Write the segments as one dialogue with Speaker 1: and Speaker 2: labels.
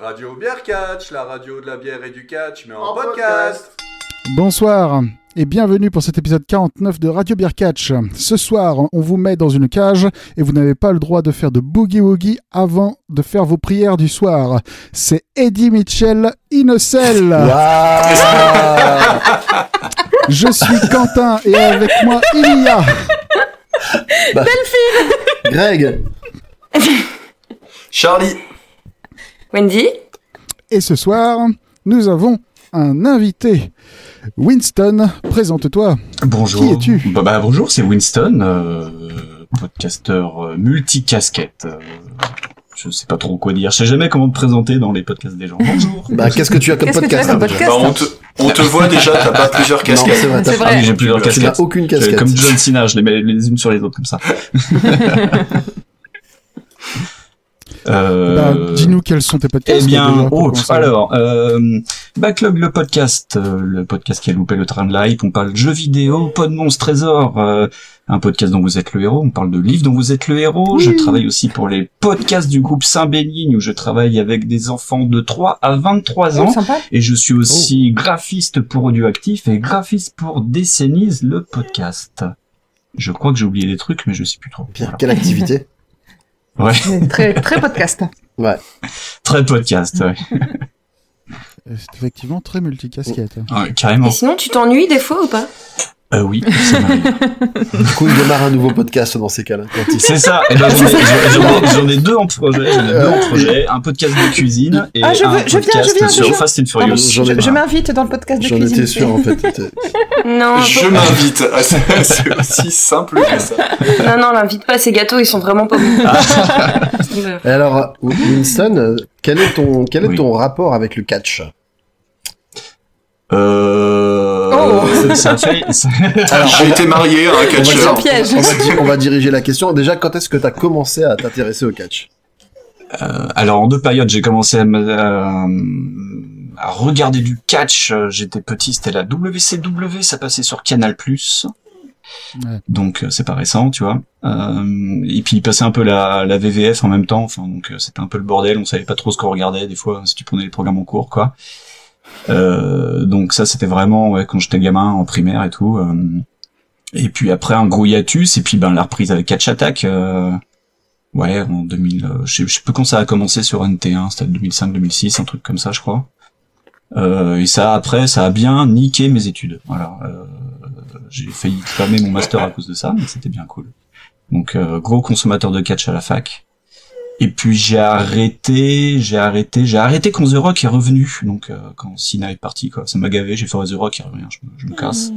Speaker 1: radio Bière Catch, la radio de la bière et du catch, mais en,
Speaker 2: En
Speaker 1: podcast.
Speaker 3: Bonsoir et bienvenue pour cet épisode 49 de Radio Beer Catch. Ce soir, on vous met dans une cage et vous n'avez pas le droit de faire de boogie woogie avant de faire vos prières du soir. C'est Eddie Mitchell Innocel. Je suis Quentin et avec moi il y a
Speaker 4: Greg
Speaker 2: Charlie
Speaker 5: Wendy
Speaker 3: et ce soir, nous avons un invité. Winston, présente-toi.
Speaker 4: Bonjour.
Speaker 3: Qui es-tu
Speaker 4: bah, bah, Bonjour, c'est Winston, euh, podcasteur euh, multicasquette. euh, je sais pas trop quoi dire. Je sais jamais comment me présenter dans les podcasts des gens. Ah Bonjour.
Speaker 6: Bah, qu'est-ce que tu as comme
Speaker 5: Qu'est-ce que tu as
Speaker 6: podcast
Speaker 5: comme
Speaker 6: hein,
Speaker 5: podcast
Speaker 2: Bah, on, te, on te voit déjà, t'as pas plusieurs
Speaker 6: déjà Non,
Speaker 2: casquettes.
Speaker 6: c'est vrai, t'as-
Speaker 5: C'est vrai.
Speaker 3: Bah,
Speaker 4: Ah oui, j'ai plusieurs
Speaker 6: tu n'as
Speaker 4: casquettes.
Speaker 6: aucune
Speaker 4: Euh,
Speaker 6: casquette.
Speaker 4: Comme John Cena, je les mets les unes sur les autres comme ça. euh...
Speaker 3: Bah, Dis-nous quels sont tes podcasts.
Speaker 4: Eh
Speaker 3: déjà,
Speaker 4: bien,
Speaker 3: pour
Speaker 4: oh,
Speaker 3: commencer.
Speaker 4: alors, euh, Backlog, le podcast, euh, le podcast qui a loupé le train de live, on parle jeux vidéo, Podmonstre Trésor, euh, un podcast dont vous êtes le héros, on parle de livres dont vous êtes le héros, je travaille aussi pour les podcasts du groupe Saint-Bénigne, où je travaille avec des enfants de 3 à 23 ans,
Speaker 5: sympa.
Speaker 4: et je suis aussi graphiste pour Audioactif et graphiste pour Décennies, le podcast. Je crois que j'ai oublié des trucs, mais je sais plus trop.
Speaker 6: Bien,
Speaker 4: Voilà.
Speaker 6: quelle activité
Speaker 5: Très, très podcast.
Speaker 4: Très podcast, ouais.
Speaker 3: Euh, C'est effectivement très multicasquette.
Speaker 4: Ouais,
Speaker 5: Et
Speaker 4: carrément.
Speaker 5: sinon, tu t'ennuies des fois ou pas
Speaker 4: Euh, oui, ça m'arrive.
Speaker 6: Du coup, il démarre un nouveau podcast dans ces cas-là. quand il-
Speaker 4: C'est ça. Eh ben, j'en, ai, j'en ai- j'en ai deux en projet. J'en ai deux en projet. Un podcast de cuisine et
Speaker 7: Euh, Ah, je
Speaker 4: un
Speaker 7: veux- je viens, je
Speaker 4: podcast
Speaker 7: viens, je
Speaker 4: sur
Speaker 7: viens.
Speaker 4: Fast and Furious.
Speaker 7: Pardon,
Speaker 6: J'en ai-
Speaker 7: je je m'invite dans le podcast de
Speaker 6: J'en
Speaker 7: cuisine.
Speaker 6: étais sûr, en fait. T'es-
Speaker 5: Non,
Speaker 2: Je
Speaker 5: faut-
Speaker 2: m'invite. Ah, c'est c'est aussi simple que ça.
Speaker 5: non, non, l'invite pas, ces gâteaux, ils sont vraiment pas bons. Voilà.
Speaker 6: Et Alors, Winston, euh, quel est ton, quel est
Speaker 4: Oui.
Speaker 6: ton rapport avec le catch
Speaker 4: Euh,
Speaker 7: Oh.
Speaker 4: ça fait, ça-
Speaker 2: J'ai été marié à un
Speaker 7: dire-
Speaker 2: catcheur.
Speaker 7: piège.
Speaker 6: on va di- on va diriger la question. Déjà, quand est-ce que t'as commencé à t'intéresser au catch
Speaker 4: Euh, alors en deux périodes, j'ai commencé à, me- à- à regarder du catch. Euh, J'étais petit, c'était la WCW, ça passait sur Canal+.
Speaker 3: Ouais.
Speaker 4: Donc euh, c'est pas récent, tu vois. Euh, et puis il passait un peu la, la VVF en même temps, enfin donc euh, c'était un peu le bordel. On savait pas trop ce qu'on regardait des fois si tu prenais les programmes en cours, quoi. Euh, donc ça c'était vraiment ouais, quand j'étais gamin en primaire et tout. euh. et puis après un gros hiatus et puis ben la reprise avec Catch Attack. euh, Ouais, en 2000, euh, je sais, je sais plus quand ça a commencé sur NT1, c'était 2005-2006, un truc comme ça, je crois. Euh, et ça, après, ça a bien niqué mes études. Voilà, euh, j'ai failli cramer mon master à cause de ça, mais c'était bien cool. Donc, euh, gros consommateur de catch à la fac. Et puis j'ai arrêté, j'ai arrêté, j'ai arrêté quand The Rock est revenu. Donc euh, quand Sina est parti, quoi, ça m'a gavé. J'ai fait oh, The Rock, il revient, je, me- je me casse.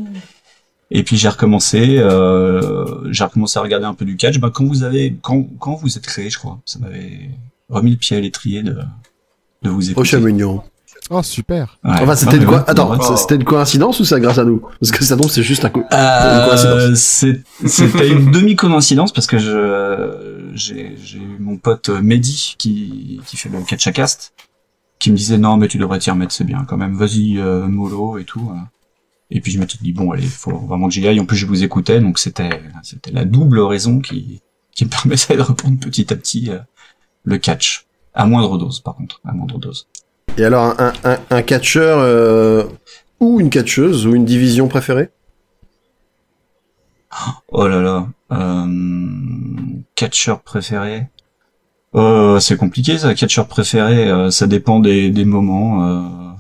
Speaker 4: Et puis j'ai recommencé, euh, j'ai recommencé à regarder un peu du catch. Bah, quand vous avez, quand, quand vous êtes créé, je crois, ça m'avait remis le pied à l'étrier de, de vous
Speaker 6: Oh,
Speaker 4: écouter.
Speaker 6: c'est mignon.
Speaker 3: Oh, super.
Speaker 4: Ouais.
Speaker 6: Enfin, c'était
Speaker 4: Ah,
Speaker 6: une,
Speaker 4: mais
Speaker 6: co-
Speaker 4: ouais,
Speaker 6: Attends,
Speaker 4: ouais.
Speaker 6: c'est- c'était une coïncidence ou c'est grâce à nous Parce que ça tombe, c'est juste un coup.
Speaker 4: Euh,
Speaker 6: Une coïncidence.
Speaker 4: c'est- C'était une demi-coïncidence parce que je j'ai j'ai eu mon pote euh, Mehdi qui, qui fait le catchacast qui me disait non mais tu devrais t'y remettre c'est bien quand même vas-y euh, mollo et tout euh. et puis je m'étais dit bon allez faut vraiment que j'y aille en plus je vous écoutais donc c'était c'était la double raison qui qui me permettait de reprendre petit à petit euh, le catch à moindre dose par contre à moindre dose
Speaker 6: Et alors, un, un, un catcheur euh, ou une catcheuse ou une division préférée
Speaker 4: Oh là là. Euh, catcheur préféré. Euh, c'est compliqué ça, catcheur préféré. euh, ça dépend des, des moments. euh,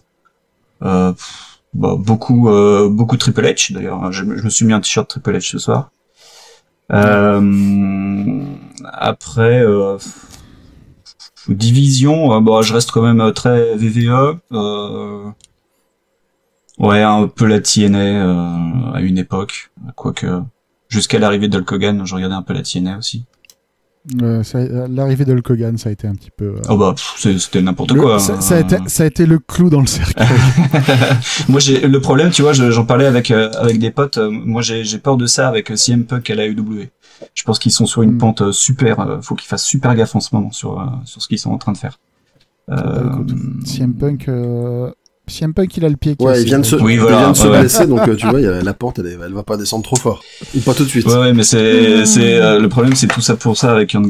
Speaker 4: euh, pff, bah, beaucoup, euh, beaucoup Triple H d'ailleurs. hein, Je, me- je me suis mis un t-shirt Triple H ce soir. Euh, après, euh, division. euh, bah, je reste quand même euh, très VVE. Euh, ouais, un peu la TNA euh, à une époque, quoique jusqu'à l'arrivée d'Hulk Hogan, je regardais un peu la TNA aussi.
Speaker 3: Euh, ça- euh, L'arrivée de Hulk Hogan, ça a été un petit peu. euh,
Speaker 4: Oh bah, pff, c'est- c'était n'importe
Speaker 3: le-
Speaker 4: quoi. hein.
Speaker 3: ça, ça a été, ça a été le clou dans le cercle.
Speaker 4: moi, j'ai le problème, tu vois, je- j'en parlais avec euh, avec des potes. euh, moi, j'ai j'ai peur de ça avec euh, CM Punk à la UW. Je pense qu'ils sont sur une
Speaker 3: Mm.
Speaker 4: pente euh, super. euh, faut qu'ils fassent super gaffe en ce moment sur euh, sur ce qu'ils sont en train de faire. Euh,
Speaker 3: Bah, écoute, CM Punk, euh, CM Punk, il a le pied qui
Speaker 6: Ouais, il vient de se,
Speaker 4: Oui,
Speaker 6: il
Speaker 4: voilà,
Speaker 6: vient de se
Speaker 4: ouais, ouais.
Speaker 6: blesser, donc euh, tu vois, il y a- la porte, elle, est- elle va pas descendre trop fort. Ou pas tout de suite.
Speaker 4: Ouais, ouais, mais c'est, c'est euh, le problème, c'est tout ça pour ça avec Young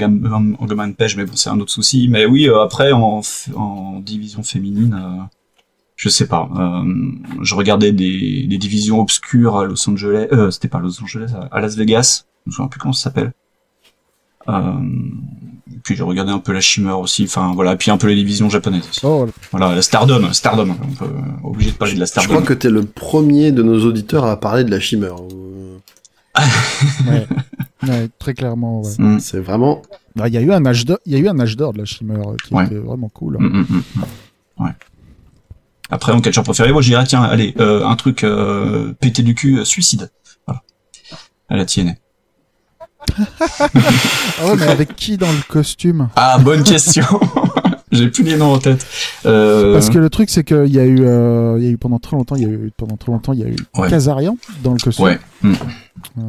Speaker 4: Goman Page, mais bon, c'est un autre souci. Mais oui, euh, après en, f- en division féminine, euh, je sais pas. euh, je regardais des, des divisions obscures à Los Angeles, euh, c'était pas Los Angeles, à Las Vegas. Je me souviens plus comment ça s'appelle. Euh, puis j'ai regardé un peu la Shimmer aussi, enfin voilà, puis un peu les divisions japonaises aussi.
Speaker 3: Oh, là.
Speaker 4: Voilà, la Stardom, Stardom, on peut euh, obligé de parler de la
Speaker 6: Je crois
Speaker 4: Stardom.
Speaker 6: que t'es le premier de nos auditeurs à parler de la chimère. Euh,
Speaker 3: Oh, Ouais, très clairement. ouais.
Speaker 4: Mm,
Speaker 6: C'est vraiment.
Speaker 3: Bah, Il y a eu un âge d'or, il y a eu un âge d'or de la Shimmer euh, qui
Speaker 4: Ouais.
Speaker 3: était vraiment cool.
Speaker 4: Mm, mm, mm, mm. Ouais. Après, en catcheur préféré, moi, je dirais, tiens, allez, euh, un truc euh, pété du cul, euh, suicide. Voilà. À la tienne.
Speaker 3: Ah ouais, mais avec qui dans le costume
Speaker 4: Ah, bonne question J'ai plus les noms en tête. Euh,
Speaker 3: Parce que le truc, c'est qu'il y a eu, euh, il y a eu pendant très longtemps, il y a eu pendant très longtemps, il y a eu
Speaker 4: Ouais.
Speaker 3: Kazarian dans le costume.
Speaker 4: Ouais. Mm.
Speaker 3: Euh,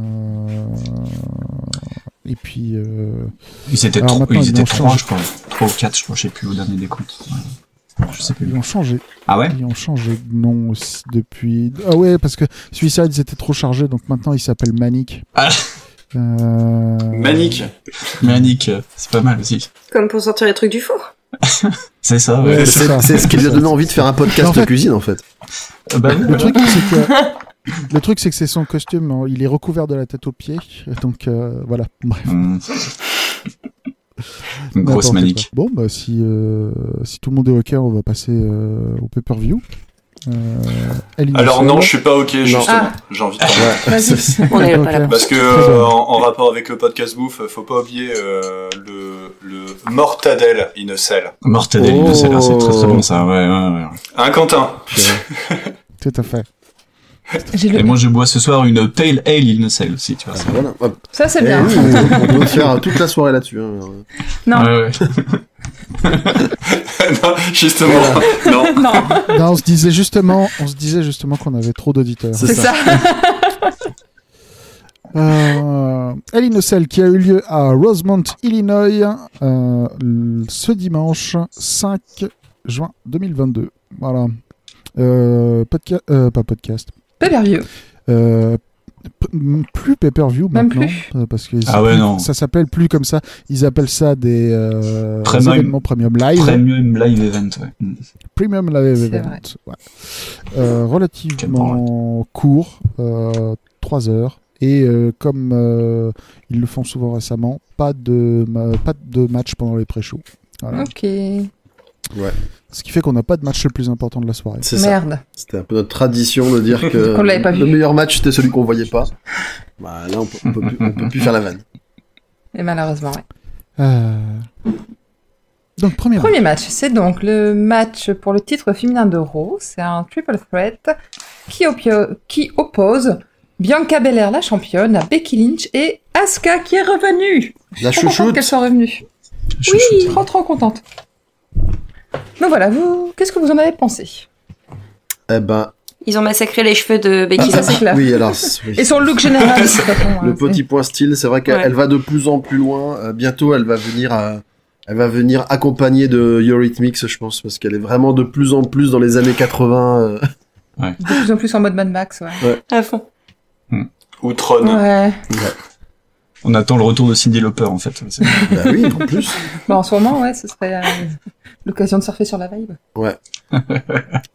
Speaker 3: Et puis, euh,
Speaker 4: Ils étaient,
Speaker 3: Alors
Speaker 4: trois-
Speaker 3: maintenant,
Speaker 4: ils
Speaker 3: ils
Speaker 4: étaient
Speaker 3: l'ont
Speaker 4: trois,
Speaker 3: changé.
Speaker 4: je crois. Trois ou quatre, je crois, je sais plus, au dernier des comptes. Ouais. Je sais plus.
Speaker 3: ils ont changé,
Speaker 4: Ah ouais
Speaker 3: ils ont changé de nom aussi depuis. Ah ouais, parce que Suicide ils étaient trop chargés, donc maintenant ils s'appellent Manic.
Speaker 4: Ah.
Speaker 3: Euh,
Speaker 2: Manique.
Speaker 4: Manic, euh, c'est pas mal aussi.
Speaker 5: Comme pour sortir les trucs du four.
Speaker 4: C'est ça,
Speaker 3: Ouais,
Speaker 4: ouais.
Speaker 3: c'est
Speaker 6: C'est
Speaker 3: ça.
Speaker 6: c'est ce qui lui a donné envie de faire un podcast
Speaker 3: En fait-
Speaker 6: de cuisine, en fait.
Speaker 4: Euh, bah,
Speaker 3: Le truc, c'est que le truc, c'est que c'est son costume. hein, Il est recouvert de la tête aux pieds, donc euh, voilà. Bref.
Speaker 4: Mm. Une grosse
Speaker 3: N'importe
Speaker 4: manique.
Speaker 3: quoi. Bon, bah si euh, si tout le monde est ok, on va passer euh, au pay-per-view. Euh, Elle in
Speaker 2: Alors
Speaker 3: the
Speaker 2: non,
Speaker 3: Cell.
Speaker 2: je suis pas ok, justement.
Speaker 5: Ah.
Speaker 2: J'ai envie de parler.
Speaker 6: Ouais.
Speaker 5: On est
Speaker 3: Ok.
Speaker 5: pas là.
Speaker 2: Parce que
Speaker 3: Très bien.
Speaker 2: euh, en, en rapport avec le podcast bouffe, euh, faut pas oublier euh, le, le mortadelle in a cell.
Speaker 4: Mortadelle,
Speaker 6: Oh.
Speaker 4: c'est c'est très très bon ça, ouais, ouais, ouais.
Speaker 2: Hein Quentin
Speaker 3: Tout à fait.
Speaker 7: J'ai
Speaker 4: Et
Speaker 7: le...
Speaker 4: moi, je bois ce soir une Pale Ale in a Cell aussi, tu vois. ça.
Speaker 6: Voilà. Hop.
Speaker 7: Ça, c'est
Speaker 6: Eh
Speaker 7: bien.
Speaker 6: oui, on on doit faire toute la soirée là-dessus. hein.
Speaker 5: Non.
Speaker 4: Ouais, ouais.
Speaker 2: Non, justement. Non.
Speaker 7: non,
Speaker 3: Non, Ben, on se disait justement, on se disait justement qu'on avait trop d'auditeurs.
Speaker 6: C'est
Speaker 7: c'est
Speaker 6: ça.
Speaker 7: ça.
Speaker 3: Euh, Elle in a Cell qui a eu lieu à Rosemont, Illinois, euh, l- ce dimanche 5 juin 2022. Voilà. Euh, podca- euh, pas podcast.
Speaker 7: Pay-per-view.
Speaker 3: Euh, p- m- plus pay-per-view
Speaker 7: Même
Speaker 3: maintenant
Speaker 7: plus.
Speaker 3: euh, parce que
Speaker 4: Ah ouais, non.
Speaker 3: ça s'appelle plus comme ça ils appellent ça des euh,
Speaker 4: Premium-
Speaker 3: événements premium live
Speaker 4: Premium Live Event, ouais. Mm.
Speaker 3: premium live
Speaker 7: C'est
Speaker 3: event
Speaker 7: vrai.
Speaker 3: ouais. Euh,
Speaker 4: Quel branle.
Speaker 3: relativement court euh, 3 heures et euh, comme euh, ils le font souvent récemment pas de ma- pas de match pendant les pré-shows Voilà.
Speaker 7: Ok.
Speaker 3: ce qui fait qu'on n'a pas de match le plus important de la soirée
Speaker 6: C'est ça.
Speaker 7: Merde.
Speaker 6: C'était un peu notre tradition de dire que
Speaker 7: Qu'on l'avait pas vu.
Speaker 6: le meilleur match c'était celui qu'on voyait pas. Bah là on peut, on peut, plus, on peut plus faire la vanne.
Speaker 7: Et malheureusement, ouais.
Speaker 3: Euh, donc premier match
Speaker 7: Premier match, c'est donc le match pour le titre féminin de Raw. C'est un triple threat qui, opio- qui oppose Bianca Belair, la championne, à Becky Lynch et Asuka qui est revenue.
Speaker 6: La
Speaker 7: Je suis trop contente
Speaker 6: chouchoute.
Speaker 7: qu'elle soit revenue. Oui, trop trop contente. Donc voilà, vous, qu'est-ce que vous en avez pensé
Speaker 6: Eh ben
Speaker 5: Ils ont massacré les cheveux de Becky.
Speaker 7: Ça c'est clair.
Speaker 6: oui alors c- oui.
Speaker 7: Et son look général. de toute façon,
Speaker 6: le
Speaker 7: hein,
Speaker 6: petit point style, c'est vrai qu'elle
Speaker 5: Ouais.
Speaker 6: elle va de plus en plus loin. Euh, bientôt elle va venir euh, elle va venir accompagnée de Eurythmics je pense parce qu'elle est vraiment de plus en plus dans les années 80. euh.
Speaker 7: c'est de plus en plus en mode Mad Max, ouais.
Speaker 5: À fond.
Speaker 2: Ou Tron.
Speaker 7: Ouais.
Speaker 4: On attend le retour de Cindy Lauper, en fait. C'est-
Speaker 6: bah oui en plus.
Speaker 7: Bah, en ce moment, ouais, ce serait euh, l'occasion de surfer sur la vibe.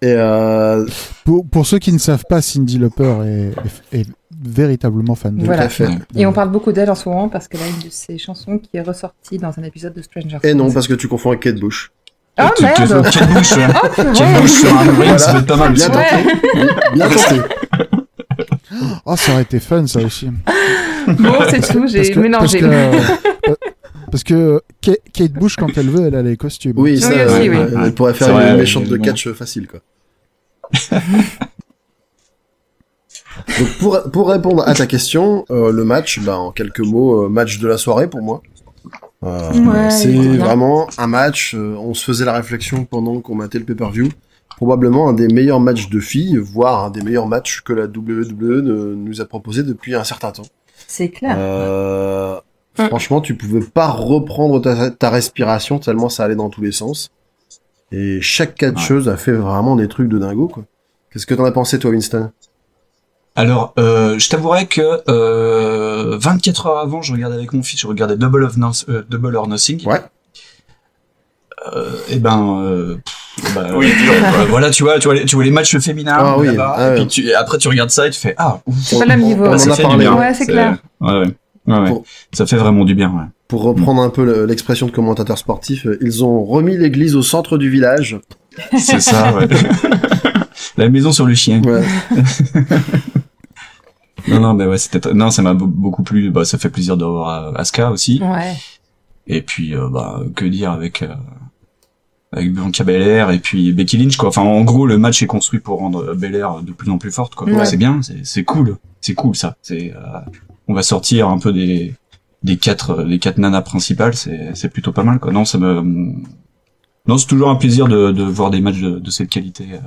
Speaker 6: Et euh,
Speaker 3: Pour, pour ceux qui ne savent pas, Cindy Lauper est, est- est véritablement fan de
Speaker 7: Voilà.
Speaker 6: tout à fait.
Speaker 7: Et on parle beaucoup d'elle en ce moment parce qu'elle a une de ses chansons qui est ressortie dans un épisode de Stranger Things.
Speaker 6: Et non parce que tu confonds avec Kate Bush.
Speaker 7: Ah
Speaker 4: Tu- tu-
Speaker 7: merde
Speaker 4: Kate Bush, ouais.
Speaker 7: Oh purée
Speaker 4: Kate Bush hein. sur un ring, ça
Speaker 6: Voilà.
Speaker 4: va être pas mal.
Speaker 6: Bien
Speaker 4: aussi.
Speaker 7: Ouais.
Speaker 6: tenté. Bien tenté.
Speaker 3: Oh, ça aurait été fun, ça aussi.
Speaker 7: Bon, c'est tout,
Speaker 3: Parce
Speaker 7: j'ai
Speaker 3: que,
Speaker 7: mélangé.
Speaker 3: Parce que, euh, parce que Ka- Kate Bush, quand elle veut, elle a les costumes.
Speaker 6: Oui, ça,
Speaker 7: aussi,
Speaker 6: euh,
Speaker 7: oui.
Speaker 6: elle elle pourrait faire
Speaker 4: C'est vrai,
Speaker 6: une
Speaker 4: oui,
Speaker 6: méchante de
Speaker 4: évidemment.
Speaker 6: catch facile, quoi. Donc pour, pour répondre à ta question, euh, le match, bah, en quelques mots, euh, match de la soirée pour moi. Euh,
Speaker 7: Ouais,
Speaker 6: c'est
Speaker 7: il est trop bien.
Speaker 6: vraiment un match, euh, on se faisait la réflexion pendant qu'on matait le pay-per-view, probablement un des meilleurs matchs de filles, voire un des meilleurs matchs que la WWE ne- nous a proposé depuis un certain temps.
Speaker 7: C'est clair.
Speaker 6: Euh,
Speaker 5: Mm.
Speaker 6: Franchement, tu pouvais pas reprendre ta, ta respiration tellement ça allait dans tous les sens. Et chaque catcheuse a fait vraiment des trucs de dingo, quoi. Qu'est-ce que t'en as pensé, toi, Winston
Speaker 4: Alors, euh, je t'avouerai que euh, 24 heures avant, je regardais avec mon fils, je regardais Double, of No- euh, Double or Nothing.
Speaker 6: Ouais.
Speaker 4: Euh, et ben, euh, pff, bah,
Speaker 2: Oui, dur,
Speaker 4: euh, voilà, tu vois, tu vois, les, tu vois les matchs féminins
Speaker 6: Ah oui,
Speaker 4: là-bas,
Speaker 6: ah
Speaker 4: et
Speaker 6: ouais.
Speaker 4: puis tu- et après tu regardes ça et tu fais ah, ouf,
Speaker 7: C'est pas la même niveau.
Speaker 6: On
Speaker 4: là,
Speaker 6: en
Speaker 4: ça
Speaker 6: a
Speaker 4: fait
Speaker 6: parlé.
Speaker 4: du bien.
Speaker 7: Ouais, Ah, c'est clair.
Speaker 4: Ouais, ouais. Ouais, ouais.
Speaker 6: Pour-
Speaker 4: Ça fait vraiment du bien. Ouais.
Speaker 6: Pour reprendre un peu le- l'expression de commentateur sportif, euh, ils ont remis l'église au centre du village.
Speaker 4: C'est ça, ouais. La maison sur le chien.
Speaker 6: Ouais.
Speaker 4: Non, non, mais ouais, c'était tr- non, ça m'a be- beaucoup plu. Bah, ça fait plaisir de revoir euh, Asuka aussi.
Speaker 7: Ouais.
Speaker 4: Et puis, euh, bah, que dire avec euh, avec Bianca Belair et puis Becky Lynch, quoi. Enfin, en gros, le match est construit pour rendre euh, Belair de plus en plus forte, quoi.
Speaker 7: Ouais.
Speaker 4: C'est bien, c'est c'est cool, c'est cool ça. C'est euh, on va sortir un peu des des quatre euh, des quatre nanas principales. C'est c'est plutôt pas mal, quoi. Non, ça me non, c'est toujours un plaisir de, de voir des matchs de, de cette qualité, euh,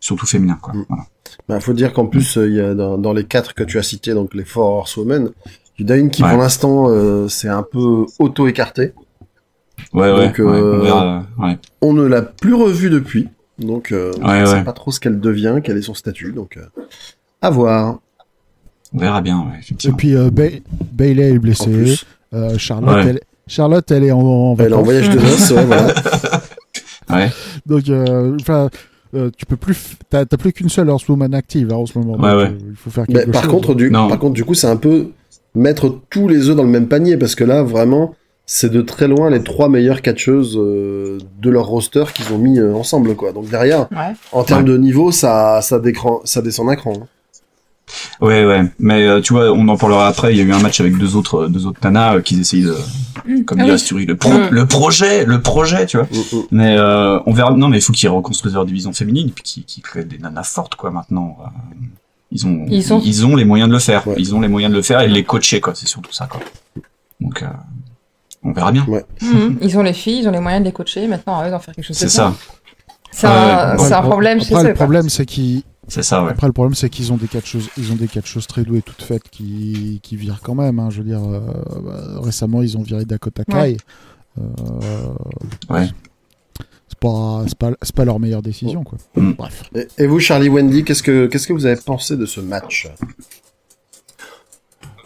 Speaker 4: surtout féminin, quoi.
Speaker 6: Mm.
Speaker 4: Voilà.
Speaker 6: Bah, faut dire qu'en plus, euh, il y a dans, dans les quatre que tu as cités, donc les Four Horsewomen, il y en a une qui,
Speaker 4: Ouais.
Speaker 6: pour l'instant, euh, s'est un peu auto-écartée.
Speaker 4: Ouais, ouais,
Speaker 6: Donc,
Speaker 4: ouais,
Speaker 6: euh,
Speaker 4: on verra, ouais.
Speaker 6: On ne l'a plus revue depuis, donc euh,
Speaker 4: Ouais,
Speaker 6: on ne sait
Speaker 4: ouais.
Speaker 6: pas trop ce qu'elle devient, quel est son statut, donc euh, à voir.
Speaker 4: On verra bien, ouais,
Speaker 3: Et
Speaker 4: effectivement.
Speaker 3: puis euh, Ba- Bailey est
Speaker 6: En
Speaker 3: blessée.
Speaker 6: plus,
Speaker 3: Euh, Charlotte,
Speaker 4: Ouais.
Speaker 3: elle, Charlotte, elle est en, en
Speaker 6: elle est en
Speaker 3: vacances.
Speaker 6: voyage de noces, ouais, voilà.
Speaker 4: Ouais,
Speaker 3: Donc, euh, enfin, euh, tu peux plus. f- T'as t'as plus qu'une seule Horsewoman active hein, en ce moment.
Speaker 4: Ouais,
Speaker 3: donc,
Speaker 4: ouais.
Speaker 3: euh, il faut faire quelque
Speaker 6: Mais par
Speaker 3: chose.
Speaker 6: contre, du,
Speaker 4: Non.
Speaker 6: par contre, du coup, c'est un peu mettre tous les œufs dans le même panier parce que là, vraiment, c'est de très loin les trois meilleures catcheuses euh, de leur roster qu'ils ont mis euh, ensemble, quoi. Donc derrière,
Speaker 7: Ouais.
Speaker 6: en termes de niveau, ça, ça, décran, ça descend d'un cran. hein.
Speaker 4: ouais, ouais. Mais euh, tu vois, on en parlera après. Il y a eu un match avec deux autres, deux autres nanas euh, qui essayent de, comme
Speaker 7: Ah
Speaker 4: dit
Speaker 7: oui.
Speaker 4: Asturi, le, pro-
Speaker 5: Mm.
Speaker 4: le projet, le projet, tu vois.
Speaker 6: Mm, mm.
Speaker 4: Mais euh, on verra. Non, mais il faut qu'ils reconstruisent leur division féminine, puis qu'ils qu'ils créent des nanas fortes, quoi. Maintenant, Euh, ils ont,
Speaker 7: Ils ont-
Speaker 4: ils ont les moyens de le faire.
Speaker 6: Ouais.
Speaker 4: Ils ont les moyens de le faire et de les coacher, quoi. C'est surtout ça, quoi. Donc, euh, on verra bien.
Speaker 7: Mhm. Ils ont les filles, ils ont les moyens de les coacher. Maintenant, à eux d'en faire quelque chose. de
Speaker 4: C'est ça,
Speaker 7: bien. C'est
Speaker 4: Ouais,
Speaker 7: un,
Speaker 4: ouais.
Speaker 7: c'est un problème chez
Speaker 3: Après, le
Speaker 7: eux. quoi.
Speaker 3: problème, c'est qu'ils.
Speaker 4: c'est ça, ouais.
Speaker 3: Après, le problème, c'est qu'ils ont des quatre choses. Ils ont des quatre choses très douées, toutes faites, qui, qui virent quand même. hein. Je veux dire, euh, bah, récemment, ils ont viré Dakota Kai. Euh,
Speaker 4: Ouais.
Speaker 3: C'est pas, c'est pas, c'est pas leur meilleure décision, quoi.
Speaker 4: Mm.
Speaker 3: Bref.
Speaker 6: Et, et vous, Charlie Wendy, qu'est-ce que, qu'est-ce que vous avez pensé de ce match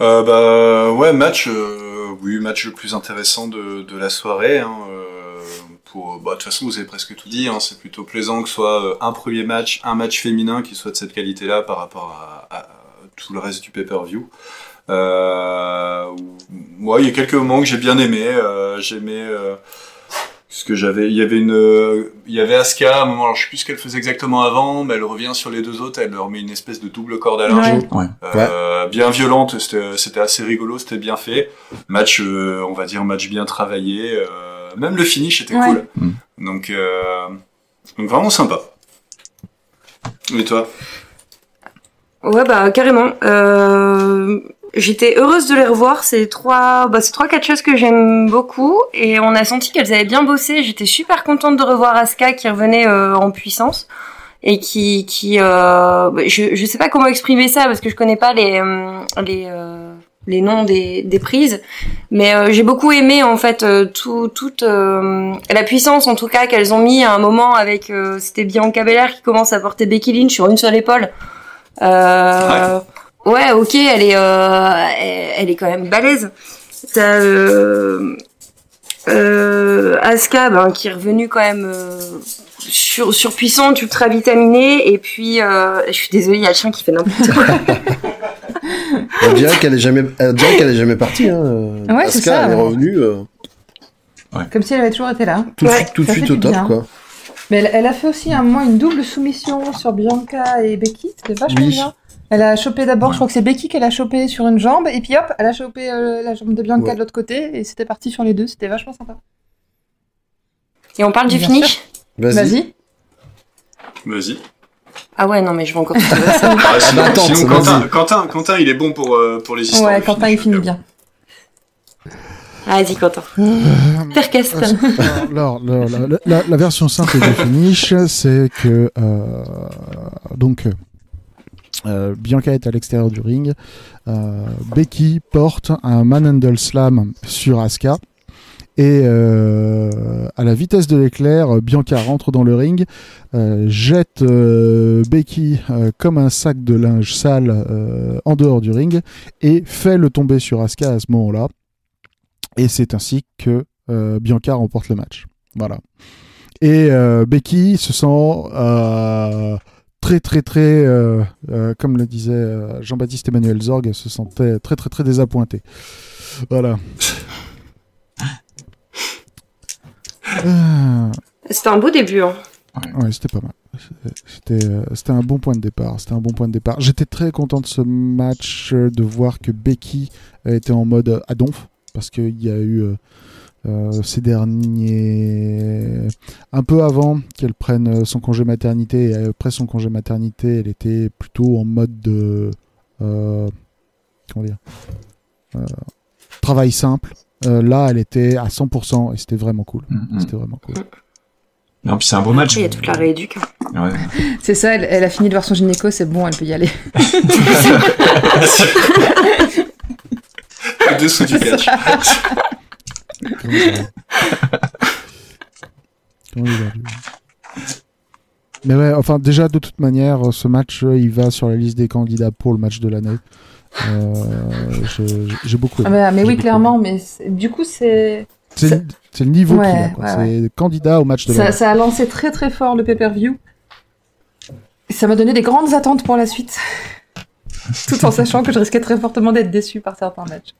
Speaker 2: Euh, bah ouais, match, euh, oui, match le plus intéressant de, de la soirée. Hein, euh, pour, bah, de toute façon, vous avez presque tout dit. Hein, c'est plutôt plaisant que ce soit euh, un premier match, un match féminin qui soit de cette qualité-là par rapport à, à tout le reste du pay-per-view. Euh, moi, il y a quelques moments que j'ai bien aimé. Euh, J'aimais. Euh, parce que j'avais, il y avait une, euh, il y avait Asuka à un moment, alors je sais plus ce qu'elle faisait exactement avant, mais elle revient sur les deux autres, elle leur met une espèce de double corde à linge.
Speaker 7: Ouais.
Speaker 2: Euh, bien violente, c'était c'était assez rigolo, c'était bien fait. Match, euh, on va dire match bien travaillé. euh, même le finish était
Speaker 7: Ouais.
Speaker 2: cool.
Speaker 4: Mm.
Speaker 2: Donc, euh, donc vraiment sympa. Et toi
Speaker 5: Ouais, bah carrément. Euh, J'étais heureuse de les revoir. C'est trois, bah, c'est trois catcheuses que j'aime beaucoup et on a senti qu'elles avaient bien bossé. J'étais super contente de revoir Asuka qui revenait euh, en puissance et qui, qui, euh, bah, je, je sais pas comment exprimer ça parce que je connais pas les, euh, les, euh, les noms des, des prises, mais euh, j'ai beaucoup aimé en fait euh, tout, toute euh, la puissance en tout cas qu'elles ont mis à un moment avec euh, c'était Bianca Belair qui commence à porter Becky Lynch sur une seule épaule. Euh, ouais. ok, elle est, euh, elle, elle est quand même balèze. T'as euh, euh, Asuka, ben, qui est revenue quand même euh, sur, surpuissante, ultra vitaminée, et puis euh, je suis désolée, il y a le chien qui fait n'importe quoi.
Speaker 6: On dirait qu'elle est jamais, on dirait qu'elle est jamais partie. Hein. euh,
Speaker 7: Ouais, c'est
Speaker 6: Asuka,
Speaker 7: ça,
Speaker 6: elle est
Speaker 7: ouais.
Speaker 6: revenue euh,
Speaker 7: Comme si elle avait toujours été là.
Speaker 6: tout, de
Speaker 5: Ouais,
Speaker 6: suite- tout de
Speaker 7: ça
Speaker 6: suite
Speaker 7: fait
Speaker 6: au
Speaker 7: du
Speaker 6: top,
Speaker 7: bien.
Speaker 6: quoi.
Speaker 7: Mais elle, elle a fait aussi un mois une double soumission sur Bianca et Becky, c'était vachement
Speaker 6: Oui.
Speaker 7: bien. Elle a chopé d'abord,
Speaker 4: Ouais.
Speaker 7: je crois que c'est Becky qu'elle a chopé sur une jambe, et puis hop, elle a chopé euh, la jambe de Bianca
Speaker 6: Ouais.
Speaker 7: de l'autre côté, et c'était parti sur les deux, c'était vachement sympa.
Speaker 5: Et on parle du
Speaker 7: Bien
Speaker 5: finish
Speaker 6: Vas-y.
Speaker 7: Vas-y.
Speaker 2: Vas-y.
Speaker 5: Ah ouais, non, mais je vais encore trouver ça.
Speaker 2: Ah, sinon,
Speaker 6: bah, attends,
Speaker 2: sinon,
Speaker 6: vas-y.
Speaker 2: Quentin, Quentin, Quentin, il est bon pour, euh, pour les histoires.
Speaker 7: Ouais,
Speaker 2: de
Speaker 7: Quentin il
Speaker 2: finish,
Speaker 7: finit
Speaker 2: euh,
Speaker 7: bien.
Speaker 5: Vas-y, Quentin. Père Castan.
Speaker 3: Alors, la, la- la- la version simple du finish, c'est que euh, donc euh, Bianca est à l'extérieur du ring, euh, Becky porte un manhandle slam sur Asuka Et euh, à la vitesse de l'éclair, euh, Bianca rentre dans le ring, euh, jette euh, Becky euh, comme un sac de linge sale euh, en dehors du ring et fait le tomber sur Asuka à ce moment-là. Et c'est ainsi que euh, Bianca remporte le match. Voilà. Et euh, Becky se sent euh, très très très, euh, euh, comme le disait euh, Jean-Baptiste Emmanuel Zorg, elle se sentait très très très désappointée. Voilà. Ah.
Speaker 5: C'était un beau début. Hein.
Speaker 3: Ouais, c'était pas mal. C'était, euh, c'était un bon point de départ. C'était un bon point de départ. J'étais très content de ce match, euh, de voir que Becky était en mode euh, à donf, parce qu'il y a eu euh, euh, ces derniers, un peu avant qu'elle prenne euh, son congé maternité et après son congé maternité, elle était plutôt en mode de, euh, comment dire, Euh, travail simple. Euh, là, elle était à 100% et c'était vraiment cool.
Speaker 4: Mm, mm.
Speaker 3: C'était vraiment cool.
Speaker 4: Non, puis c'est un beau match.
Speaker 5: Après, il y a toute la rééduque. hein.
Speaker 4: Ouais.
Speaker 7: C'est ça, elle, elle a fini de voir son gynéco, c'est bon, elle peut y aller.
Speaker 2: Le dessous du catch.
Speaker 3: Comment il va Comment il va, lui Mais ouais, enfin, déjà, de toute manière, ce match, euh, il va sur la liste des candidats pour le match de l'année. Euh, je- je- J'ai beaucoup aimé.
Speaker 7: Ah, mais, mais
Speaker 3: J'ai
Speaker 7: oui,
Speaker 3: beaucoup
Speaker 7: clairement, mais c'est- du coup, c'est
Speaker 3: aimé. C'est le- c'est le niveau
Speaker 7: Ouais,
Speaker 3: qu'il a. quoi.
Speaker 7: ouais,
Speaker 3: c'est candidat au match de
Speaker 7: ça,
Speaker 3: l'année.
Speaker 7: ça a lancé très très fort le pay-per-view. Et Ça m'a donné des grandes attentes pour la suite. Tout en sachant que je risquais très fortement d'être déçu par certains matchs.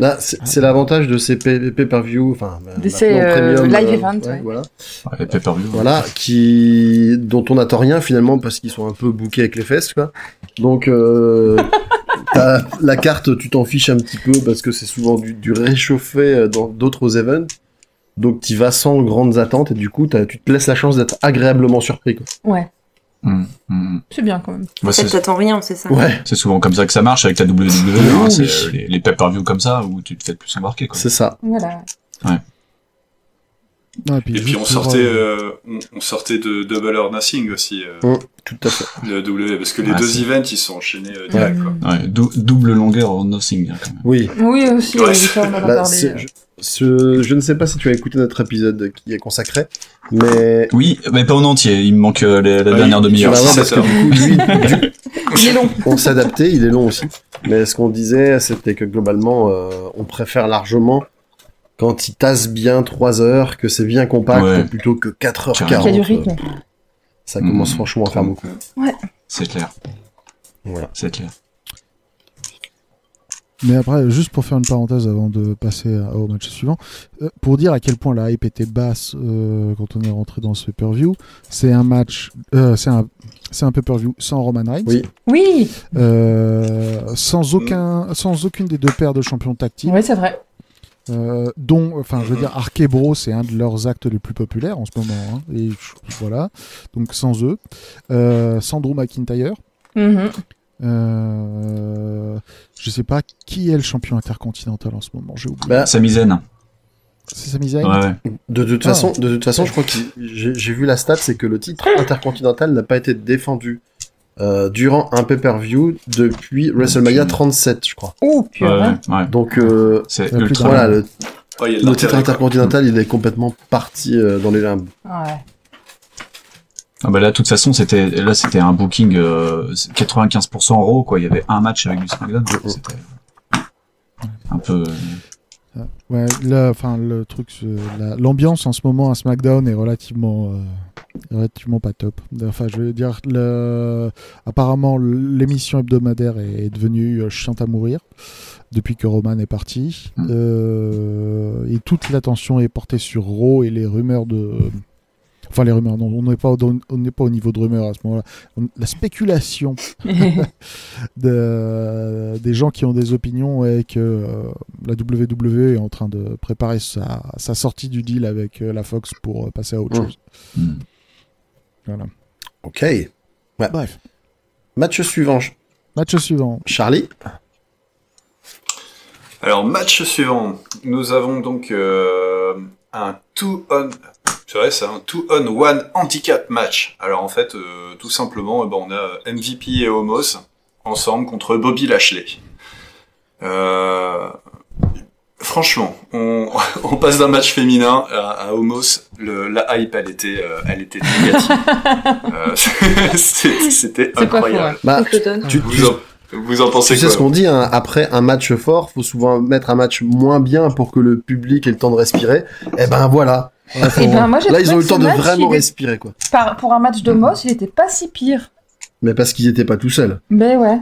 Speaker 6: Là, c'est c'est l'avantage de ces pay- pay-per-view, enfin, bah,
Speaker 7: De ces,
Speaker 6: maintenant,
Speaker 7: euh,
Speaker 6: premium,
Speaker 7: live
Speaker 6: euh,
Speaker 7: event,
Speaker 6: ouais,
Speaker 7: ouais.
Speaker 6: voilà,
Speaker 4: Ouais, les pay-per-view.
Speaker 6: voilà, qui dont on n'attend rien finalement parce qu'ils sont un peu bouqués avec les fesses, quoi. Donc, euh, t'as- la carte, tu t'en fiches un petit peu parce que c'est souvent du, du réchauffé euh, dans d'autres events. Donc, tu vas sans grandes attentes et du coup, t'as- tu te laisses la chance d'être agréablement surpris. Quoi.
Speaker 7: Ouais,
Speaker 4: Mm, mm.
Speaker 7: c'est bien quand même.
Speaker 4: Bah,
Speaker 5: En fait,
Speaker 4: c'est
Speaker 5: t'attends rien, c'est ça.
Speaker 6: Ouais,
Speaker 4: c'est souvent comme ça que ça marche avec la WWE. hein,
Speaker 6: Oui.
Speaker 4: c'est euh, les, les pay-per-view comme ça où tu te fais plus embarquer. Quoi.
Speaker 6: c'est ça.
Speaker 7: Voilà.
Speaker 3: Non,
Speaker 2: Et puis
Speaker 3: juste
Speaker 2: on
Speaker 3: pour,
Speaker 2: sortait,
Speaker 3: euh,
Speaker 2: euh, on, on sortait de Double or Nothing aussi, euh,
Speaker 6: Hum, Tout à fait.
Speaker 2: de W, parce que les
Speaker 4: Ah,
Speaker 2: deux
Speaker 4: c'est-
Speaker 2: events ils sont enchaînés euh, direct. Quoi.
Speaker 4: Ouais, dou- double longueur en nothing. hein, quand même.
Speaker 6: Oui.
Speaker 7: Mm. Oui, aussi,
Speaker 2: Ouais.
Speaker 7: euh, ça, on en a
Speaker 6: Bah,
Speaker 7: parlé.
Speaker 6: c'est- je, ce- je ne sais pas si tu as écouté notre épisode qui est consacré, mais
Speaker 4: Oui, mais pas en entier. Il me manque euh, la, la
Speaker 2: Ouais,
Speaker 4: dernière
Speaker 2: il-
Speaker 6: tu vas
Speaker 4: demi-heure.
Speaker 6: voir
Speaker 2: c'est
Speaker 6: parce que
Speaker 2: ça.
Speaker 6: du coup, lui, du-
Speaker 7: Il est long.
Speaker 6: on s'est adapté, il est long aussi. Mais ce qu'on disait, c'était que globalement, euh, on préfère largement quand il tasse bien 3 heures, que c'est bien compact,
Speaker 4: Ouais.
Speaker 6: plutôt que 4 heures
Speaker 4: Carrément.
Speaker 7: Il y a
Speaker 6: 40.
Speaker 7: du rythme.
Speaker 6: Ça commence
Speaker 4: Mmh.
Speaker 6: franchement à faire beaucoup.
Speaker 4: C'est clair.
Speaker 6: Voilà.
Speaker 4: C'est clair.
Speaker 3: Mais après, juste pour faire une parenthèse avant de passer à- au match suivant, euh, pour dire à quel point la hype était basse euh, quand on est rentré dans ce pay-per-view, c'est un match, euh, c'est un, c'est un pay-per-view sans Roman Reigns,
Speaker 6: Oui.
Speaker 7: Oui,
Speaker 3: euh, sans aucun, sans aucune des deux paires de champions tactiles,
Speaker 7: oui c'est vrai.
Speaker 3: euh, dont, enfin, je veux dire, Arkebro, c'est un de leurs actes les plus populaires en ce moment, hein, et je- voilà, donc sans eux, euh, sans Drew McIntyre.
Speaker 7: Mhm.
Speaker 3: Euh, je sais pas qui est le champion intercontinental en ce moment. J'ai oublié.
Speaker 6: Bah,
Speaker 4: Sa misaine.
Speaker 3: C'est Sami Zayn
Speaker 4: Ouais, ouais.
Speaker 6: de toute
Speaker 3: Ah.
Speaker 6: façon, de toute façon, je crois que j'ai j'ai vu la stat, c'est que le titre
Speaker 7: Ah.
Speaker 6: intercontinental n'a pas été défendu euh, durant un pay-per-view depuis WrestleMania 37, je crois.
Speaker 7: Oh,
Speaker 4: Ouais,
Speaker 7: purée.
Speaker 4: ouais, ouais.
Speaker 6: Donc euh,
Speaker 4: C'est
Speaker 3: Euh, plus
Speaker 7: Ah.
Speaker 4: ultra.
Speaker 6: voilà, le,
Speaker 2: Oh, il y a de
Speaker 6: le titre
Speaker 2: l'intérêt, quoi.
Speaker 6: intercontinental, il est complètement parti euh, dans les limbes.
Speaker 7: Ouais.
Speaker 4: Ah bah là, de toute façon, c'était là, c'était un booking euh, 95% en raw, quoi. Il y avait un match avec du SmackDown.
Speaker 6: Mhm.
Speaker 4: C'était euh, un peu.
Speaker 3: Ouais, là, enfin, le truc, ce- la- l'ambiance en ce moment à SmackDown est relativement, euh, relativement pas top. Enfin, je veux dire, le- apparemment, l'émission hebdomadaire est, est devenue euh, chiante à mourir depuis que Roman est parti.
Speaker 4: Mm.
Speaker 3: Euh, et toute l'attention est portée sur Raw et les rumeurs de. Enfin, les rumeurs, non, on n'est pas, au- on n'est pas au niveau de rumeurs à ce moment-là. On- La spéculation de- des gens qui ont des opinions et que euh, la WWE est en train de préparer sa, sa sortie du deal avec euh, la Fox pour euh, passer à autre
Speaker 6: Mm.
Speaker 3: chose.
Speaker 4: Mm.
Speaker 3: Voilà.
Speaker 6: Ok.
Speaker 3: Bref,
Speaker 6: Match suivant, Ch-
Speaker 3: match suivant.
Speaker 6: Charlie.
Speaker 2: Alors, match suivant. Nous avons donc euh, un two on. C'est vrai, c'est un two on one handicap match. Alors, en fait, euh, tout simplement, eh ben, on a euh, MVP et Homos ensemble contre Bobby Lashley. Euh, Franchement, on, on passe d'un match féminin à, à Homos. Le, la hype, elle était, euh, elle était négative. Euh, c'est- C'était
Speaker 7: C'est pas faux. hein.
Speaker 2: incroyable.
Speaker 6: Bah,
Speaker 5: Je te donne.
Speaker 6: tu, tu-
Speaker 2: Ah. Vous en, vous en pensez
Speaker 6: tu sais
Speaker 2: quoi
Speaker 6: ce qu'on dit, hein, après un match fort, faut souvent mettre un match moins bien pour que le public ait le temps de respirer. Eh ben voilà. Là, faut-
Speaker 7: Eh ben, moi, j'ai
Speaker 6: là,
Speaker 7: trouvé
Speaker 6: ils ont eu
Speaker 7: que
Speaker 6: le temps
Speaker 7: ce
Speaker 6: de
Speaker 7: match,
Speaker 6: vraiment
Speaker 7: il est-
Speaker 6: respirer, quoi.
Speaker 7: Par- pour un match
Speaker 2: Mm.
Speaker 7: de Moss, il était pas si pire.
Speaker 6: Mais parce qu'ils étaient pas tout seuls.
Speaker 7: Mais ouais.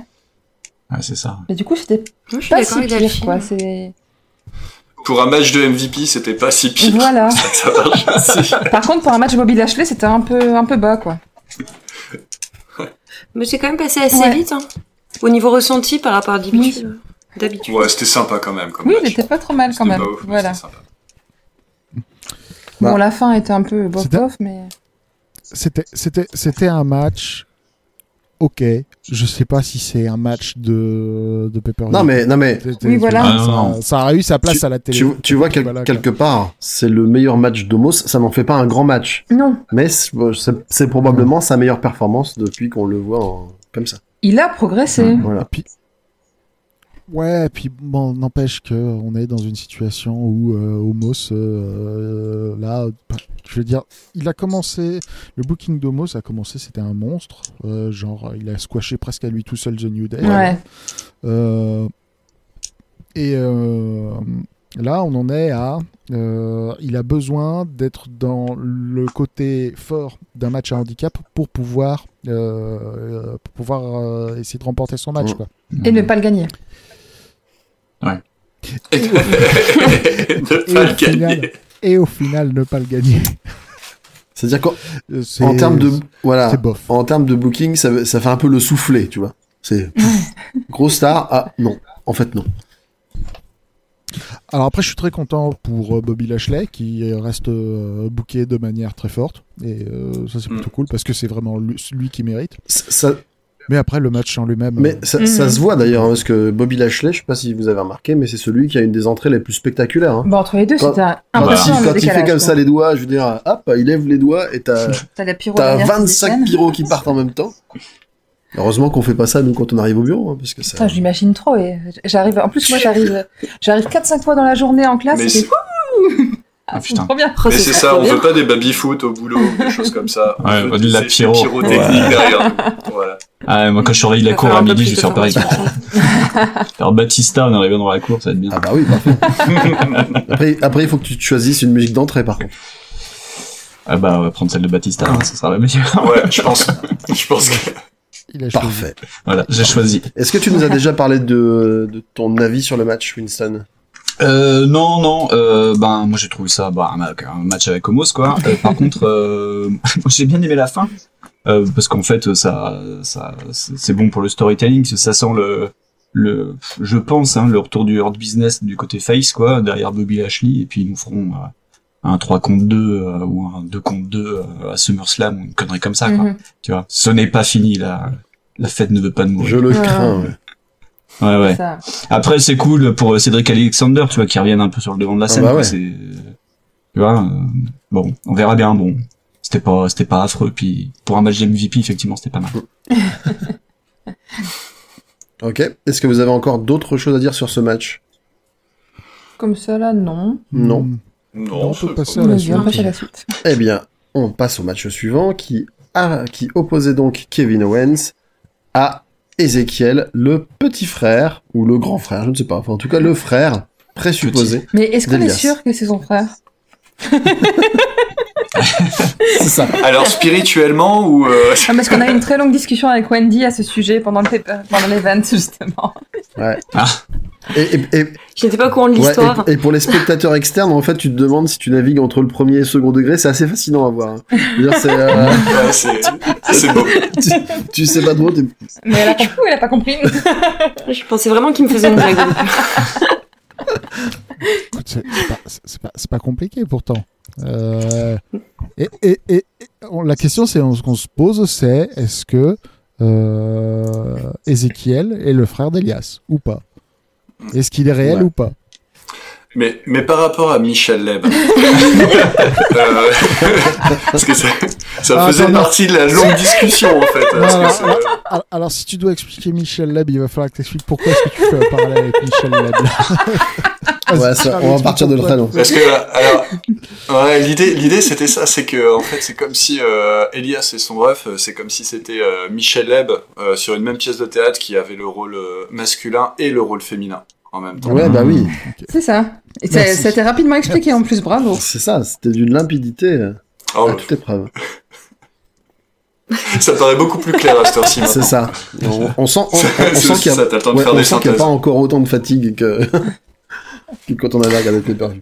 Speaker 4: Ouais, c'est ça.
Speaker 7: Mais du coup, c'était
Speaker 5: Moi, je suis
Speaker 7: pas
Speaker 5: d'accord
Speaker 7: si
Speaker 5: avec
Speaker 7: pire,
Speaker 5: Delphine.
Speaker 7: quoi. C'est.
Speaker 2: Pour un match de MVP, c'était pas si pire.
Speaker 7: Voilà.
Speaker 2: Ça marche aussi.
Speaker 7: Par contre, pour un match Bobby Lashley, c'était un peu, un peu bas, quoi.
Speaker 5: Mais c'est quand même passé assez
Speaker 7: Ouais.
Speaker 5: vite, hein. Au niveau ressenti par rapport à d'habitude. D'habitude.
Speaker 2: Ouais, c'était sympa quand même. Comme
Speaker 7: Oui, il
Speaker 2: match.
Speaker 7: était pas trop mal quand
Speaker 2: C'était
Speaker 7: même.
Speaker 2: pas ouf, mais
Speaker 7: voilà.
Speaker 2: c'était sympa.
Speaker 6: Bah.
Speaker 7: Bon, la fin était un peu
Speaker 3: C'était-
Speaker 7: bof-bof, mais.
Speaker 3: C'était, c'était, c'était un match. Ok, je sais pas si c'est un match de de pay-per-view.
Speaker 6: Non, mais, non, mais,
Speaker 3: C'était-
Speaker 7: Oui, voilà.
Speaker 4: Ah, non, non.
Speaker 3: Ça, ça a eu sa place à la télé. hein.
Speaker 6: tu, tu vois, quel-
Speaker 3: Voilà, quoi.
Speaker 6: quelque part, c'est le meilleur match d'Omos. Ça n'en fait pas un grand match.
Speaker 7: Non.
Speaker 6: Mais c'est c'est probablement sa meilleure performance depuis qu'on le voit en- comme ça.
Speaker 7: Il a progressé.
Speaker 3: Mm.
Speaker 6: Voilà.
Speaker 3: Ouais, et puis bon, n'empêche que on est dans une situation où euh, Homos, euh, là, bah, je veux dire, il a commencé, le booking d'Homos a commencé, c'était un monstre, euh, genre il a squashé presque à lui tout seul The New Day.
Speaker 7: Ouais.
Speaker 3: Euh, et euh, là, on en est à, euh, il a besoin d'être dans le côté fort d'un match à handicap pour pouvoir, euh, pour pouvoir euh, essayer de remporter son match,
Speaker 6: Mm.
Speaker 3: quoi.
Speaker 7: Et ne pas le gagner.
Speaker 2: de
Speaker 3: Et
Speaker 2: pas
Speaker 3: au
Speaker 2: le
Speaker 3: final-
Speaker 2: gagner.
Speaker 3: et au final ne pas le gagner.
Speaker 6: C'est-à-dire qu'en
Speaker 3: Euh, c'est-
Speaker 6: en termes de, Ah. voilà,
Speaker 3: c'est bof.
Speaker 6: en termes de booking, ça, veut- ça fait un peu le souffler, tu vois. C'est grosse star. Ah non, en fait non.
Speaker 3: Alors après, je suis très content pour euh, Bobby Lashley qui euh, reste euh, booké de manière très forte et euh, ça c'est
Speaker 6: Hmm.
Speaker 2: Mm.
Speaker 3: plutôt cool parce que c'est vraiment lui, lui qui mérite.
Speaker 6: Ça- ça-
Speaker 3: Mais après, le match en lui-même.
Speaker 6: mais
Speaker 3: euh,
Speaker 6: ça,
Speaker 7: Mhm.
Speaker 6: ça se voit d'ailleurs hein, parce que Bobby Lashley, je sais pas si vous avez remarqué, mais c'est celui qui a une des entrées les plus spectaculaires. hein.
Speaker 7: Bon, entre les deux,
Speaker 6: Quand-
Speaker 7: c'était un-
Speaker 6: Quand,
Speaker 4: bah,
Speaker 6: il,
Speaker 7: impressionnant Ah, le
Speaker 6: quand il fait
Speaker 7: décalage.
Speaker 6: comme
Speaker 7: quoi.
Speaker 6: ça les doigts, je veux dire, hop, il lève les doigts et t'as
Speaker 7: T'as la pyro
Speaker 6: T'as
Speaker 7: derrière qui
Speaker 6: 25
Speaker 7: déchaîne.
Speaker 6: pyros qui partent en même temps. Heureusement qu'on fait pas ça nous quand on arrive au bureau, hein, parce que ça.
Speaker 7: Putain, je l'imagine trop. Et j'arrive. En plus, moi, j'arrive. J'arrive 4-5 fois dans la journée en classe.
Speaker 2: Mais
Speaker 7: et
Speaker 2: c'est-
Speaker 7: c'est fou. Ah,
Speaker 4: Ah,
Speaker 7: c'est
Speaker 4: putain.
Speaker 7: trop bien.
Speaker 5: Oh,
Speaker 2: Mais c'est
Speaker 5: trop
Speaker 2: ça, on
Speaker 5: bien.
Speaker 2: veut pas des baby-foot au boulot, ou des choses comme ça. On
Speaker 4: Ouais,
Speaker 2: veut
Speaker 4: on dit
Speaker 2: des
Speaker 4: de la
Speaker 2: effets
Speaker 4: pyro.
Speaker 2: pyrotechniques derrière nous. Voilà.
Speaker 4: Ah, moi, quand je surveille la
Speaker 5: Il va
Speaker 4: cour
Speaker 5: falloir
Speaker 4: à
Speaker 5: un peu
Speaker 4: midi, je
Speaker 5: plus
Speaker 4: vais
Speaker 5: de
Speaker 4: faire pareil.
Speaker 5: formation.
Speaker 4: Alors, Batista en arrivant dans la cour, ça va être bien.
Speaker 6: Ah bah oui, parfait. après, après, il faut que tu te choisisses une musique d'entrée, par contre.
Speaker 4: Ah bah, on va prendre celle de Batista, hein, ça sera la meilleure.
Speaker 2: Ouais, je pense, je pense que
Speaker 3: il a choisi.
Speaker 6: Parfait.
Speaker 4: Voilà, j'ai choisi.
Speaker 6: Est-ce que tu nous as déjà parlé de, de ton avis sur le match, Winston
Speaker 4: Euh, non, non, euh, ben, moi j'ai trouvé ça, bah, un ma- un match avec Homos, quoi. Euh, par contre, euh, moi, j'ai bien aimé la fin. Euh, parce qu'en fait, ça, ça, c'est c'est bon pour le storytelling, ça sent le, le, je pense, hein, le retour du hard business du côté face, quoi, derrière Bobby Lashley, et puis ils nous feront euh, un 3 contre 2, euh, ou un 2 contre 2 euh, à SummerSlam, ou une connerie comme ça, quoi.
Speaker 7: Mhm.
Speaker 4: Tu vois, ce n'est pas fini, là. La fête ne veut pas de
Speaker 6: Je
Speaker 4: mourir.
Speaker 6: le
Speaker 7: Ah.
Speaker 6: crains. ouais.
Speaker 4: Ouais, ouais.
Speaker 7: Ça.
Speaker 4: Après, c'est cool pour Cédric Alexander, tu vois, qui reviennent un peu sur le devant de la
Speaker 6: Ah
Speaker 4: scène.
Speaker 6: bah
Speaker 4: quoi,
Speaker 6: ouais.
Speaker 4: c'est- Tu vois, euh, bon, on verra bien. Bon, c'était pas, c'était pas affreux. Puis pour un match de MVP, effectivement, c'était pas mal.
Speaker 6: Ok. Est-ce que vous avez encore d'autres choses à dire sur ce match
Speaker 7: Comme ça, là, non.
Speaker 6: Non.
Speaker 3: Mm.
Speaker 2: Non,
Speaker 3: on peut
Speaker 2: c'est
Speaker 3: passer
Speaker 2: pas-
Speaker 3: à la
Speaker 7: Vas-y,
Speaker 3: suite.
Speaker 7: on passe à la suite.
Speaker 6: Eh bien, on passe au match suivant qui, a, qui opposait donc Kevin Owens à Ezekiel, le petit frère, ou le grand frère, je ne sais pas, enfin en tout cas le frère présupposé.
Speaker 7: Mais est-ce qu'on est
Speaker 6: D'Elias.
Speaker 7: sûr que c'est son frère
Speaker 6: C'est ça.
Speaker 2: Alors spirituellement ou euh,
Speaker 7: Ah, Parce qu'on a eu une très longue discussion avec Wendy à ce sujet pendant le paper- pendant l'event, justement.
Speaker 6: Ouais.
Speaker 4: Ah.
Speaker 6: Et, et- et-
Speaker 5: J'étais pas au courant de
Speaker 6: ouais,
Speaker 5: l'histoire.
Speaker 6: et- et pour les spectateurs externes, en fait, tu te demandes si tu navigues entre le premier et le second degré. C'est assez fascinant à voir. hein. Je veux dire, c'est, euh,
Speaker 2: ouais, c'est c'est beau.
Speaker 6: tu, tu sais pas trop. t'es-
Speaker 7: Mais elle a compris ou elle a pas compris
Speaker 5: Je pensais vraiment qu'il me faisait une blague.
Speaker 3: Écoute, c'est- c'est pas- c'est- c'est pas, c'est pas compliqué pourtant. Euh, et et- et- et on- la question c'est on- ce qu'on se pose c'est est-ce que euh, Ézéchiel est le frère d'Elias ou pas Est-ce qu'il est réel
Speaker 6: Ouais.
Speaker 3: ou pas
Speaker 2: Mais mais par rapport à Michel Leb, euh, parce que ça, ça
Speaker 3: Ah,
Speaker 2: faisait
Speaker 3: attends, non.
Speaker 2: partie de la longue discussion en fait. hein, parce que
Speaker 3: alors,
Speaker 2: c'est- euh,
Speaker 3: alors- alors, si tu dois expliquer Michel Leb, il va falloir que tu expliques pourquoi est-ce que tu fais un parallèle avec Michel Leb.
Speaker 6: Ouais, ça, on va partir de là, non.
Speaker 2: Parce que alors, ouais, l'idée l'idée c'était ça, c'est que en fait c'est comme si euh, Elias et son ref, euh, c'est comme si c'était euh, Michel Leb euh, sur une même pièce de théâtre qui avait le rôle euh, masculin et le rôle féminin en même temps.
Speaker 6: Ouais, bah oui.
Speaker 7: C'est ça. Et ça
Speaker 3: Merci.
Speaker 7: ça a été rapidement expliqué en plus, bravo.
Speaker 6: C'est ça, c'était d'une limpidité euh,
Speaker 2: Oh,
Speaker 6: à toute épreuve.
Speaker 2: ça paraît beaucoup plus clair à cette heure-ci. maintenant.
Speaker 6: C'est ça. On, on sent, on, on
Speaker 2: C'est-
Speaker 6: sent qu'il y a,
Speaker 2: ça, t'as le temps de
Speaker 6: ouais,
Speaker 2: faire
Speaker 6: on
Speaker 2: des
Speaker 6: sent qu'il y a
Speaker 2: synthèses.
Speaker 6: pas encore autant de fatigue que, que quand on avait regardé le pay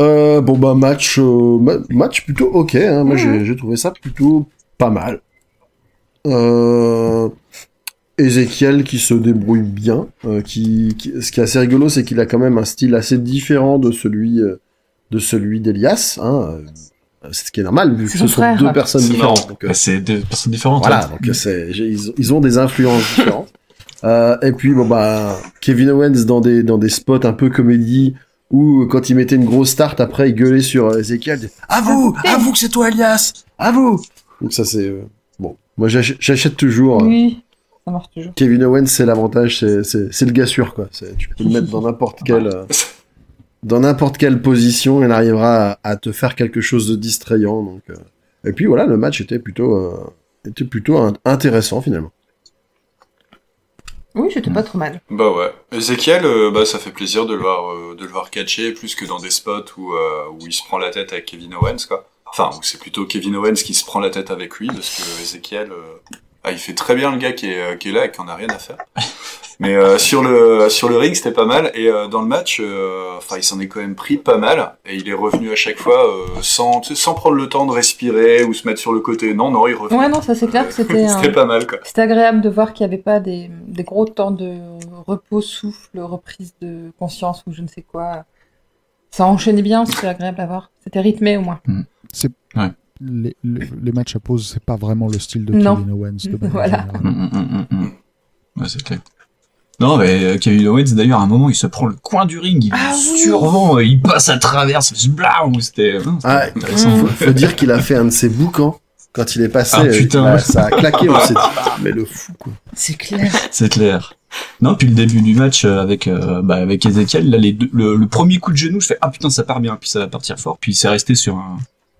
Speaker 6: Euh, bon bah match, euh, ma- match plutôt ok. Hein. Moi j'ai- j'ai trouvé ça plutôt pas mal. Euh, Ezekiel qui se débrouille bien. euh, qui, qui- ce qui est assez rigolo, c'est qu'il a quand même un style assez différent de celui euh, de celui d'Elias. Hein. Euh, C'est ce qui est normal vu que
Speaker 7: C'est
Speaker 6: ce
Speaker 7: son
Speaker 6: sont
Speaker 7: frère.
Speaker 6: deux personnes
Speaker 4: C'est marrant.
Speaker 6: différentes. donc, euh,
Speaker 4: Bah, c'est deux personnes différentes.
Speaker 6: voilà,
Speaker 4: hein.
Speaker 6: donc c'est, j'ai- ils, ont- ils ont des influences différentes. Euh, et puis bon bah Kevin Owens dans des dans des spots un peu comédie où euh, quand il mettait une grosse tarte après il gueulait sur euh, Ezekiel. il disait, À vous, à vous que c'est toi Elias, à vous. Donc ça c'est euh, bon. Moi j'ach- j'achète toujours. euh,
Speaker 7: Oui, ça marche toujours.
Speaker 6: Kevin Owens, c'est l'avantage, c'est, c'est, c'est le gars sûr, quoi. C'est, tu peux le mettre dans n'importe quelle, euh, dans n'importe quelle position, il arrivera à, à te faire quelque chose de distrayant. Donc, euh. Et puis voilà, le match était plutôt, euh, était plutôt in- intéressant finalement.
Speaker 7: Oui, j'étais pas trop mal.
Speaker 2: Bah ouais. Ezekiel, euh, bah ça fait plaisir de le voir, euh, de le voir catcher plus que dans des spots où euh, où il se prend la tête avec Kevin Owens quoi. Enfin, où c'est plutôt Kevin Owens qui se prend la tête avec lui parce que Ezekiel, euh, ah, il fait très bien le gars qui est euh, qui est là et qui en a rien à faire. Mais euh, sur le sur le ring c'était pas mal et euh, dans le match, euh, enfin il s'en est quand même pris pas mal et il est revenu à chaque fois euh, sans tu sais, sans prendre le temps de respirer ou se mettre sur le côté. Non non il revient.
Speaker 7: Ouais, non, ça c'est clair que c'était. un-
Speaker 2: c'était pas mal quoi.
Speaker 7: C'était agréable de voir qu'il n'y avait pas des, des gros temps de repos, souffle, reprise de conscience ou je ne sais quoi. Ça enchaînait bien, c'était agréable à voir. C'était rythmé au moins.
Speaker 3: Les, les- les matchs à pause, c'est pas vraiment le style de
Speaker 7: Non.
Speaker 3: Kevin Owens. De manière
Speaker 7: Voilà.
Speaker 3: générale.
Speaker 4: Mm, mm, mm, mm, mm. Ouais, c'est clair. Non, mais euh, Kevin Owens, d'ailleurs, à un moment, il se prend le coin du ring, il
Speaker 7: Ah oui.
Speaker 4: survent, euh, il passe à travers, c'est blaou, c'était euh, non, c'était
Speaker 6: Ah,
Speaker 4: intéressant.
Speaker 6: Faut, faut dire qu'il a fait un de ses boucans quand il est passé.
Speaker 4: Ah,
Speaker 6: euh,
Speaker 4: putain.
Speaker 6: bah, ça a claqué, on s'est dit, Ah, mais le fou quoi.
Speaker 7: C'est clair.
Speaker 4: C'est clair. Non, puis le début du match euh, avec euh, bah, avec Ezekiel, là, les deux- le, le premier coup de genou, je fais ah putain ça part bien, puis ça va partir fort, puis c'est resté sur un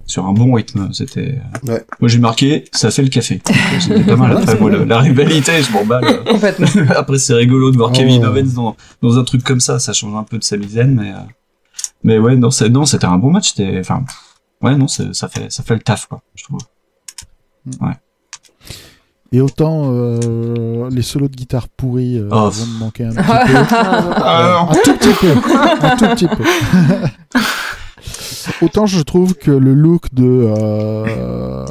Speaker 4: sur un bon rythme. C'était. euh,
Speaker 6: Ouais.
Speaker 4: Moi j'ai marqué, ça fait le café. Donc, euh, C'était pas mal. Après moi, le- la rivalité, je m'en bats. là.
Speaker 7: Complètement.
Speaker 4: Après c'est rigolo de voir
Speaker 6: Oh.
Speaker 4: Kevin Owens dans dans un truc comme ça, ça change un peu de sa misaine, mais euh, mais ouais non c'est- non c'était un bon match, c'était enfin pff, ouais non c'est- ça fait ça fait le taf quoi, je trouve.
Speaker 3: Et autant euh, les solos de guitare pourris euh,
Speaker 4: Oh.
Speaker 3: vont me manquer un petit peu. Euh, Un tout petit peu. Un tout petit peu. Autant je trouve que le look de euh,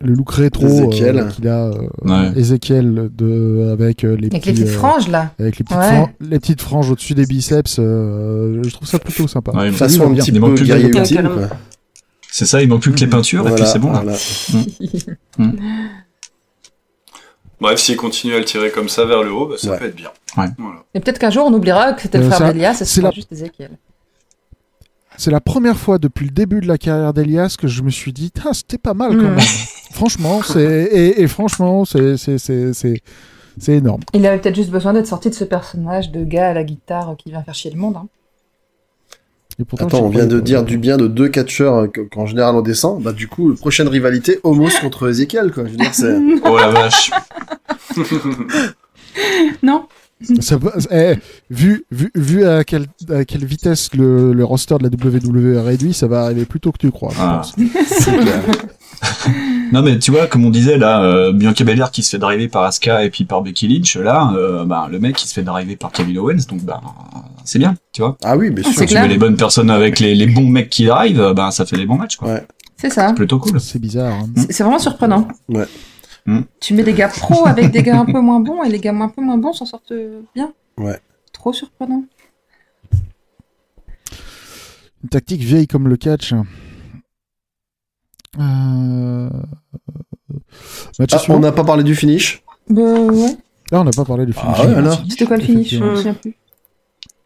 Speaker 3: le look rétro
Speaker 6: Ezekiel.
Speaker 3: euh, qu'il a euh,
Speaker 4: Ouais.
Speaker 3: Ezekiel de avec euh, les
Speaker 7: Avec
Speaker 3: petits,
Speaker 7: les petites
Speaker 3: euh,
Speaker 7: franges là.
Speaker 3: avec les petites,
Speaker 7: Ouais.
Speaker 3: fran- les petites franges au-dessus des biceps euh, je trouve ça plutôt sympa.
Speaker 4: Ouais,
Speaker 6: De toute
Speaker 4: mais
Speaker 6: façon,
Speaker 3: va
Speaker 6: un
Speaker 3: bien.
Speaker 6: petit
Speaker 4: Il
Speaker 6: peu
Speaker 4: manque plus que
Speaker 6: guerrier
Speaker 4: le
Speaker 5: boucan,
Speaker 6: utile.
Speaker 5: carrément.
Speaker 6: quoi.
Speaker 4: c'est ça, il manque plus que les peintures et
Speaker 6: Voilà,
Speaker 4: puis c'est bon là.
Speaker 6: voilà.
Speaker 2: Bref, s'il continue à le tirer comme ça vers le haut, bah, ça
Speaker 6: Ouais.
Speaker 2: peut être bien.
Speaker 4: Ouais.
Speaker 2: Voilà.
Speaker 7: Et peut-être qu'un jour on oubliera que c'était le
Speaker 3: Euh,
Speaker 7: frère
Speaker 3: ça-
Speaker 7: d'Elias et
Speaker 3: c'est
Speaker 7: c'était
Speaker 3: la-
Speaker 7: juste Ezekiel.
Speaker 3: C'est la première fois depuis le début de la carrière d'Elias que je me suis dit, ah, c'était pas mal quand
Speaker 7: Mm.
Speaker 3: même. franchement, c'est, et, et franchement, c'est, c'est, c'est, c'est, c'est énorme.
Speaker 7: Il avait peut-être juste besoin d'être sorti de ce personnage de gars à la guitare qui vient faire chier le monde. hein.
Speaker 3: Et pourtant,
Speaker 6: Attends,
Speaker 3: j'y
Speaker 6: on vient
Speaker 3: croyais
Speaker 6: de
Speaker 3: pas.
Speaker 6: dire du bien de deux catcheurs euh, que- qu'en général on descend. Bah, du coup, prochaine rivalité, Homos contre Ezekiel, quoi. Je veux dire, c'est.
Speaker 4: Oh la vache.
Speaker 7: Non
Speaker 3: Ça va- eh, vu, vu, vu à quelle, à quelle vitesse le, le roster de la WWE est réduit, ça va arriver plus tôt que tu crois. je
Speaker 4: Ah.
Speaker 3: pense.
Speaker 4: Non mais tu vois, comme on disait là, euh, Bianca Belair qui se fait driver par Asuka et puis par Becky Lynch, là, euh, bah, le mec qui se fait driver par Kevin Owens, donc bah c'est bien, tu vois.
Speaker 6: Ah oui, mais
Speaker 7: Ah,
Speaker 6: sûr.
Speaker 7: c'est
Speaker 4: Tu
Speaker 7: clair.
Speaker 4: mets les bonnes personnes avec les, les bons mecs qui drive, euh, bah ça fait des bons matchs quoi.
Speaker 6: Ouais.
Speaker 7: C'est ça.
Speaker 4: C'est Plutôt cool.
Speaker 3: C'est bizarre. hein.
Speaker 7: C'est c'est vraiment surprenant.
Speaker 6: Ouais.
Speaker 4: Mm.
Speaker 7: Tu mets des gars pros avec des gars un peu moins bons et les gars un peu moins bons s'en sortent euh, bien.
Speaker 6: Ouais.
Speaker 7: Trop surprenant.
Speaker 3: Une tactique vieille comme le catch. Euh... Match
Speaker 6: Ah, on
Speaker 3: suivant.
Speaker 6: n'a pas parlé du finish.
Speaker 7: Bah ouais.
Speaker 3: Là, on n'a pas parlé du film.
Speaker 6: Ah ouais, alors
Speaker 7: C'était quoi le finish Je me
Speaker 5: Effectivement.
Speaker 7: souviens plus.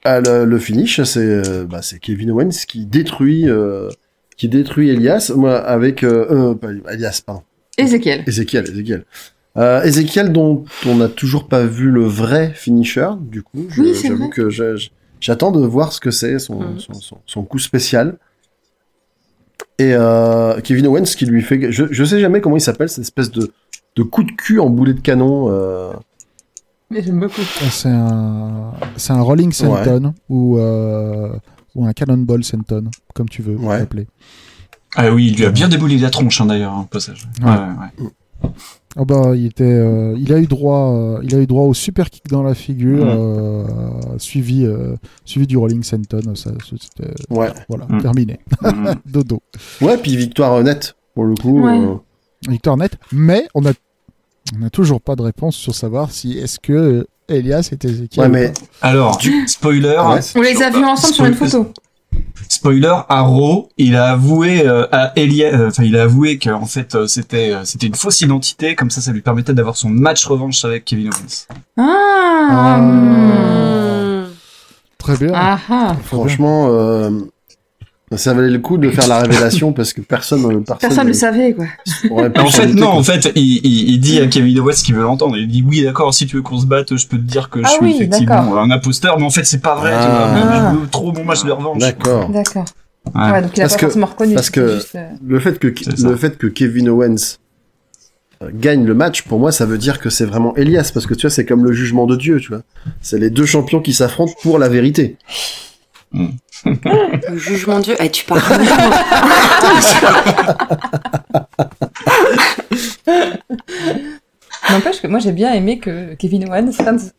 Speaker 6: Ah, le, le finish, c'est euh, bah, c'est Kevin Owens qui détruit, euh, qui détruit Elias. Moi, avec euh, euh, pas- Elias, pardon.
Speaker 7: Ezekiel.
Speaker 6: Ezekiel, Ezekiel. Euh, Ezekiel dont on n'a toujours pas vu le vrai finisher, du coup. Je-
Speaker 7: Oui, c'est
Speaker 6: J'avoue
Speaker 7: vrai. Mm.
Speaker 6: que j'ai- J'attends de voir ce que c'est, son,
Speaker 5: Mhm.
Speaker 6: son, son- son coup spécial. Et euh, Kevin Owens qui lui fait... Je, je sais jamais comment il s'appelle, cette espèce de, de coup de cul en boulet de canon. euh,
Speaker 7: Mais j'aime beaucoup.
Speaker 3: Euh, C'est un, c'est un Rolling Senton ou, euh, ou un Cannonball Senton, comme tu veux
Speaker 6: Ouais.
Speaker 3: l'appeler.
Speaker 4: Ah oui, il lui a bien déboulé la tronche hein, d'ailleurs au passage.
Speaker 3: Ouais.
Speaker 4: Ouais, ouais.
Speaker 3: Ah bah, il était, euh, il a eu droit, euh, il a eu droit au super kick dans la figure,
Speaker 4: Mhm.
Speaker 6: Mm.
Speaker 3: euh, suivi, euh, suivi du Rolling Senton. Ça, c'était-
Speaker 6: Ouais.
Speaker 3: Voilà,
Speaker 6: Mm.
Speaker 4: Mhm.
Speaker 3: terminé.
Speaker 2: Mm.
Speaker 4: Mhm.
Speaker 3: Dodo.
Speaker 6: Ouais, puis victoire euh, nette, pour le coup.
Speaker 5: Ouais.
Speaker 6: euh,
Speaker 3: Victoire nette. Mais on a, on a toujours pas de réponse sur savoir si est-ce que euh, Elias était Ezekiel.
Speaker 6: Ouais,
Speaker 3: ou
Speaker 6: mais-
Speaker 3: pas.
Speaker 4: Alors, spoiler,
Speaker 6: Ouais.
Speaker 4: hein,
Speaker 7: On les a vus ensemble sur une
Speaker 4: Spoil-
Speaker 7: photo.
Speaker 4: spoiler, à Raw, il a avoué euh, à Elia, euh, enfin il a avoué qu'en fait euh, c'était euh, c'était une fausse identité, comme ça ça lui permettait d'avoir son match revanche avec Kevin Owens.
Speaker 7: Ah,
Speaker 3: Ah.
Speaker 7: hum.
Speaker 3: Très bien.
Speaker 7: ah, ah.
Speaker 3: Très bien.
Speaker 6: Franchement, euh, ça valait le coup de faire la révélation parce que personne, euh, personne,
Speaker 5: Personne le savait, quoi.
Speaker 6: aurait pu
Speaker 4: En
Speaker 6: s'en
Speaker 4: fait
Speaker 6: douter,
Speaker 4: non,
Speaker 6: quoi.
Speaker 4: en fait il, il, il dit à Kevin Owens qu'il veut l'entendre. Il dit oui d'accord, si tu veux qu'on se batte, je peux te dire que je
Speaker 7: Ah
Speaker 4: suis
Speaker 7: oui,
Speaker 4: effectivement
Speaker 7: d'accord.
Speaker 4: un imposteur, mais en fait c'est pas vrai.
Speaker 6: Ah.
Speaker 4: tu vois,
Speaker 7: Ah.
Speaker 4: mais je veux trop bon match de revanche.
Speaker 6: D'accord.
Speaker 7: D'accord.
Speaker 4: Ouais.
Speaker 7: Ouais, donc il a
Speaker 6: Parce
Speaker 7: pas
Speaker 6: que-
Speaker 7: forcément reconnu.
Speaker 6: parce
Speaker 7: c'était
Speaker 6: que-
Speaker 7: juste, euh,
Speaker 6: Le fait que
Speaker 4: C'est ça.
Speaker 6: le fait que Kevin Owens euh, gagne le match, pour moi, ça veut dire que c'est vraiment Elias parce que tu vois, c'est comme le jugement de Dieu, tu vois. C'est les deux champions qui s'affrontent pour la vérité.
Speaker 5: Le jugement de Dieu. Eh, tu parles.
Speaker 7: N'empêche que moi j'ai bien aimé que Kevin Owens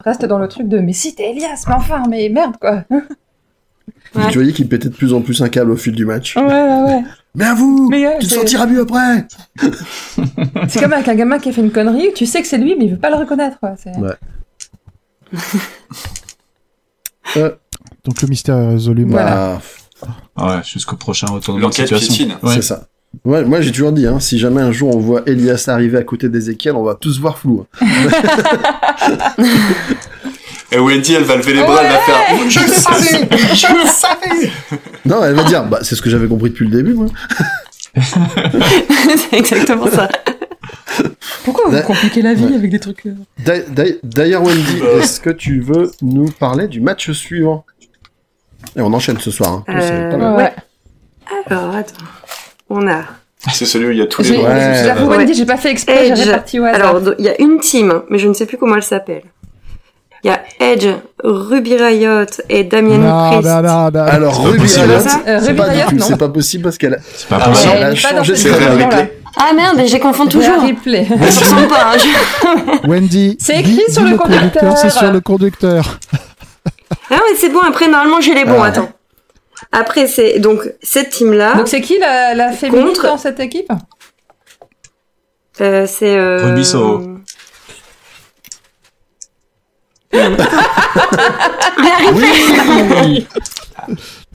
Speaker 7: reste dans le truc de mais si t'es Elias, mais enfin, mais merde quoi.
Speaker 5: Ouais. Ah.
Speaker 6: Tu voyais qu'il pétait de plus en plus un câble au fil du match.
Speaker 7: Ouais, ouais, ouais.
Speaker 6: Mais à vous,
Speaker 7: Mais, euh,
Speaker 6: tu te
Speaker 7: c'est-
Speaker 6: sortiras mieux après.
Speaker 7: C'est comme avec un gamin qui a fait une connerie, tu sais que c'est lui, mais il veut pas le reconnaître. Quoi. C'est-
Speaker 6: Ouais.
Speaker 3: Donc le mystère est résolu.
Speaker 7: Voilà.
Speaker 6: Bah,
Speaker 4: Ouais, jusqu'au prochain retournement de
Speaker 2: L'enquête
Speaker 4: situation.
Speaker 2: piétine.
Speaker 4: Ouais.
Speaker 6: C'est ça. Ouais, moi j'ai toujours dit, hein, si jamais un jour on voit Elias arriver à côté d'Ezekiel, on va tous voir flou. hein.
Speaker 2: Et Wendy, elle va lever les bras, elle va faire. Je le savais Je le savais
Speaker 6: Non, elle va dire, bah, c'est ce que j'avais compris depuis le début, moi.
Speaker 5: c'est exactement ça.
Speaker 7: Pourquoi vous
Speaker 6: Ouais.
Speaker 7: compliquez la vie
Speaker 6: Ouais.
Speaker 7: avec des trucs. euh,
Speaker 6: D'a- d'a- D'ailleurs, Wendy, est-ce que tu veux nous parler du match suivant Et on enchaîne ce soir. hein.
Speaker 5: Euh,
Speaker 6: C'est pas
Speaker 7: Ouais.
Speaker 6: mal.
Speaker 7: ouais.
Speaker 5: Alors, attends. On a.
Speaker 2: C'est celui où il y a tous
Speaker 7: J'ai-
Speaker 2: les
Speaker 6: Ouais.
Speaker 7: J'avoue,
Speaker 5: Ouais.
Speaker 7: Wendy, j'ai pas fait exprès, j'ai
Speaker 5: Edge.
Speaker 7: réparti au hasard.
Speaker 5: Alors, do- il y a une team, hein, mais je ne sais plus comment elle s'appelle. Il y a Edge, Ruby Riot et Damien
Speaker 3: Non,
Speaker 5: Priest.
Speaker 3: non, non, non.
Speaker 6: Alors,
Speaker 2: pas
Speaker 6: Ruby
Speaker 2: possible.
Speaker 6: Riot,
Speaker 5: Ça
Speaker 7: Euh,
Speaker 6: c'est
Speaker 7: Ruby
Speaker 6: pas du
Speaker 7: Riot,
Speaker 6: tout,
Speaker 7: non.
Speaker 6: c'est pas possible parce qu'elle a-
Speaker 4: C'est pas
Speaker 2: Ah ouais.
Speaker 4: possible.
Speaker 6: elle
Speaker 7: Elle
Speaker 6: a
Speaker 7: est pas dans
Speaker 6: changé
Speaker 7: cette
Speaker 6: ses règles.
Speaker 7: là.
Speaker 5: Ah merde, et j'ai confondu toujours.
Speaker 7: replay.
Speaker 5: Ça se ressemble pas. hein, je-
Speaker 3: Wendy.
Speaker 7: C'est
Speaker 3: dis-
Speaker 7: écrit sur
Speaker 3: dis
Speaker 7: le conducteur.
Speaker 3: C'est sur le conducteur.
Speaker 5: Ah mais c'est bon, après, normalement, j'ai les bons.
Speaker 6: Ah.
Speaker 5: Attends. Après, c'est donc cette team-là.
Speaker 7: Donc c'est qui la, la féminine
Speaker 5: Contre-
Speaker 7: dans cette équipe
Speaker 6: Ah,
Speaker 5: euh, C'est. Euh...
Speaker 4: Ruby Soho.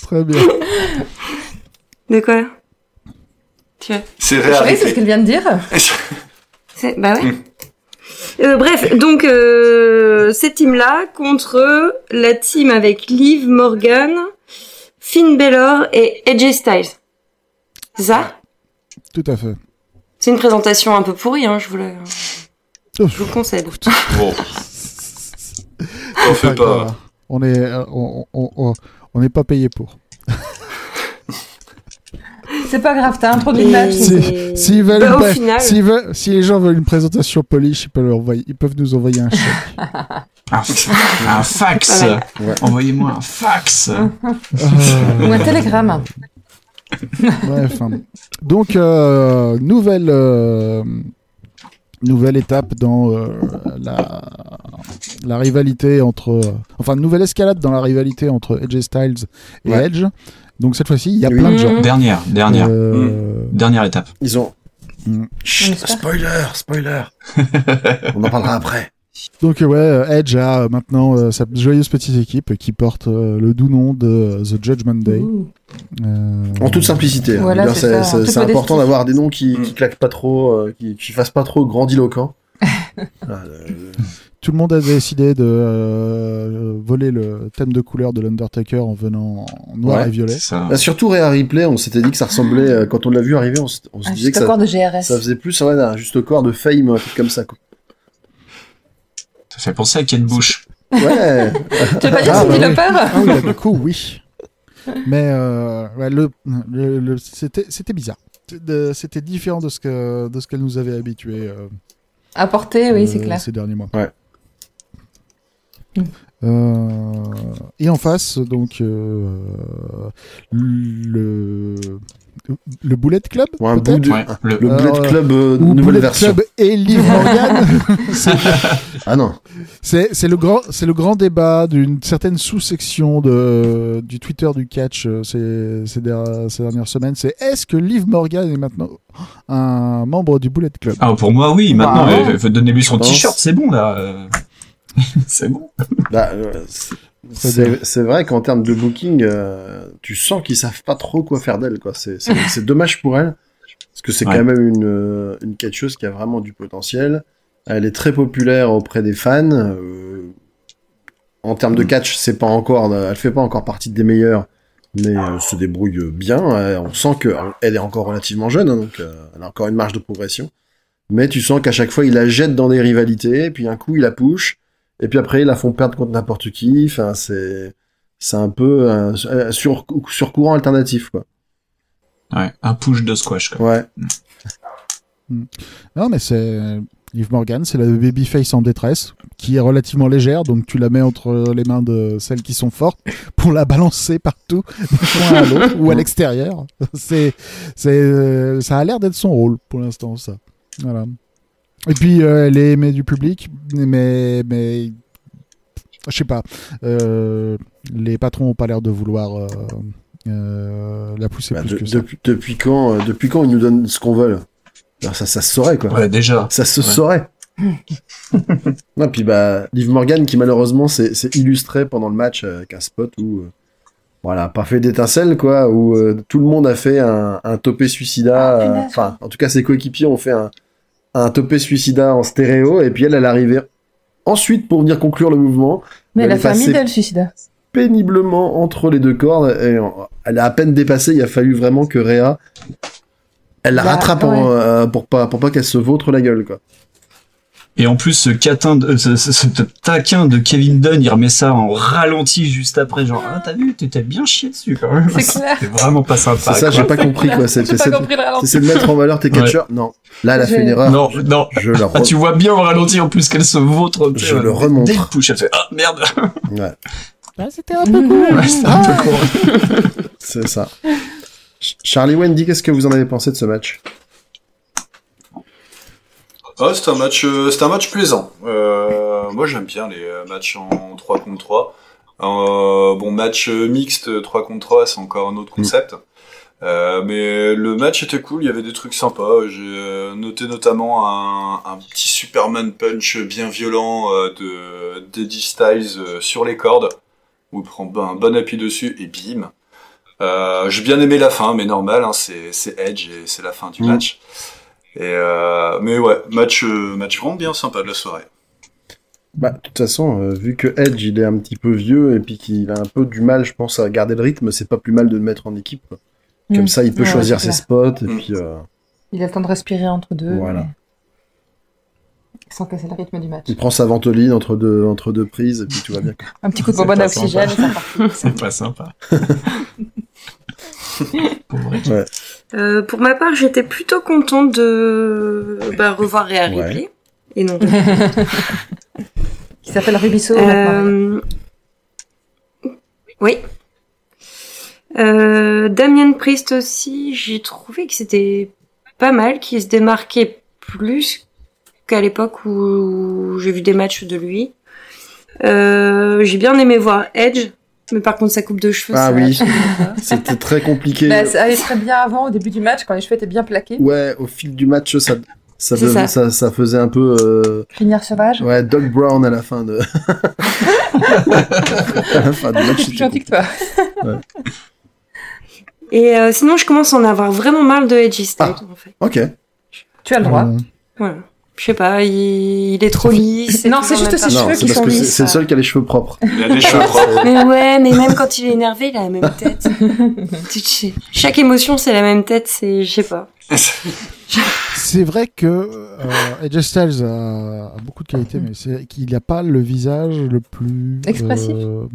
Speaker 3: Très bien.
Speaker 5: De quoi Tu veux
Speaker 2: C'est
Speaker 7: Oui, c'est ce
Speaker 2: réarrêté.
Speaker 7: qu'elle vient de dire.
Speaker 5: C'est- Bah ouais.
Speaker 2: Mm.
Speaker 5: Euh, bref, donc euh, cette team-là contre la team avec Liv Morgan, Finn Balor et AJ Styles. C'est ça
Speaker 3: Tout à fait.
Speaker 5: C'est une présentation un peu pourrie, hein, je vous le, je vous le concède.
Speaker 2: Bon. T'en fais pas.
Speaker 3: grave. On est, euh, on, on, on- on n'est pas payé pour.
Speaker 7: C'est pas grave, t'as introduit le
Speaker 5: Et-
Speaker 7: match.
Speaker 3: Si-
Speaker 5: Et-
Speaker 3: S'ils veulent,
Speaker 5: Bah,
Speaker 3: une
Speaker 5: au
Speaker 3: pré-
Speaker 5: final-
Speaker 3: s'ils veulent- si les gens veulent une présentation polish, ils peuvent, leur envoyer- ils peuvent nous envoyer un chèque.
Speaker 4: Un, un fax.
Speaker 5: Voilà.
Speaker 6: Ouais.
Speaker 4: Envoyez-moi un fax.
Speaker 7: Ou
Speaker 3: Euh,
Speaker 7: un télégramme.
Speaker 3: bref. hein. Donc euh, nouvelle euh, nouvelle étape dans euh, la la rivalité entre, euh, enfin nouvelle escalade dans la rivalité entre Edge Styles et
Speaker 6: Ouais.
Speaker 3: Edge. Donc cette fois-ci, il y a
Speaker 6: Oui. Mmh.
Speaker 3: plein de gens.
Speaker 5: Mhm.
Speaker 4: Dernière, dernière,
Speaker 3: Euh,
Speaker 4: dernière étape.
Speaker 6: Ils ont.
Speaker 3: Mm.
Speaker 6: Chut,
Speaker 7: On espère.
Speaker 6: spoiler, spoiler. on en parlera après.
Speaker 3: Donc euh, ouais, euh, Edge a euh, maintenant euh, sa joyeuse petite équipe qui porte euh, le doux nom de euh, The Judgment Day.
Speaker 7: Ouh.
Speaker 6: Mmh.
Speaker 3: Euh,
Speaker 6: En toute simplicité. hein.
Speaker 7: Voilà,
Speaker 6: Je veux dire,
Speaker 7: c'est ça,
Speaker 6: c'est-
Speaker 7: en
Speaker 6: c'est
Speaker 7: toute
Speaker 6: c'est important
Speaker 7: modestie.
Speaker 6: d'avoir des noms qui,
Speaker 2: Mm.
Speaker 6: qui claquent pas trop, euh, qui, qui fassent pas trop grandiloquent. Ah, euh,
Speaker 3: Tout le monde a décidé de euh, voler le thème de couleur de l'Undertaker en venant en noir
Speaker 6: Ouais.
Speaker 3: et violet.
Speaker 4: C'est ça.
Speaker 6: bah, surtout Réa Ripley, on s'était dit que ça ressemblait, euh, quand on l'a vu arriver, on, s-
Speaker 3: Ah,
Speaker 6: on se
Speaker 7: Un
Speaker 6: disait
Speaker 7: juste
Speaker 6: que ça,
Speaker 7: corps de GRS.
Speaker 6: ça faisait plus ouais, un juste corps de fame, un truc comme ça. quoi.
Speaker 4: Ça fait penser à Kate Bush.
Speaker 6: Ouais.
Speaker 7: Tu veux pas dire
Speaker 3: Ah, bah
Speaker 7: Cindy
Speaker 3: oui.
Speaker 7: Lauper
Speaker 3: Ah oui, bah, du coup, oui. Mais euh, ouais, le, le- le- c'était c'était bizarre. C'était c'était différent de ce que de ce qu'elle nous avait habitué euh,
Speaker 7: Apporté, Eh oui, c'est
Speaker 3: euh,
Speaker 7: clair.
Speaker 3: ces derniers mois.
Speaker 6: Ouais.
Speaker 3: Euh, et en face, donc euh, le le Bullet Club,
Speaker 6: Ou un
Speaker 3: peut-être
Speaker 6: bout de-
Speaker 4: Ouais, le-
Speaker 6: Le
Speaker 3: Alors,
Speaker 6: Bullet Club, euh,
Speaker 3: Ou
Speaker 6: nouvelle
Speaker 3: Bullet
Speaker 6: version.
Speaker 3: Club et Liv Morgan.
Speaker 6: Ah non.
Speaker 3: C'est c'est le grand c'est le grand débat d'une certaine sous-section de du Twitter du catch euh, ces ces, der- ces dernières semaines. C'est est-ce que Liv Morgan est maintenant un membre du Bullet Club
Speaker 4: Ah, pour moi, oui. Maintenant,
Speaker 7: Bah,
Speaker 6: Ah.
Speaker 4: euh, euh, donnez-lui son
Speaker 6: Je pense.
Speaker 4: t-shirt, c'est bon, là. euh. c'est bon.
Speaker 6: Bah, euh, c'est- c'est c'est vrai qu'en termes de booking, euh, tu sens qu'ils savent pas trop quoi faire d'elle. quoi. C'est- C'est c'est dommage pour elle, parce que c'est
Speaker 4: Ouais.
Speaker 6: quand même une, euh, une catcheuse qui a vraiment du potentiel. Elle est très populaire auprès des fans. euh, en termes de catch, c'est pas encore, euh, elle fait pas encore partie des meilleurs, mais elle se débrouille bien. Euh, on sent que elle est encore relativement jeune, hein, donc euh, elle a encore une marge de progression. Mais tu sens qu'à chaque fois, il la jette dans des rivalités, puis un coup, il la push. Et puis après, ils la font perdre contre n'importe qui. Enfin, c'est c'est un peu un un sur surcourant alternatif quoi.
Speaker 4: Ouais, un push de squash, quoi.
Speaker 6: Ouais.
Speaker 3: Non mais c'est Liv Morgan, c'est la babyface en détresse qui est relativement légère, donc tu la mets entre les mains de celles qui sont fortes pour la balancer partout d'un coin à l'autre ou à l'extérieur. C'est c'est euh, ça a l'air d'être son rôle pour l'instant ça. Voilà. Et puis euh, elle est aimée du public, mais mais je sais pas. Euh, les patrons ont pas l'air de vouloir euh, euh, la pousser
Speaker 6: Bah,
Speaker 3: plus
Speaker 6: de-
Speaker 3: que ça.
Speaker 6: depuis, depuis quand euh, depuis quand ils nous donnent ce qu'on veut Alors ça ça se saurait quoi.
Speaker 4: Ouais, déjà.
Speaker 6: Ça se
Speaker 4: Ouais.
Speaker 6: saurait. non puis bah Liv Morgan qui malheureusement s'est s'est illustré pendant le match euh, avec un spot où euh, voilà pas fait d'étincelle quoi où euh, tout le monde a fait un, un topé suicida.
Speaker 7: Ah,
Speaker 6: euh,
Speaker 7: punaise.
Speaker 6: Enfin en tout cas ses coéquipiers ont fait un un topé suicida en stéréo et puis elle elle arrivait ensuite pour venir conclure le mouvement.
Speaker 7: Mais
Speaker 6: elle
Speaker 7: la
Speaker 6: est passée
Speaker 7: famille d'elle suicida.
Speaker 6: péniblement entre les deux cordes. Et en- elle a à peine dépassé. Il a fallu vraiment que Réa, elle la
Speaker 7: Bah,
Speaker 6: rattrape en-
Speaker 7: ouais.
Speaker 6: euh, pour pas pour pas qu'elle se vautre la gueule quoi.
Speaker 4: Et en plus, ce, catin de, euh, ce, ce- ce taquin de Kevin Dunn, il remet ça en ralenti juste après. Genre, ah, t'as vu, t'étais bien chié dessus, quand même.
Speaker 7: C'est clair.
Speaker 4: C'était vraiment pas sympa.
Speaker 6: C'est ça,
Speaker 4: quoi.
Speaker 6: j'ai pas compris quoi. C'est
Speaker 7: J'ai
Speaker 6: c'est-
Speaker 7: pas compris le ralenti.
Speaker 6: c'est de mettre en valeur tes
Speaker 4: Ouais.
Speaker 6: catcheurs. Non, là elle a fait
Speaker 7: J'ai-
Speaker 6: une erreur.
Speaker 4: Non, non.
Speaker 6: Je la
Speaker 4: Ah,
Speaker 6: re-
Speaker 4: tu vois bien au ralenti en plus qu'elle se vautre.
Speaker 6: Je le remonte.
Speaker 4: Dès le push, elle fait Ah merde
Speaker 6: ouais,
Speaker 3: C'était un
Speaker 7: Ah, peu Ah. court.
Speaker 4: Ouais, c'est un peu court.
Speaker 6: c'est ça. Ch- Charlie Wendy, qu'est-ce que vous en avez pensé de ce match
Speaker 2: Oh, c'est un match, euh, c'est un match plaisant. Euh, moi, j'aime bien les euh, matchs en 3 contre 3. Euh, bon, match euh, mixte euh, 3 contre 3, c'est encore un autre concept. Euh, mais le match était cool, il y avait des trucs sympas. J'ai euh, noté notamment un, un petit Superman Punch bien violent euh, de d'Eddie Styles euh, sur les cordes, où il prend ben- un bon appui dessus et bim. Euh, J'ai bien aimé la fin, mais normal, hein, c'est c'est Edge et c'est la fin du
Speaker 6: Mm.
Speaker 2: match. Et euh, mais ouais, match, euh, match vraiment bien sympa de la soirée.
Speaker 6: Bah, de toute façon, euh, vu que Edge il est un petit peu vieux et puis qu'il a un peu du mal, je pense, à garder le rythme, c'est pas plus mal de le mettre en équipe. quoi. Comme ça, il peut
Speaker 7: Mm. Ouais,
Speaker 6: choisir
Speaker 7: c'est
Speaker 6: ses
Speaker 7: clair.
Speaker 6: spots et
Speaker 2: Mm.
Speaker 6: puis. euh,
Speaker 7: Il a le temps de respirer entre deux.
Speaker 6: Voilà.
Speaker 7: mais- Sans casser le rythme du match.
Speaker 6: Il prend sa ventoline entre deux, entre deux prises, et puis tout va bien.
Speaker 7: Un petit coup de
Speaker 4: C'est
Speaker 7: bonbonne
Speaker 4: pas
Speaker 7: d'oxygène, c'est parti.
Speaker 4: C'est pas sympa. Pauvre Ricky.
Speaker 5: Euh, pour ma part, j'étais plutôt contente de bah, revoir Réa
Speaker 6: Ouais.
Speaker 5: Ripley. Et euh, non.
Speaker 7: Qui s'appelle Rubisso maintenant.
Speaker 5: Euh, Oui. Euh, Damien Priest aussi, j'ai trouvé que c'était pas mal, qu'il se démarquait plus qu'à l'époque où j'ai vu des matchs de lui. Euh, j'ai bien aimé voir Edge, mais par contre sa coupe de cheveux,
Speaker 6: Ah
Speaker 5: ça-
Speaker 6: oui, c'était très compliqué. euh,
Speaker 7: Bah, ça allait très bien avant, au début du match, quand les cheveux étaient bien plaqués.
Speaker 6: Ouais, au fil du match, ça, ça,
Speaker 5: C'est
Speaker 6: dev-
Speaker 5: ça.
Speaker 6: ça- ça faisait un peu. euh,
Speaker 7: Finir sauvage.
Speaker 6: Ouais, Doc Brown à la fin de. à la fin du match.
Speaker 7: Je
Speaker 6: c'était
Speaker 7: suis plus gentille que toi.
Speaker 5: Et euh, sinon, je commence à en avoir vraiment marre de Edge Styles,
Speaker 6: Ah.
Speaker 5: en fait.
Speaker 6: compliqué. Ok.
Speaker 7: Tu as le droit.
Speaker 3: Euh,
Speaker 5: Voilà. Je sais pas, il, il est trop lisse. et
Speaker 7: Non,
Speaker 5: tout,
Speaker 7: c'est
Speaker 5: on
Speaker 7: juste
Speaker 5: a pas-
Speaker 7: ses
Speaker 6: Non,
Speaker 7: cheveux
Speaker 6: c'est
Speaker 7: qui
Speaker 6: parce
Speaker 7: sont
Speaker 6: que c'est
Speaker 7: lisses.
Speaker 6: c'est le seul qui a les cheveux propres.
Speaker 2: Il a des cheveux propres.
Speaker 5: Mais ouais, mais même quand il est énervé, il a la même tête. Tu sais, Chaque émotion, c'est la même tête, c'est, je sais pas.
Speaker 3: C'est vrai que euh, Edge Styles a, a beaucoup de qualités, mais c'est qu'il n'a pas le visage le plus
Speaker 7: Expressif.
Speaker 3: euh,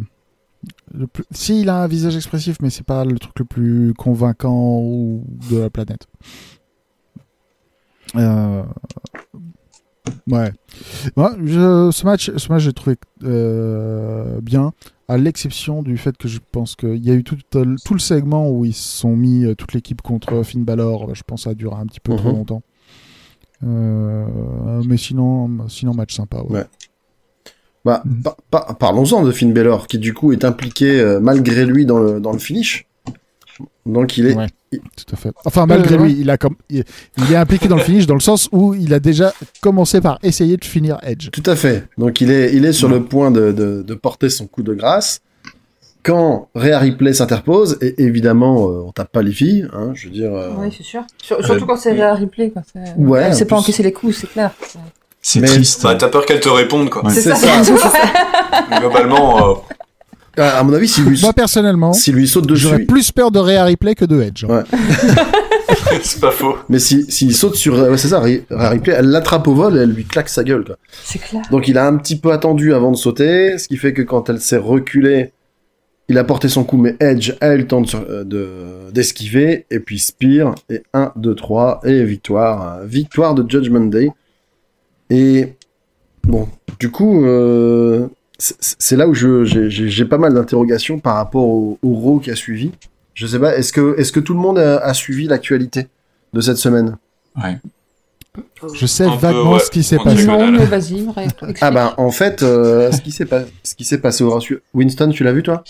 Speaker 3: le plus- Si, il a un visage expressif, mais c'est pas le truc le plus convaincant ou- de la planète. Euh, Ouais. Moi, je- ce match, ce match, j'ai trouvé euh, bien, à l'exception du fait que je pense qu'il y a eu tout, euh, tout le segment où ils se sont mis euh, toute l'équipe contre Finn Balor. euh, Je pense que ça a duré un petit peu trop
Speaker 6: Mhm.
Speaker 3: longtemps. Euh, mais sinon, sinon match sympa. ouais.
Speaker 6: Ouais. Bah, par- par- parlons-en de Finn Balor, qui du coup est impliqué euh, malgré lui dans le, dans le finish. Donc il est.
Speaker 3: Ouais. Tout à fait. Enfin, malgré
Speaker 7: Euh, ouais.
Speaker 3: lui, il a comme il, il est impliqué dans le finish dans le sens où il a déjà commencé par essayer de finir Edge.
Speaker 6: Tout à fait. Donc il est, il est sur le point de, de, de porter son coup de grâce. Quand Rhea Ripley s'interpose, et évidemment, euh, on tape pas les filles, hein, je veux dire. euh,
Speaker 7: Oui, c'est sûr. Sur- surtout quand c'est la replay. Quoi. C'est...
Speaker 6: Ouais,
Speaker 7: Elle sait
Speaker 6: en
Speaker 7: pas
Speaker 6: plus-
Speaker 7: encaisser les coups, c'est clair. C'est-
Speaker 4: C'est
Speaker 6: Mais-
Speaker 4: triste.
Speaker 2: Bah, t'as peur qu'elle te réponde, quoi.
Speaker 4: Ouais.
Speaker 6: C'est
Speaker 7: ça,
Speaker 6: ça.
Speaker 7: c'est ça.
Speaker 2: Globalement, euh,
Speaker 6: Ah, À à mon avis, s'il lui,
Speaker 3: Moi personnellement,
Speaker 6: s'il lui saute dessus,
Speaker 3: j'aurais plus peur de Rhea Ripley que de Edge. hein,
Speaker 6: Ouais.
Speaker 2: euh, c'est pas faux.
Speaker 6: mais si- s'il saute sur, euh, ouais, c'est ça, Rhea Rhea Ripley, elle l'attrape au vol et elle lui claque sa gueule. quoi.
Speaker 7: C'est clair.
Speaker 6: Donc il a un petit peu attendu avant de sauter, ce qui fait que quand elle s'est reculée, il a porté son coup, mais Edge a eu le temps de sur- euh, de- d'esquiver, et puis Spear, et 1, 2, 3, et victoire. euh, Victoire de Judgment Day. Et bon, du coup, euh, c'est- c'est là où je- j'ai- j'ai j'ai pas mal d'interrogations par rapport au, au Raw qui a suivi. Je sais pas, est-ce que, est que tout le monde a, a suivi l'actualité de cette semaine
Speaker 3: Je sais
Speaker 2: Un peu,
Speaker 3: vaguement
Speaker 2: ouais.
Speaker 3: ce qui s'est
Speaker 2: On
Speaker 3: passé.
Speaker 2: dirait-
Speaker 7: Non,
Speaker 2: Diagonale.
Speaker 7: mais vas-y, ré- explique.
Speaker 6: Ah ben, en fait, euh, ce qui s'est pas- ce qui s'est passé au Raw... su- Winston, tu l'as vu, toi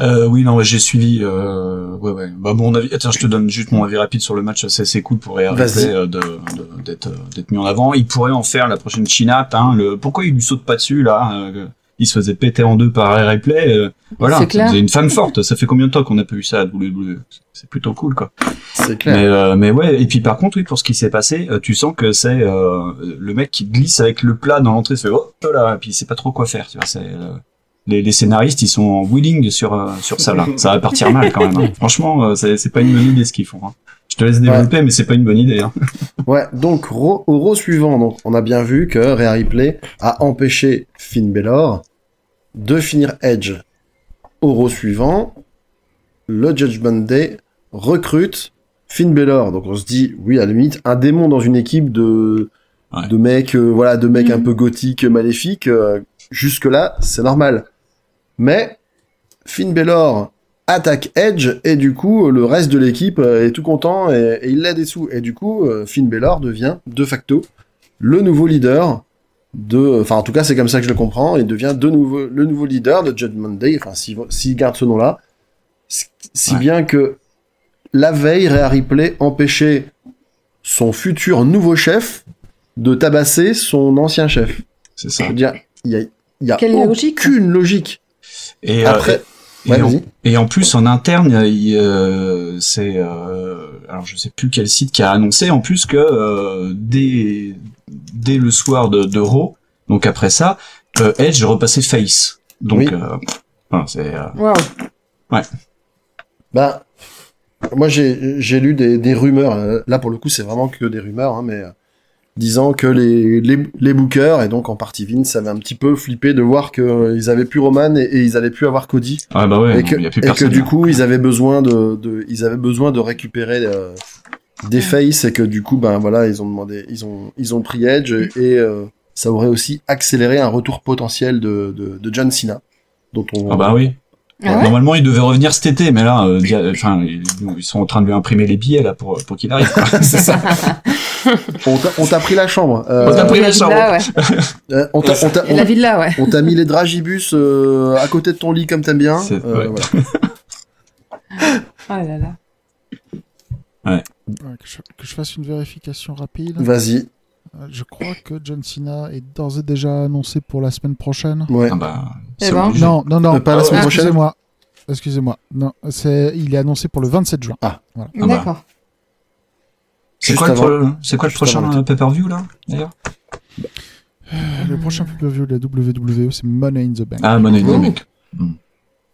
Speaker 4: Euh, oui, non, ouais, j'ai suivi. Euh, ouais, ouais. Bah, mon avis. Attends, je te donne juste mon avis rapide sur le match. C'est c'est cool pour Rhea
Speaker 6: Vas-y.
Speaker 4: Ripley, euh, de de- d'être euh, d'être mis en avant. Il pourrait en faire la prochaine chin-up. Hein, le... Pourquoi il lui saute pas dessus là euh, Il se faisait péter en deux par Rhea Ripley. euh, voilà,
Speaker 7: C'est
Speaker 4: ça
Speaker 7: clair.
Speaker 4: faisait une femme forte. Ça fait combien de temps qu'on n'a pas eu ça à WWE C'est plutôt cool, quoi.
Speaker 6: C'est clair.
Speaker 4: Mais, euh, mais ouais, et puis par contre, oui, pour ce qui s'est passé, euh, tu sens que c'est euh, le mec qui glisse avec le plat dans l'entrée, il fait oh là, et puis il sait pas trop quoi faire, tu vois. C'est, euh, les, les scénaristes, ils sont en wheeling sur, euh, sur ça là. Ça va partir mal quand même. hein. Franchement, euh, c'est, c'est pas une bonne idée ce qu'ils font. hein. Je te laisse développer, mais c'est pas une bonne idée. Hein.
Speaker 6: Ouais, donc Raw- au Raw suivant, donc, on a bien vu que Rhea Ripley a empêché Finn Balor de finir Edge. Au Raw suivant, le Judgment Day recrute Finn Balor. Donc on se dit, oui, à la limite, un démon dans une équipe de,
Speaker 4: Ouais.
Speaker 6: de mecs, euh, voilà, de mecs
Speaker 7: Mhm.
Speaker 6: un peu gothiques, maléfiques. euh, Jusque-là, c'est normal. Mais Finn Balor attaque Edge et du coup euh, le reste de l'équipe euh, est tout content et, et il l'a des sous et du coup euh, Finn Balor devient de facto le nouveau leader de enfin en tout cas c'est comme ça que je le comprends il devient de nouveau le nouveau leader de Judgment Day enfin s'il s'il garde ce nom là si
Speaker 4: Ouais.
Speaker 6: bien que la veille Rhea Ripley empêchait son futur nouveau chef de tabasser son ancien chef
Speaker 4: C'est
Speaker 6: je
Speaker 4: ça.
Speaker 6: veux dire il y a, il y a
Speaker 7: Quelle
Speaker 6: aucune
Speaker 7: logique.
Speaker 6: logique
Speaker 4: Et, euh,
Speaker 6: après
Speaker 4: et-
Speaker 6: ouais,
Speaker 4: et en-
Speaker 6: vas-y.
Speaker 4: Et en plus, en interne, euh, il, euh, c'est euh, alors je sais plus quel site qui a annoncé en plus que euh, dès dès le soir de, de Raw, donc après ça, euh, Edge repassait face. Donc
Speaker 6: Oui.
Speaker 4: euh, voilà, c'est euh,
Speaker 7: Waouh.
Speaker 6: Bah, moi j'ai j'ai lu des, des rumeurs, euh, là pour le coup c'est vraiment que des rumeurs, hein, mais euh, disant que les, les, les bookers, et donc en partie Vince, avaient un petit peu flippé de voir que euh, ils avaient plus Roman et, et ils allaient plus avoir Cody,
Speaker 4: ah bah ouais,
Speaker 6: et que,
Speaker 4: il y a plus
Speaker 6: et que
Speaker 4: personne.
Speaker 6: du
Speaker 4: là.
Speaker 6: coup ils avaient besoin de, de, ils avaient besoin de récupérer euh, des faces, et que du coup ben voilà ils ont demandé, ils ont, ils ont pris Edge, et euh, ça aurait aussi accéléré un retour potentiel de, de, de John Cena, dont on...
Speaker 4: ah bah oui.
Speaker 7: Ah ouais
Speaker 4: Normalement, il devait revenir cet été, mais là, euh, dia- enfin, ils, ils sont en train de lui imprimer les billets là pour pour qu'il arrive. quoi.
Speaker 6: C'est ça. on t'a- on t'a pris la chambre. euh,
Speaker 4: On t'a pris la
Speaker 7: La villa, ouais.
Speaker 6: Euh, on t'a- on t'a-
Speaker 7: La villa, ouais.
Speaker 6: on- on t'a mis les dragibus euh, à côté de ton lit comme t'aimes bien.
Speaker 4: C'est-
Speaker 6: Euh,
Speaker 4: ouais.
Speaker 6: voilà.
Speaker 7: Oh là là.
Speaker 3: Ouais, que, je, que je fasse une vérification rapide.
Speaker 6: Vas-y.
Speaker 3: Euh, Je crois que John Cena est d'ores et déjà annoncé pour la semaine prochaine.
Speaker 6: Ouais.
Speaker 4: Ah bah,
Speaker 7: Eh
Speaker 4: c'est
Speaker 7: ben.
Speaker 4: obligé.
Speaker 3: Non, non, non.
Speaker 6: Euh, pas la semaine prochaine
Speaker 3: Excusez-moi. Excusez-moi. Non, c'est il est annoncé pour le 27 juin.
Speaker 4: bah.
Speaker 7: D'accord.
Speaker 4: C'est
Speaker 6: Juste
Speaker 4: quoi, le
Speaker 6: avant-
Speaker 4: pro- c'est quoi le
Speaker 6: juste
Speaker 4: prochain
Speaker 6: avant
Speaker 4: euh, pay-per-view là d'ailleurs
Speaker 6: Euh.
Speaker 3: Le prochain pay-per-view de la WWE, E, c'est Money in the Bank.
Speaker 4: Ah, Money in the
Speaker 7: Oh.
Speaker 4: Bank.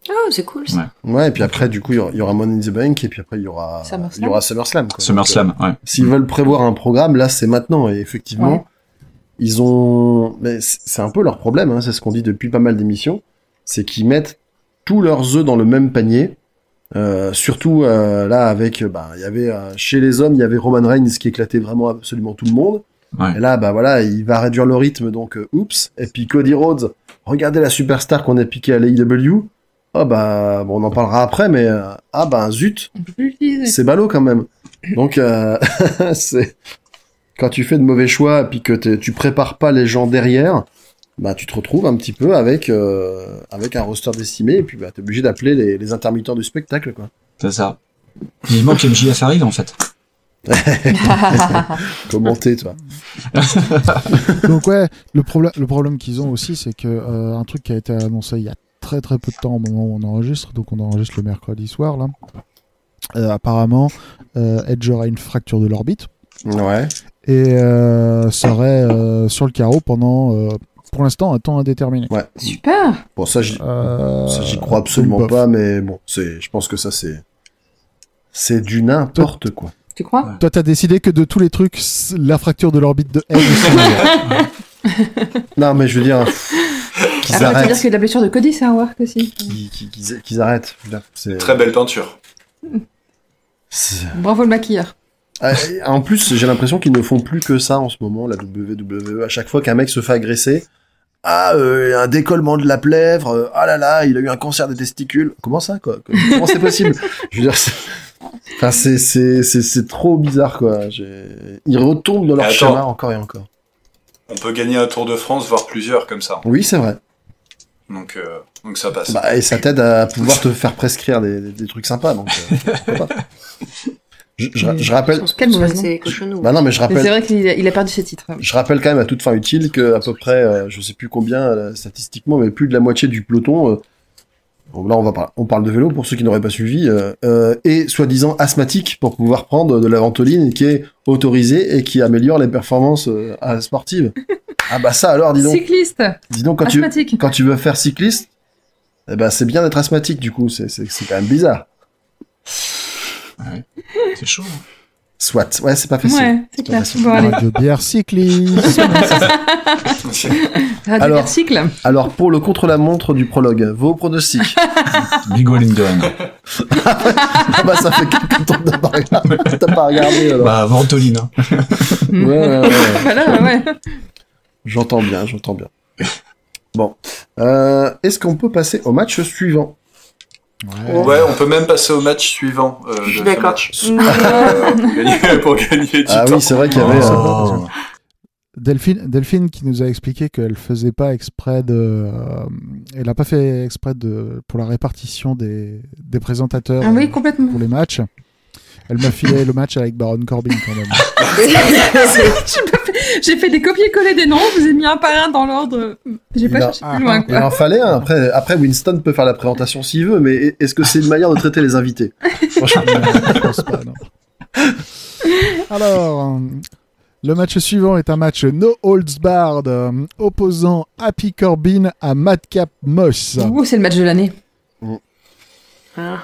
Speaker 5: Oh, c'est cool ça.
Speaker 4: Ouais.
Speaker 6: Ouais, et puis après, du coup, il y aura- il y aura Money in the Bank, et puis après, il y aura
Speaker 7: SummerSlam.
Speaker 6: il y aura SummerSlam. quoi.
Speaker 4: SummerSlam, ouais.
Speaker 6: Donc, euh, S'ils veulent prévoir un programme, là, c'est maintenant, et effectivement,
Speaker 7: Ouais.
Speaker 6: ils ont... mais C'est c'est un peu leur problème, hein, c'est ce qu'on dit depuis pas mal d'émissions, c'est qu'ils mettent tous leurs œufs dans le même panier, euh, surtout euh, là, avec... euh, bah, il y avait euh, Chez les hommes, il y avait Roman Reigns qui éclatait vraiment absolument tout le monde,
Speaker 4: Ouais.
Speaker 6: et là, bah voilà, il va réduire le rythme, donc euh, oups. Et puis Cody Rhodes, regardez la superstar qu'on a piquée à l'AEW. Ah bah, bon, on en parlera après, mais euh, ah bah zut, c'est ballot quand même. Donc, euh, c'est quand tu fais de mauvais choix et puis que t'es- tu prépares pas les gens derrière, bah tu te retrouves un petit peu avec euh, avec un roster décimé et puis bah t'es obligé d'appeler les, les intermittents du spectacle quoi.
Speaker 4: C'est ça. Vivement que MJF arrive en fait.
Speaker 6: Commenter toi.
Speaker 3: Donc ouais, le, problème le problème qu'ils ont aussi, c'est que euh, un truc qui a été annoncé il y a très très peu de temps au moment où on enregistre, donc on enregistre le mercredi soir là. Euh, apparemment, euh, Edge aurait une fracture de l'orbite
Speaker 6: Ouais.
Speaker 3: et euh, serait euh, sur le carreau pendant, euh, pour l'instant, un temps indéterminé.
Speaker 6: Ouais.
Speaker 7: Super.
Speaker 6: Bon ça j'y-
Speaker 3: Euh,
Speaker 6: Ça, j'y crois
Speaker 3: donc,
Speaker 6: absolument
Speaker 3: bof.
Speaker 6: pas, mais bon, c'est, je pense que ça, c'est, c'est du n'importe quoi.
Speaker 7: Tu crois
Speaker 3: Toi, t'as décidé que de tous les trucs, c- la fracture de l'orbite de Edge.
Speaker 6: Non, mais je veux dire, pff, qu'ils
Speaker 7: Ah, c'est-à-dire
Speaker 6: arrêtent,
Speaker 7: que la blessure de Cody, c'est un work aussi.
Speaker 6: qu'ils, qu'ils- qu'ils- qu'ils arrêtent. je veux dire, c'est-
Speaker 2: Très belle peinture.
Speaker 6: c'est-
Speaker 7: Bravo le maquilleur.
Speaker 6: Ah, et En plus, j'ai l'impression qu'ils ne font plus que ça en ce moment, la WWE. À chaque fois qu'un mec se fait agresser, ah, euh, un décollement de la plèvre, euh, ah là là, il a eu un cancer des testicules. Comment ça, quoi Comment c'est possible Je veux dire, c'est... Enfin, c'est, c'est, c'est, c'est trop bizarre, quoi. J'ai- Ils retombent dans leur
Speaker 2: Attends.
Speaker 6: schéma encore et encore.
Speaker 2: On peut gagner un Tour de France, voire plusieurs comme ça.
Speaker 6: Oui, c'est vrai.
Speaker 2: Donc, euh, donc ça passe.
Speaker 6: Bah, et ça t'aide à pouvoir te faire prescrire des, des- des trucs sympas. Donc, euh, pourquoi pas. je, je- je rappelle.
Speaker 7: Quelle mauvaise
Speaker 5: Ça,
Speaker 7: idée.
Speaker 5: C'est cochonou.
Speaker 6: Bah non, mais je
Speaker 7: Mais C'est
Speaker 6: rappelle.
Speaker 7: vrai qu'il a, il a perdu ses titres.
Speaker 6: Je rappelle quand même à toute fin utile que à peu près, euh, je sais plus combien euh, statistiquement, mais plus de la moitié du peloton. euh, bon, là, on va parler, on parle de vélo pour ceux qui n'auraient pas suivi euh, euh, et soi-disant asthmatique pour pouvoir prendre de la ventoline qui est autorisée et qui améliore les performances euh, à- sportives. Ah bah ça alors, dis donc,
Speaker 7: Cycliste,
Speaker 6: dis donc quand tu Ah,
Speaker 7: asthmatique.
Speaker 6: quand tu veux faire cycliste, eh ben c'est bien d'être asthmatique du coup, c'est c'est- c'est quand même bizarre.
Speaker 4: C'est chaud. hein.
Speaker 6: Soit, ouais, c'est pas facile.
Speaker 7: Ouais, c'est clair.
Speaker 6: facile.
Speaker 7: Bon, allez.
Speaker 3: Radio bière cycliste.
Speaker 7: Radio
Speaker 6: Alors-
Speaker 7: Cycle.
Speaker 6: Alors pour le contre-la-montre du prologue, vos pronostics.
Speaker 4: Big Wall in the Hand.
Speaker 6: ah bah ça fait quelques temps que t'as pas regardé. T'as pas regardé alors.
Speaker 4: Bah, Ventoline. hein.
Speaker 6: Ouais, ouais, ouais.
Speaker 7: Voilà, ouais.
Speaker 6: J'entends bien, j'entends bien. Bon, Euh, est-ce qu'on peut passer au match suivant
Speaker 3: Ouais.
Speaker 2: Ouais, on peut même passer au match suivant. euh,
Speaker 5: Je suis
Speaker 2: de ce
Speaker 5: d'accord.
Speaker 2: match.
Speaker 5: Non.
Speaker 2: Euh, pour, gagner, pour gagner du
Speaker 6: Ah
Speaker 2: temps.
Speaker 6: oui, c'est vrai qu'il y avait. euh,
Speaker 4: Oh.
Speaker 3: Delphine, Delphine qui nous a expliqué qu'elle faisait pas exprès de, euh, elle n'a pas fait exprès de pour la répartition des, des présentateurs
Speaker 7: Ah oui,
Speaker 3: euh,
Speaker 7: complètement.
Speaker 3: pour les matchs. Elle m'a filé le match avec Baron Corbin quand même.
Speaker 7: J'ai pas fait- J'ai fait des copier-coller des noms, je vous ai mis un par un dans l'ordre. J'ai pas
Speaker 6: Il a-
Speaker 7: cherché plus loin,
Speaker 6: Il
Speaker 7: quoi.
Speaker 6: en fallait un. Après, après, Winston peut faire la présentation s'il veut, mais est-ce que c'est une manière de traiter les invités Franchement,
Speaker 3: Non, je pense pas, non. Alors, euh, le match suivant est un match no holds barred euh, opposant Happy Corbin à Madcap Moss.
Speaker 7: Ouh, Oh, c'est le match de l'année.
Speaker 5: Ah,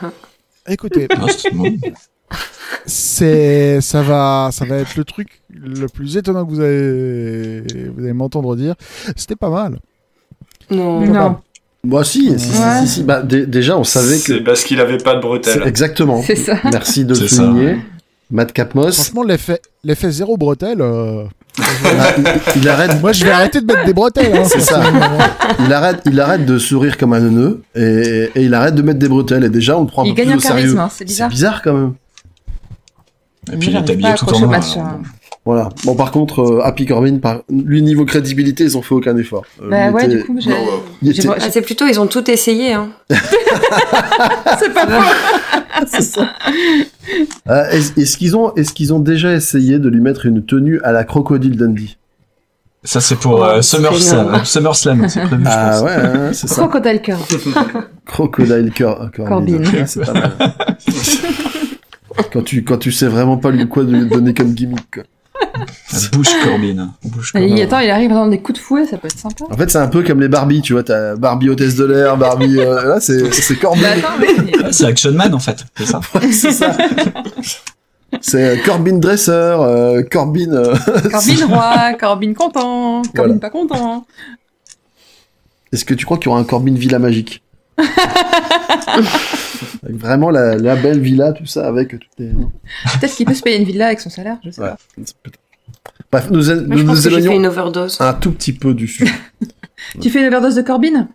Speaker 3: Écoutez,
Speaker 4: Ah, c'est bon.
Speaker 3: c'est ça va ça va être le truc le plus étonnant que vous allez vous allez m'entendre dire. C'était pas mal.
Speaker 5: Non.
Speaker 7: Non,
Speaker 6: Moi, si, si, si,
Speaker 7: Ouais.
Speaker 6: si, si. Bah, dé- déjà, on savait
Speaker 2: C'est
Speaker 6: que.
Speaker 2: parce qu'il avait pas de
Speaker 6: c'est-
Speaker 2: bretelles.
Speaker 6: Exactement.
Speaker 7: c'est ça.
Speaker 6: Merci de le
Speaker 4: C'est ça.
Speaker 6: souligner. Matt Capmos,
Speaker 3: Franchement, l'effet l'effet zéro bretelle. euh,
Speaker 6: ah, il, il arrête,
Speaker 3: Moi, je vais arrêter de mettre des bretelles. hein,
Speaker 6: C'est
Speaker 3: parce
Speaker 6: ça.
Speaker 3: que, euh,
Speaker 6: il arrête, il arrête de sourire comme un neuneu et, et il arrête de mettre des bretelles. Et déjà, on le prend un
Speaker 7: Il
Speaker 6: peu
Speaker 7: gagne
Speaker 6: plus
Speaker 7: en
Speaker 6: au sérieux.
Speaker 7: charisme, hein, c'est
Speaker 6: C'est
Speaker 7: bizarre.
Speaker 6: bizarre quand même.
Speaker 4: Et puis il
Speaker 7: J'arrive
Speaker 4: est
Speaker 7: pas à
Speaker 4: habillé tout en
Speaker 7: accrocher au
Speaker 4: noir.
Speaker 7: match,
Speaker 4: alors,
Speaker 7: hein.
Speaker 4: bon.
Speaker 6: Voilà. Bon, par contre, euh, Happy Corbin, par lui niveau crédibilité, ils ont fait aucun effort. Euh,
Speaker 7: Bah
Speaker 6: il
Speaker 7: ouais,
Speaker 6: était-
Speaker 7: du coup, j'ai.
Speaker 2: Non, ouais.
Speaker 6: il
Speaker 7: j'ai
Speaker 6: était-
Speaker 7: pas-
Speaker 5: Ah, c'est plutôt, ils ont tout essayé. Hein.
Speaker 7: C'est pas faux.
Speaker 6: Ah, est-ce est-ce qu'ils ont, est-ce qu'ils ont déjà essayé de lui mettre une tenue à la crocodile Dundee
Speaker 4: Ça, c'est pour euh, Summer Slam. Summer Slam, c'est prévu,
Speaker 6: Ah
Speaker 4: je
Speaker 6: ouais, hein, c'est ça.
Speaker 7: Crocodile Cœur.
Speaker 6: Crocodile Cor Corbin.
Speaker 7: Corbin.
Speaker 6: Ah, c'est pas mal. quand tu quand tu sais vraiment pas lui quoi de lui donner comme gimmick. quoi.
Speaker 4: La bouche Corbin. La bouche
Speaker 7: Et
Speaker 4: Corbin.
Speaker 7: attends, il arrive dans des coups de fouet, ça peut être sympa.
Speaker 6: En fait, c'est un peu comme les Barbie, tu vois, t'as Barbie hôtesse de l'air, Barbie, euh, là, c'est, c'est
Speaker 7: Mais
Speaker 6: Corbin,
Speaker 7: Bah attends, mais-
Speaker 4: Ouais, c'est Action Man en fait, c'est ça.
Speaker 6: c'est ça. C'est euh, Corbin dresseur, euh, Corbin, euh,
Speaker 7: Corbin roi, Corbin content, Corbin
Speaker 6: Voilà.
Speaker 7: pas content.
Speaker 6: est-ce que tu crois qu'il y aura un Corbin villa magique? Avec vraiment la, la belle villa, tout ça, avec toutes les, non
Speaker 7: Peut-être qu'il peut se payer une villa avec son salaire, je sais
Speaker 6: Ouais.
Speaker 7: pas.
Speaker 6: Bref, nous, a-
Speaker 5: Moi, je
Speaker 6: nous
Speaker 5: pense
Speaker 6: nous
Speaker 5: que j'ai fait
Speaker 6: éloignons Ah.
Speaker 5: une overdose.
Speaker 6: un tout petit peu du sujet.
Speaker 7: Tu fais une overdose de Corbin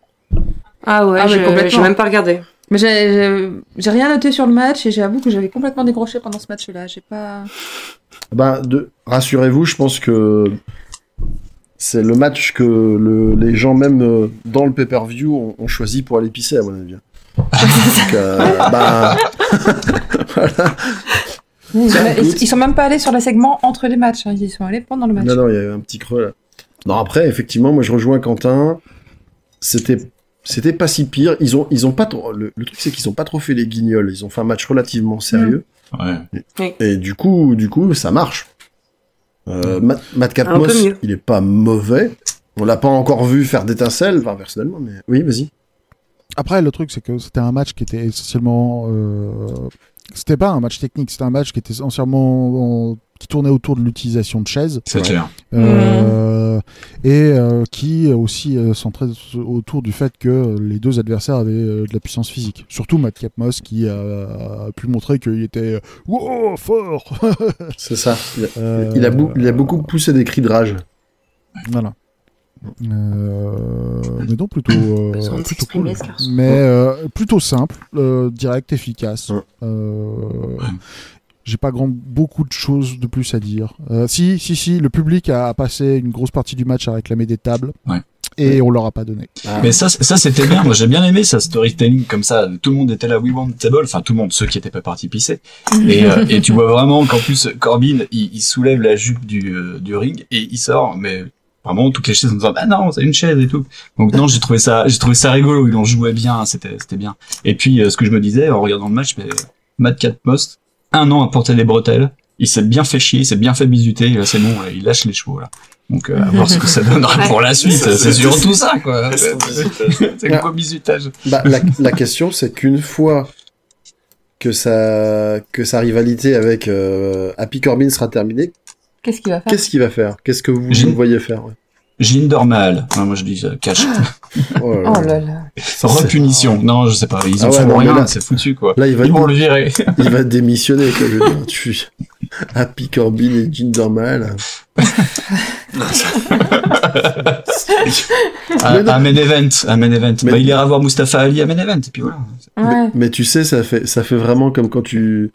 Speaker 5: Ah ouais,
Speaker 7: Ah, mais
Speaker 5: je-
Speaker 7: complètement.
Speaker 5: j'ai même pas regardé.
Speaker 7: Mais j'ai- j'ai j'ai rien noté sur le match et j'avoue que j'avais complètement décroché pendant ce match-là. J'ai pas.
Speaker 6: Ben, de, rassurez-vous, je pense que c'est le match que le- les gens, même euh, dans le pay-per-view, ont, ont choisi pour aller pisser, à mon avis. Donc, euh, ben,
Speaker 7: Ils,
Speaker 6: Ça,
Speaker 7: ils-
Speaker 6: écoute.
Speaker 7: ils sont même pas allés sur le segment entre les matchs. hein. Ils sont allés pendant le match.
Speaker 6: non, non, il y a eu un petit creux là. Non, après, effectivement, moi je rejoins Quentin. C'était, c'était pas si pire. Ils ont, ils ont pas trop, le, le truc, c'est qu'ils ont pas trop fait les guignols. Ils ont fait un match relativement sérieux.
Speaker 4: Ouais.
Speaker 6: Et du coup, du coup, ça marche. Euh, Matt, Matt Capmos,
Speaker 5: peu mieux.
Speaker 6: il est pas mauvais. On l'a pas encore vu faire d'étincelles, enfin personnellement, mais oui, vas-y.
Speaker 3: Après, le truc, c'est que c'était un match qui était essentiellement. Euh... C'était pas un match technique, c'était un match qui était essentiellement. euh, qui tournait autour de l'utilisation de chaises.
Speaker 4: C'est
Speaker 6: Ouais.
Speaker 4: clair.
Speaker 3: Euh, et euh, qui aussi euh, centrait autour du fait que les deux adversaires avaient euh, de la puissance physique. Surtout Matt Capmos qui a, a pu montrer qu'il était euh, wow, fort.
Speaker 6: C'est ça. Il a, il a bou- il a beaucoup poussé des cris de rage.
Speaker 3: Voilà. Euh, mais donc plutôt, euh,
Speaker 5: Besoin de
Speaker 3: plutôt
Speaker 5: s'exprimer,
Speaker 3: cool.
Speaker 5: ce garçon.
Speaker 3: mais euh, plutôt simple, euh, direct, efficace.
Speaker 6: Ouais.
Speaker 3: Euh, J'ai pas grand beaucoup de choses de plus à dire. Euh, si, si, si, le public a passé une grosse partie du match à réclamer des tables
Speaker 4: Ouais.
Speaker 3: et on leur a pas donné.
Speaker 4: Mais ça, ça c'était bien. Moi, j'ai bien aimé ça storytelling comme ça. Tout le monde était là, we want table. Enfin, tout le monde, ceux qui étaient pas partis pisser. Et, euh, et tu vois vraiment qu'en plus Corbin, il, il soulève la jupe du, euh, du ring et il sort. Mais vraiment, toutes les chaises en disant, bah non, c'est une chaise et tout. Donc non, j'ai trouvé ça, j'ai trouvé ça rigolo. Ils en jouaient bien. C'était, c'était bien. Et puis, euh, ce que je me disais en regardant le match, mais Matt Catmost, un an à porter les bretelles. Il s'est bien fait chier, il s'est bien fait bisuter, et là, c'est bon, il lâche les chevaux, là. Donc, euh, à voir ce que ça donnera pour la suite,
Speaker 2: Ça,
Speaker 4: c'est
Speaker 2: c'est-
Speaker 4: surtout ça, quoi. C'est
Speaker 6: Ouais.
Speaker 4: le gros bisutage.
Speaker 6: Bah, la, la question, c'est qu'une fois que sa, que sa rivalité avec euh, Happy Corbin sera terminée,
Speaker 7: Qu'est-ce qu'il va faire
Speaker 6: qu'est-ce qu'il va faire Qu'est-ce que vous
Speaker 4: J'ai-
Speaker 6: le voyez faire ouais.
Speaker 4: Gindormal. Enfin, moi, je dis euh, cash.
Speaker 6: Oh là là.
Speaker 7: Oh là là.
Speaker 4: Repunition. Non, je sais pas. Ils en
Speaker 6: Ah ouais,
Speaker 4: font
Speaker 6: non, mais
Speaker 4: rien,
Speaker 6: là-
Speaker 4: c'est foutu, quoi.
Speaker 6: Là, il va,
Speaker 4: Ils vont le virer.
Speaker 6: il va démissionner. Quoi, je veux dire. Tu- Happy Corbin et Gindermal.
Speaker 4: À,
Speaker 6: Mais non.
Speaker 4: à main event. À main event.
Speaker 6: Mais-
Speaker 4: Bah, il ira voir Mustafa Ali à main event, et puis voilà.
Speaker 7: Ouais.
Speaker 6: Mais, mais tu sais, ça fait, ça fait vraiment comme quand tu.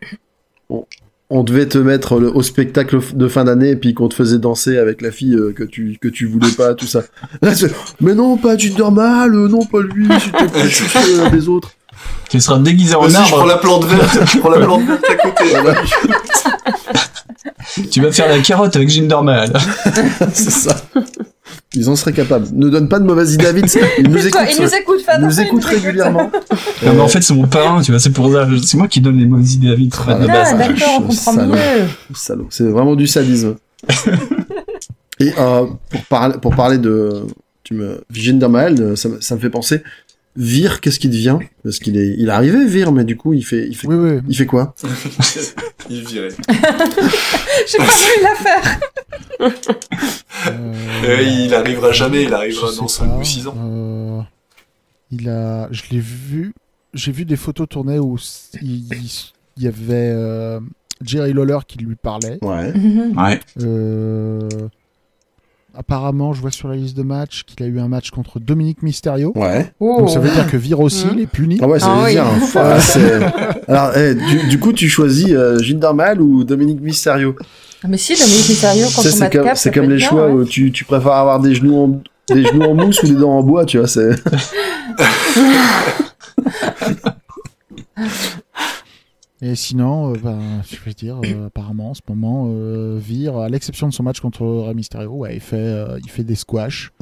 Speaker 6: On, on devait te mettre le- au spectacle f- de fin d'année et puis qu'on te faisait danser avec la fille euh, que tu, que tu voulais pas, tout ça. Là, c'est, mais non, pas du normal, euh, non, pas lui, s'il te plaît, je suis sûr, euh, des autres.
Speaker 4: Tu seras déguisé en
Speaker 2: Vas-y, je prends
Speaker 4: arbre.
Speaker 2: la plante verte, je prends la plante verte à côté.
Speaker 4: Tu vas faire la carotte avec Gindormal.
Speaker 6: C'est ça. Ils en seraient capables. Ne donne pas de mauvaises idées à Vince. Ils nous écoutent.
Speaker 7: il nous Ah, écoute,
Speaker 6: Ils
Speaker 7: Fad,
Speaker 6: nous
Speaker 7: il
Speaker 6: écoutent régulièrement.
Speaker 4: Non, mais en fait, c'est mon parrain, tu vois, c'est pour ça. C'est moi qui donne les mauvaises idées à vite.
Speaker 6: Ah,
Speaker 4: de base.
Speaker 7: Ah, d'accord, on comprend
Speaker 6: Salaud.
Speaker 7: mieux.
Speaker 6: Salaud. C'est vraiment du sadisme. Et euh, pour, parler pour parler de tu me Ginder Mahal, euh, ça, me- ça me fait penser. Vir, qu'est-ce qu'il devient Parce qu'il est, il est arrivé, Vir, mais du coup, il fait, il fait,
Speaker 3: Oui, oui.
Speaker 6: il fait quoi
Speaker 2: Il virait.
Speaker 7: J'ai pas voulu la faire.
Speaker 3: Euh,
Speaker 2: il arrivera jamais, il arrivera
Speaker 3: je
Speaker 2: dans
Speaker 3: sais
Speaker 2: cinq
Speaker 3: pas,
Speaker 2: ou six ans.
Speaker 3: euh, il a, je l'ai vu, j'ai vu des photos tournées où s- il, il y avait euh, Jerry Lawler qui lui parlait.
Speaker 6: Ouais.
Speaker 4: Ouais.
Speaker 3: Euh, apparemment, je vois sur la liste de matchs qu'il a eu un match contre Dominique Mysterio.
Speaker 6: Ouais.
Speaker 7: Oh.
Speaker 3: Donc ça veut dire que Vir aussi,
Speaker 5: Mhm.
Speaker 3: il est puni.
Speaker 6: Ah ouais, ça
Speaker 7: Ah
Speaker 6: veut
Speaker 7: oui.
Speaker 6: dire. hein. Ah, c'est- Alors, eh, du, du coup, tu choisis euh, Ginder Mahal ou Dominique Mysterio
Speaker 7: Ah, Mais si, Dominique Mysterio,
Speaker 6: Tu
Speaker 7: quand
Speaker 6: sais,
Speaker 7: on
Speaker 6: c'est comme,
Speaker 7: cap,
Speaker 6: c'est comme les choix où tu, tu préfères avoir des genoux en, des genoux en mousse ou des dents en bois, tu vois. C'est...
Speaker 3: Et sinon, euh, ben, je vais dire,
Speaker 6: Mmh.
Speaker 3: euh, apparemment, en ce moment, euh, Vir, à l'exception de son match contre Rey Mysterio, ouais, il fait, euh, il fait des squash.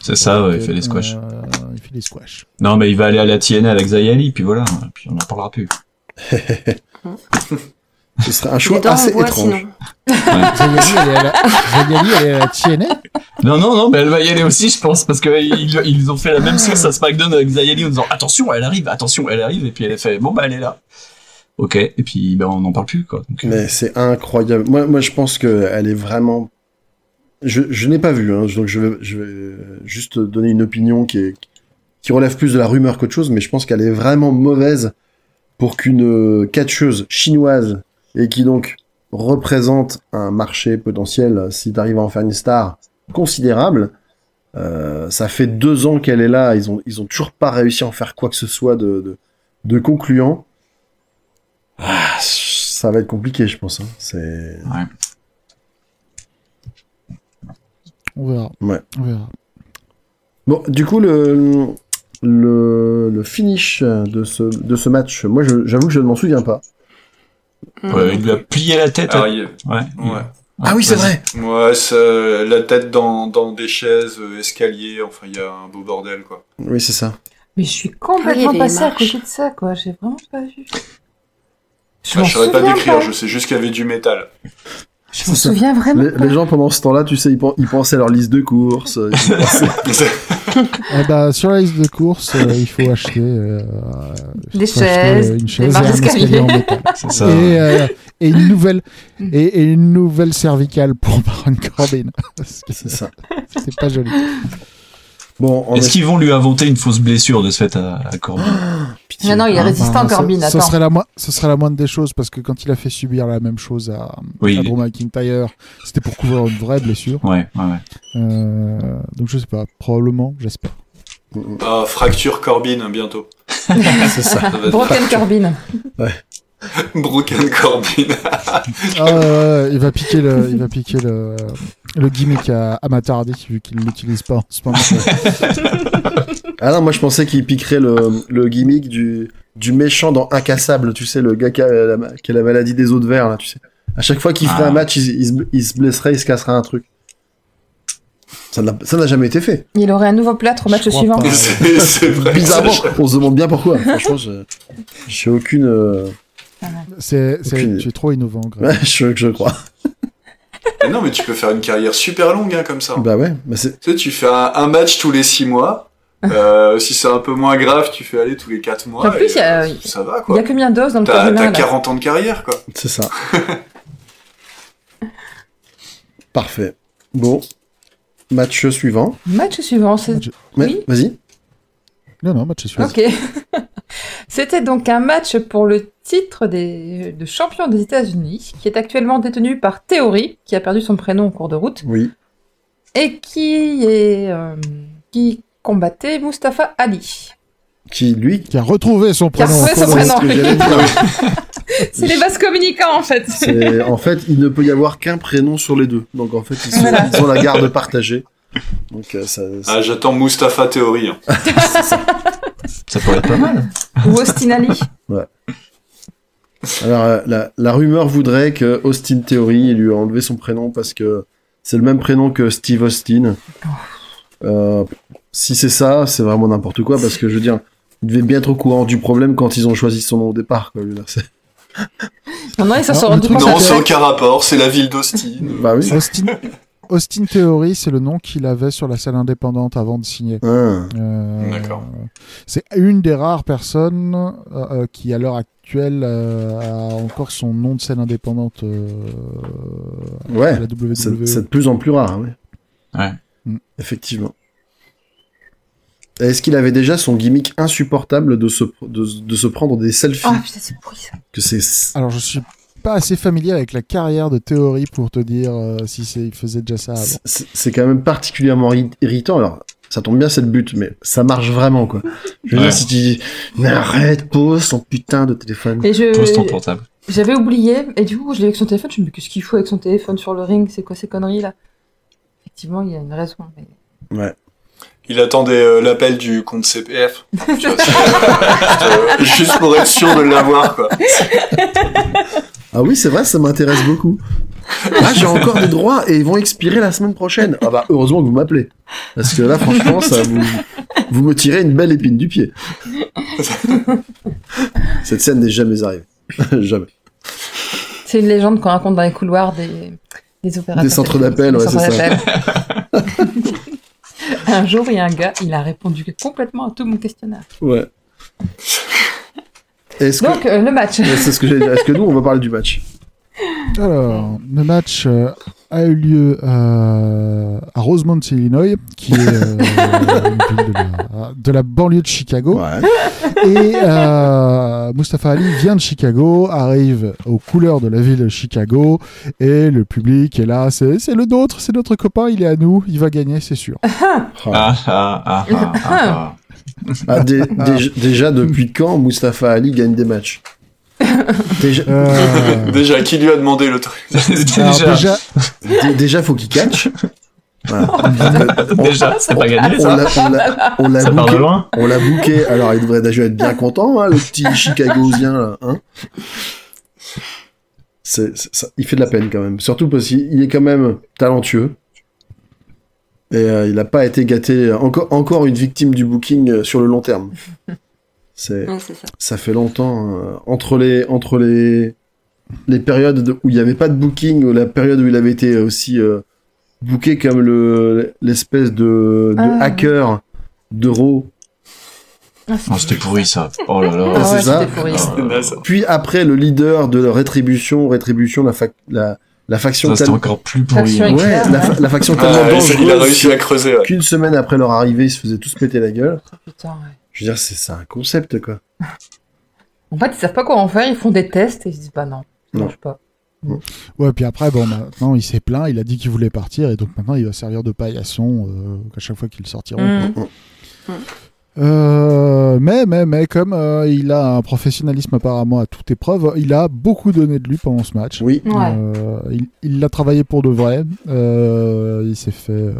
Speaker 4: C'est ça, ouais, il
Speaker 3: Euh,
Speaker 4: fait les squash.
Speaker 3: euh, il fait des squash.
Speaker 4: Non, mais il va aller à la TNA avec Zayali, puis voilà. Puis on en parlera plus.
Speaker 6: Ce serait un
Speaker 5: Des
Speaker 6: choix
Speaker 5: dents en
Speaker 6: assez
Speaker 5: bois,
Speaker 6: étrange.
Speaker 5: sinon.
Speaker 3: Zayali, elle est à la... Zayali, elle est à la TNA.
Speaker 4: Non, non, non, mais elle va y aller aussi, je pense, parce que ils, ils ont fait la même sauce à SmackDown avec Zayali en disant attention, elle arrive, attention, elle arrive, et puis elle fait bon bah elle est là. Ok, et puis ben on n'en parle plus quoi. Donc,
Speaker 6: Mais c'est incroyable. Moi, moi, je pense que elle est vraiment. Je, je n'ai pas vu, hein, donc je vais, je vais juste donner une opinion qui, est, qui relève plus de la rumeur qu'autre chose, mais je pense qu'elle est vraiment mauvaise pour qu'une euh, catcheuse chinoise et qui donc représente un marché potentiel, euh, si t'arrives à en faire une star considérable. Euh, ça fait deux ans qu'elle est là, ils ont, ils ont toujours pas réussi à en faire quoi que ce soit de, de, de concluant. Ah, ça va être compliqué, je pense. hein. C'est
Speaker 3: On verra.
Speaker 6: Ouais.
Speaker 3: On verra.
Speaker 6: bon. Du coup, le le, le finish de ce de ce match, moi, je- j'avoue que je ne m'en souviens pas.
Speaker 5: Mm.
Speaker 4: euh, ouais, il lui a plié la tête.
Speaker 2: Alors, il-
Speaker 4: Ah ouais.
Speaker 2: ouais.
Speaker 6: Ah oui, c'est vrai.
Speaker 2: Ouais, ça- la tête dans, dans des chaises, euh, escalier, enfin, il y a un beau bordel, quoi.
Speaker 6: Oui, c'est ça.
Speaker 7: Mais je suis
Speaker 5: Ah, il y
Speaker 7: complètement
Speaker 5: avait
Speaker 7: passée
Speaker 5: les
Speaker 7: à
Speaker 5: marches.
Speaker 7: côté de ça, quoi. J'ai vraiment pas vu. Je
Speaker 2: Bah,
Speaker 7: m'en
Speaker 2: je saurais pas
Speaker 7: souviens
Speaker 2: décrire, je sais juste qu'il y avait du métal.
Speaker 7: Je m'en souviens vraiment.
Speaker 6: Les,
Speaker 7: pas.
Speaker 6: les gens pendant ce temps-là, tu sais, ils, pen- ils pensaient à leur liste de courses. ils pensaient-
Speaker 3: Eh ben, sur la liste de courses, euh, il faut acheter euh, il
Speaker 7: Des
Speaker 3: faut acheter,
Speaker 7: chaises,
Speaker 3: euh, une
Speaker 7: des
Speaker 3: chaise et
Speaker 7: marches
Speaker 3: un
Speaker 7: d'escalier.
Speaker 3: escalier en métal.
Speaker 4: C'est ça.
Speaker 3: Et, euh, et une nouvelle
Speaker 7: Mm.
Speaker 3: et, et une nouvelle cervicale pour Baron Corbin. Parce que
Speaker 6: c'est ça.
Speaker 3: C'était pas joli.
Speaker 6: Bon, on
Speaker 4: Est-ce
Speaker 6: est...
Speaker 4: qu'ils vont lui inventer une fausse blessure de ce fait à, à Corbin
Speaker 7: Non, non, il est
Speaker 3: Ah,
Speaker 7: résistant,
Speaker 3: bah, ce-
Speaker 7: Corbin.
Speaker 3: Ce
Speaker 7: Attends.
Speaker 3: serait, la moi- ce serait la moindre des choses parce que quand il a fait subir la même chose à,
Speaker 4: Oui.
Speaker 3: à Drew McIntyre, c'était pour couvrir une vraie blessure.
Speaker 4: Ouais, ouais, ouais.
Speaker 3: Euh, donc je sais pas, probablement, j'espère.
Speaker 2: Ah, fracture Corbin, hein, bientôt.
Speaker 6: c'est ça.
Speaker 2: Ça va être-
Speaker 7: Broken Corbin.
Speaker 2: Broken Corbin.
Speaker 3: Ah, ouais, ouais, il va piquer le, il va piquer le, le gimmick à, à Matardi vu qu'il ne l'utilise pas en ce moment.
Speaker 6: Ah non, moi je pensais qu'il piquerait le, le gimmick du, du méchant dans Incassable, tu sais, le gars qui a la, ma- qui a la maladie des os de verre, là, tu sais. À chaque fois qu'il ferait
Speaker 4: Ah.
Speaker 6: un match, il, il se- il se blesserait, il se casserait un truc. Ça n'a ça n'a jamais été fait.
Speaker 7: Il aurait un nouveau plâtre au match
Speaker 3: Je crois
Speaker 7: suivant.
Speaker 3: pas. Ouais.
Speaker 2: C'est c'est vrai.
Speaker 6: Bizarrement,
Speaker 2: ça,
Speaker 6: on se demande bien pourquoi. Franchement, je- j'ai aucune. euh,
Speaker 3: C'est, c'est-
Speaker 6: Aucune idée.
Speaker 3: tu es trop innovant. Greg.
Speaker 6: ouais, je, je crois.
Speaker 2: je- Non, mais tu peux faire une carrière super longue, hein, comme ça.
Speaker 6: Bah ouais, bah c'est.
Speaker 2: Tu sais, tu fais un, un match tous les six mois. Euh, si c'est un peu moins grave, tu fais aller tous les quatre mois.
Speaker 7: Ah. En plus,
Speaker 2: et,
Speaker 7: il y a-
Speaker 2: euh, ça va,
Speaker 7: Il y
Speaker 2: quoi.
Speaker 7: a combien d'os dans le corps
Speaker 2: T'as
Speaker 7: humain
Speaker 2: t'as
Speaker 7: là
Speaker 2: 40 ans de carrière, quoi.
Speaker 6: C'est ça. Parfait. Bon. Match suivant.
Speaker 7: Match suivant, c'est
Speaker 6: Mais,
Speaker 7: Oui.
Speaker 6: Vas-y.
Speaker 3: Non, non, match suivant.
Speaker 7: Ok. C'était donc un match pour le titre des- de champion des États-Unis, qui est actuellement détenu par Theory, qui a perdu son prénom en cours de route,
Speaker 6: Oui.
Speaker 7: et qui est euh, qui combattait Mustafa Ali.
Speaker 6: Qui, lui,
Speaker 3: Qui a retrouvé son
Speaker 7: Qui a
Speaker 3: prénom.
Speaker 7: retrouvé son
Speaker 3: Faut-
Speaker 7: prénom.
Speaker 6: C'est ce que j'allais dire.
Speaker 7: C'est les vases communicants en fait.
Speaker 6: C'est- En fait, il ne peut y avoir qu'un prénom sur les deux. Donc en fait, ils, sont-
Speaker 7: Voilà.
Speaker 6: ils ont la garde partagée. Donc euh, ça, ça-
Speaker 2: Ah, j'attends Mustapha Théorie. hein.
Speaker 4: Ça pourrait être pas mal.
Speaker 7: Ou Austin Ali.
Speaker 6: Alors euh, la, la rumeur voudrait que Austin Theory il lui a enlevé son prénom parce que c'est le même prénom que Steve Austin.
Speaker 3: Oh.
Speaker 6: Euh, si c'est ça, c'est vraiment n'importe quoi parce que je veux dire, il devait bien être au courant du problème quand ils ont choisi son nom au départ. Quoi, je veux dire, c'est-
Speaker 7: Non, non, ils s'en
Speaker 3: Non,
Speaker 7: sont
Speaker 3: le
Speaker 7: rendus
Speaker 3: truc,
Speaker 7: compte. Ah,
Speaker 2: Non,
Speaker 3: s'appelle-
Speaker 2: c'est aucun rapport, c'est la ville d'Austin.
Speaker 6: bah oui.
Speaker 3: Austin, Austin Theory, c'est le nom qu'il avait sur la salle indépendante avant de signer.
Speaker 6: Ah.
Speaker 3: Euh,
Speaker 2: D'accord.
Speaker 3: C'est une des rares personnes euh, euh, qui, à l'heure actuelle, euh, a encore son nom de scène indépendante euh, à
Speaker 6: Ouais.
Speaker 3: la E. WWE.
Speaker 6: C'est c'est de plus en plus rare, oui.
Speaker 4: Ouais.
Speaker 3: Mm.
Speaker 6: Effectivement. Est-ce qu'il avait déjà son gimmick insupportable de se, de, de se prendre des selfies
Speaker 7: Ah putain, c'est pourri ça.
Speaker 6: que c'est
Speaker 3: Alors, je suis pas assez familier avec la carrière de Theory pour te dire euh, si c'est- il faisait déjà ça avant.
Speaker 6: c'est- c'est quand même particulièrement irri- irritant. Alors, ça tombe bien, c'est le but, mais ça marche vraiment, quoi. Je veux
Speaker 4: Ouais.
Speaker 6: dire, si tu dis, mais arrête, pose ton putain de téléphone.
Speaker 7: Et
Speaker 4: Pose ton
Speaker 7: je
Speaker 4: portable.
Speaker 7: j'avais oublié et du coup je l'ai avec son téléphone. Je me dis mais qu'est-ce qu'il faut avec son téléphone sur le ring C'est quoi ces conneries là Effectivement, il y a une raison. mais-
Speaker 6: Ouais.
Speaker 2: Il attendait euh, l'appel du compte CPF. Tu vois, c'est- euh, juste pour être sûr de l'avoir, quoi.
Speaker 6: Ah oui, c'est vrai, ça m'intéresse beaucoup. Ah, j'ai encore des droits et ils vont expirer la semaine prochaine. Ah bah, heureusement que vous m'appelez. Parce que là, franchement, ça vous, vous me tirez une belle épine du pied. Cette scène n'est jamais arrivée. jamais.
Speaker 7: C'est une légende qu'on raconte dans les couloirs des, des opérateurs.
Speaker 6: Des centres d'appel,
Speaker 7: Des
Speaker 6: ouais,
Speaker 7: centres
Speaker 6: c'est ça.
Speaker 7: d'appel. un jour, il y a un gars, il a répondu complètement à tout mon questionnaire.
Speaker 6: Ouais. Est-ce que
Speaker 7: Donc, euh, le match.
Speaker 6: Ouais, c'est ce que j'allais dire. Est-ce que nous on va parler du match
Speaker 3: Alors, le match euh, a eu lieu euh, à Rosemont, Illinois, qui est euh, une ville de, la, de la banlieue de Chicago.
Speaker 6: Ouais.
Speaker 3: Et euh, Mustafa Ali vient de Chicago, arrive aux couleurs de la ville de Chicago, et le public est là, c'est c'est le nôtre, c'est notre copain, il est à nous, il va gagner, c'est sûr.
Speaker 6: Oh.
Speaker 4: Ah, ah, ah, ah, ah,
Speaker 6: Ah, dé- dé- déjà depuis quand Mustafa Ali gagne des matchs Déjà,
Speaker 3: Euh,
Speaker 2: Déjà, qui lui a demandé le truc
Speaker 4: ah.
Speaker 3: alors
Speaker 4: déjà,
Speaker 3: déjà,
Speaker 6: dé- déjà faut qu'il catch. Voilà. On-
Speaker 4: déjà, c'est pas gagné,
Speaker 6: on
Speaker 4: ça.
Speaker 6: l'a- on l'a- on l'a
Speaker 4: Ça part de
Speaker 6: booké-
Speaker 4: loin.
Speaker 6: on l'a booké. Alors il devrait déjà être bien content, hein, le petit Chicagosien. Là, hein. C'est- c'est- ça- il fait de la peine quand même. Surtout parce qu'il est quand même talentueux. Et euh, il n'a pas été gâté. Encore, encore une victime du booking euh, sur le long terme. C'est,
Speaker 5: Ouais, c'est ça.
Speaker 6: ça fait longtemps euh, entre les entre les les périodes de- où il n'y avait pas de booking ou la période où il avait été aussi euh, booké comme le l'espèce de, de
Speaker 7: Ah.
Speaker 6: hacker d'euro
Speaker 7: Ah,
Speaker 4: Oh, c'était pourri, ça. Oh là
Speaker 7: Ah
Speaker 4: là.
Speaker 6: Ah, c'est
Speaker 7: ouais,
Speaker 6: ça.
Speaker 7: c'était pourri.
Speaker 4: Ah,
Speaker 2: C'était naze.
Speaker 6: puis après le leader de la rétribution rétribution la fac- la, la faction
Speaker 4: Ça, c'était
Speaker 6: tel-
Speaker 4: encore plus pourri.
Speaker 7: Faction
Speaker 6: ouais,
Speaker 7: Éclair,
Speaker 6: la, fa-
Speaker 7: ouais.
Speaker 6: la faction
Speaker 2: Ah,
Speaker 6: tellement
Speaker 2: il, il a
Speaker 6: dangereuse
Speaker 2: réussi à creuser. ouais.
Speaker 6: qu'une semaine après leur arrivée ils se faisaient tous péter la gueule
Speaker 7: Oh, Putain, ouais.
Speaker 6: je veux dire c'est c'est un concept quoi
Speaker 7: En fait, ils savent pas quoi en faire, ils font des tests et ils se disent bah non, ça
Speaker 6: Non.
Speaker 7: marche pas.
Speaker 3: ouais, puis après, bon, maintenant il s'est plaint, il a dit qu'il voulait partir, et donc maintenant il va servir de paillasson euh, à chaque fois qu'ils sortiront.
Speaker 7: Mm.
Speaker 3: Euh, mais, mais, mais, comme euh, il a un professionnalisme apparemment à toute épreuve, il a beaucoup donné de lui pendant ce match.
Speaker 6: oui
Speaker 7: Ouais.
Speaker 3: Euh, il- il l'a travaillé pour de vrai. Euh, il s'est fait, euh,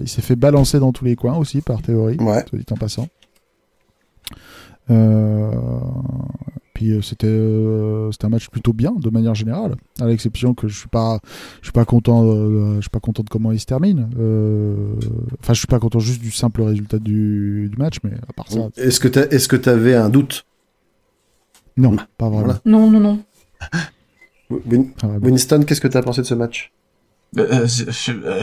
Speaker 3: il s'est fait balancer dans tous les coins aussi par théorie,
Speaker 6: ouais
Speaker 3: soit dit en passant. Euh, puis euh, c'était, euh, c'était un match plutôt bien de manière générale, à l'exception que je suis pas, je suis pas content, euh, je suis pas content de comment il se termine. Euh, Enfin, je suis pas content juste du simple résultat du, du match, mais à part ça,
Speaker 6: est-ce que t'as- est-ce que t'avais un doute
Speaker 3: non, pas vraiment.
Speaker 6: Voilà.
Speaker 7: Non, non, non.
Speaker 6: Win-
Speaker 3: Pas vraiment.
Speaker 6: Winston qu'est-ce que t'as pensé de ce match
Speaker 4: Euh, euh, c'est- euh, euh,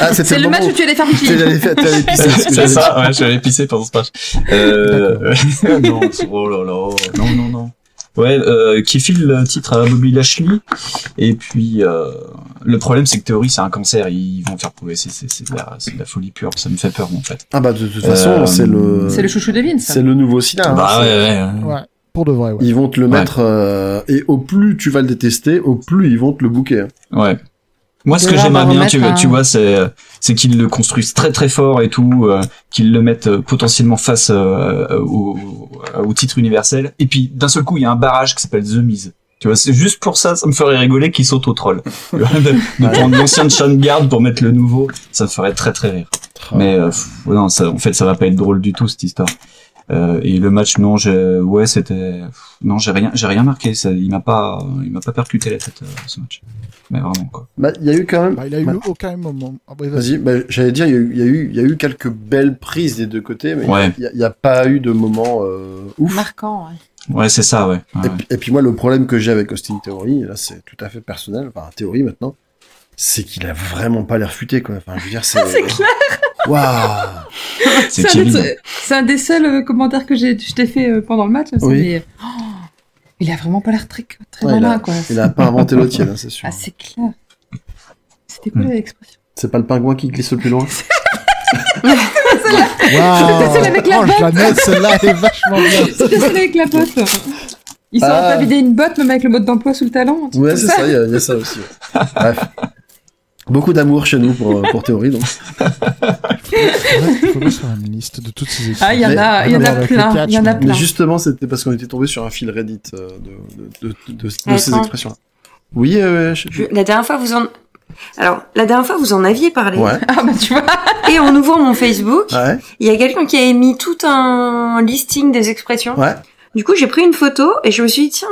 Speaker 6: Ah, c'était
Speaker 7: C'est le match
Speaker 6: moment
Speaker 7: où tu allais faire
Speaker 6: où
Speaker 7: pipi.
Speaker 6: t'allais faire- t'allais pisser, ce que
Speaker 4: C'est
Speaker 6: j'allais dire.
Speaker 4: ça, ouais, je vais aller pisser pendant ce match. Euh, non, oh là là, non, non, non. Ouais, euh, qui file le titre à Bobby Lashley. Et puis, euh, le problème, c'est que Théorie, c'est un cancer. Ils vont faire prouver. C'est, c'est, c'est, de la, c'est de la folie pure. Ça me fait peur, en fait.
Speaker 6: Ah bah de toute façon,
Speaker 4: Euh,
Speaker 6: c'est le
Speaker 7: C'est le chouchou de Vince.
Speaker 6: c'est le nouveau Sina. hein.
Speaker 4: bah ouais,
Speaker 6: C'est-
Speaker 4: ouais, ouais.
Speaker 3: Ouais, pour de vrai. Ouais.
Speaker 6: Ils vont te le mettre euh, et au plus tu vas le détester, au plus ils vont te le bouquer. hein.
Speaker 4: Ouais. Moi, ce
Speaker 7: Déjà,
Speaker 4: que
Speaker 7: on va
Speaker 4: j'aimerais bien,
Speaker 7: remettre
Speaker 4: tu, vois-
Speaker 7: un-
Speaker 4: tu vois, c'est, c'est qu'ils le construisent très très fort et tout, euh, qu'ils le mettent euh, potentiellement face euh, au, au titre universel. Et puis, d'un seul coup, il y a un barrage qui s'appelle The Miz. Tu vois, c'est juste pour ça, ça me ferait rigoler qu'ils sautent au troll. Tu vois, de, de prendre l'ancien de Sean Guard pour mettre le nouveau, ça me ferait très très rire. Mais euh, pff, non, ça, en fait, ça va pas être drôle du tout cette histoire. Euh, et le match, non, j'ai, ouais, c'était, pff, non, j'ai rien, j'ai rien marqué. Ça, il m'a pas, il m'a pas percuté la tête euh, ce match. Mais vraiment quoi.
Speaker 6: Bah il y a eu quand même.
Speaker 3: Bah, il a eu
Speaker 6: Bah,
Speaker 3: aucun moment. Ah, oui, vas-y.
Speaker 6: Vas-y, bah, j'allais dire il y, a eu- il y a eu il y a eu quelques belles prises des deux côtés, mais il y a-
Speaker 4: Ouais.
Speaker 6: il y a- il y, a pas eu de moment euh, ouf.
Speaker 7: Marquant, ouais.
Speaker 4: Ouais, c'est ça, ouais. Ouais,
Speaker 6: Et, puis, et puis moi le problème que j'ai avec Austin Theory, là c'est tout à fait personnel, enfin théorie maintenant, c'est qu'il a vraiment pas l'air futé quoi. Enfin je veux dire c'est.
Speaker 7: C'est clair.
Speaker 6: Waouh.
Speaker 4: ouais. C'est
Speaker 7: C'est un,
Speaker 4: Kevin.
Speaker 7: des- c'est un des seuls euh, commentaires que j'ai, je t'ai fait euh, pendant le match. c'est
Speaker 6: Oui.
Speaker 7: des- Oh, il a vraiment pas l'air très, très
Speaker 6: Ouais, il,
Speaker 7: malin,
Speaker 6: a,
Speaker 7: quoi.
Speaker 6: il a pas inventé le tienne, hein, c'est sûr.
Speaker 7: Ah, c'est clair. C'était
Speaker 6: Hmm.
Speaker 7: quoi l'expression
Speaker 6: C'est pas le pingouin qui glisse le plus loin.
Speaker 3: Waouh.
Speaker 7: C'était celle avec la
Speaker 3: Oh, je la note, celle-là elle est vachement bien.
Speaker 7: C'était celle avec la botte. Ils savent
Speaker 6: Ah.
Speaker 7: pas vider une botte, même avec le mode d'emploi sous le talent.
Speaker 6: Ouais, c'est ça, il y, a- il y a ça aussi. ouais. Bref. Beaucoup d'amour chez nous pour, euh, pour théorie. Donc.
Speaker 3: Il faudrait faire une liste de toutes ces
Speaker 7: Ah, il y en
Speaker 6: Mais-
Speaker 7: a, il y en a
Speaker 3: mais-
Speaker 7: plein. Il y en a
Speaker 3: mais
Speaker 6: Mais
Speaker 7: plein.
Speaker 6: justement, c'était parce qu'on était tombé sur un fil Reddit euh, de, de, de, de- de ces
Speaker 5: Attends.
Speaker 6: expressions-là. Oui, euh, je-
Speaker 5: Je- la dernière fois, vous en. Alors, la dernière fois, vous en aviez parlé.
Speaker 6: ouais.
Speaker 7: Ah, bah, tu vois.
Speaker 5: Et en ouvrant mon Facebook,
Speaker 6: Ouais,
Speaker 5: il y a quelqu'un qui a mis tout un listing des expressions.
Speaker 6: ouais.
Speaker 5: Du coup, j'ai pris une photo et je me suis dit, tiens,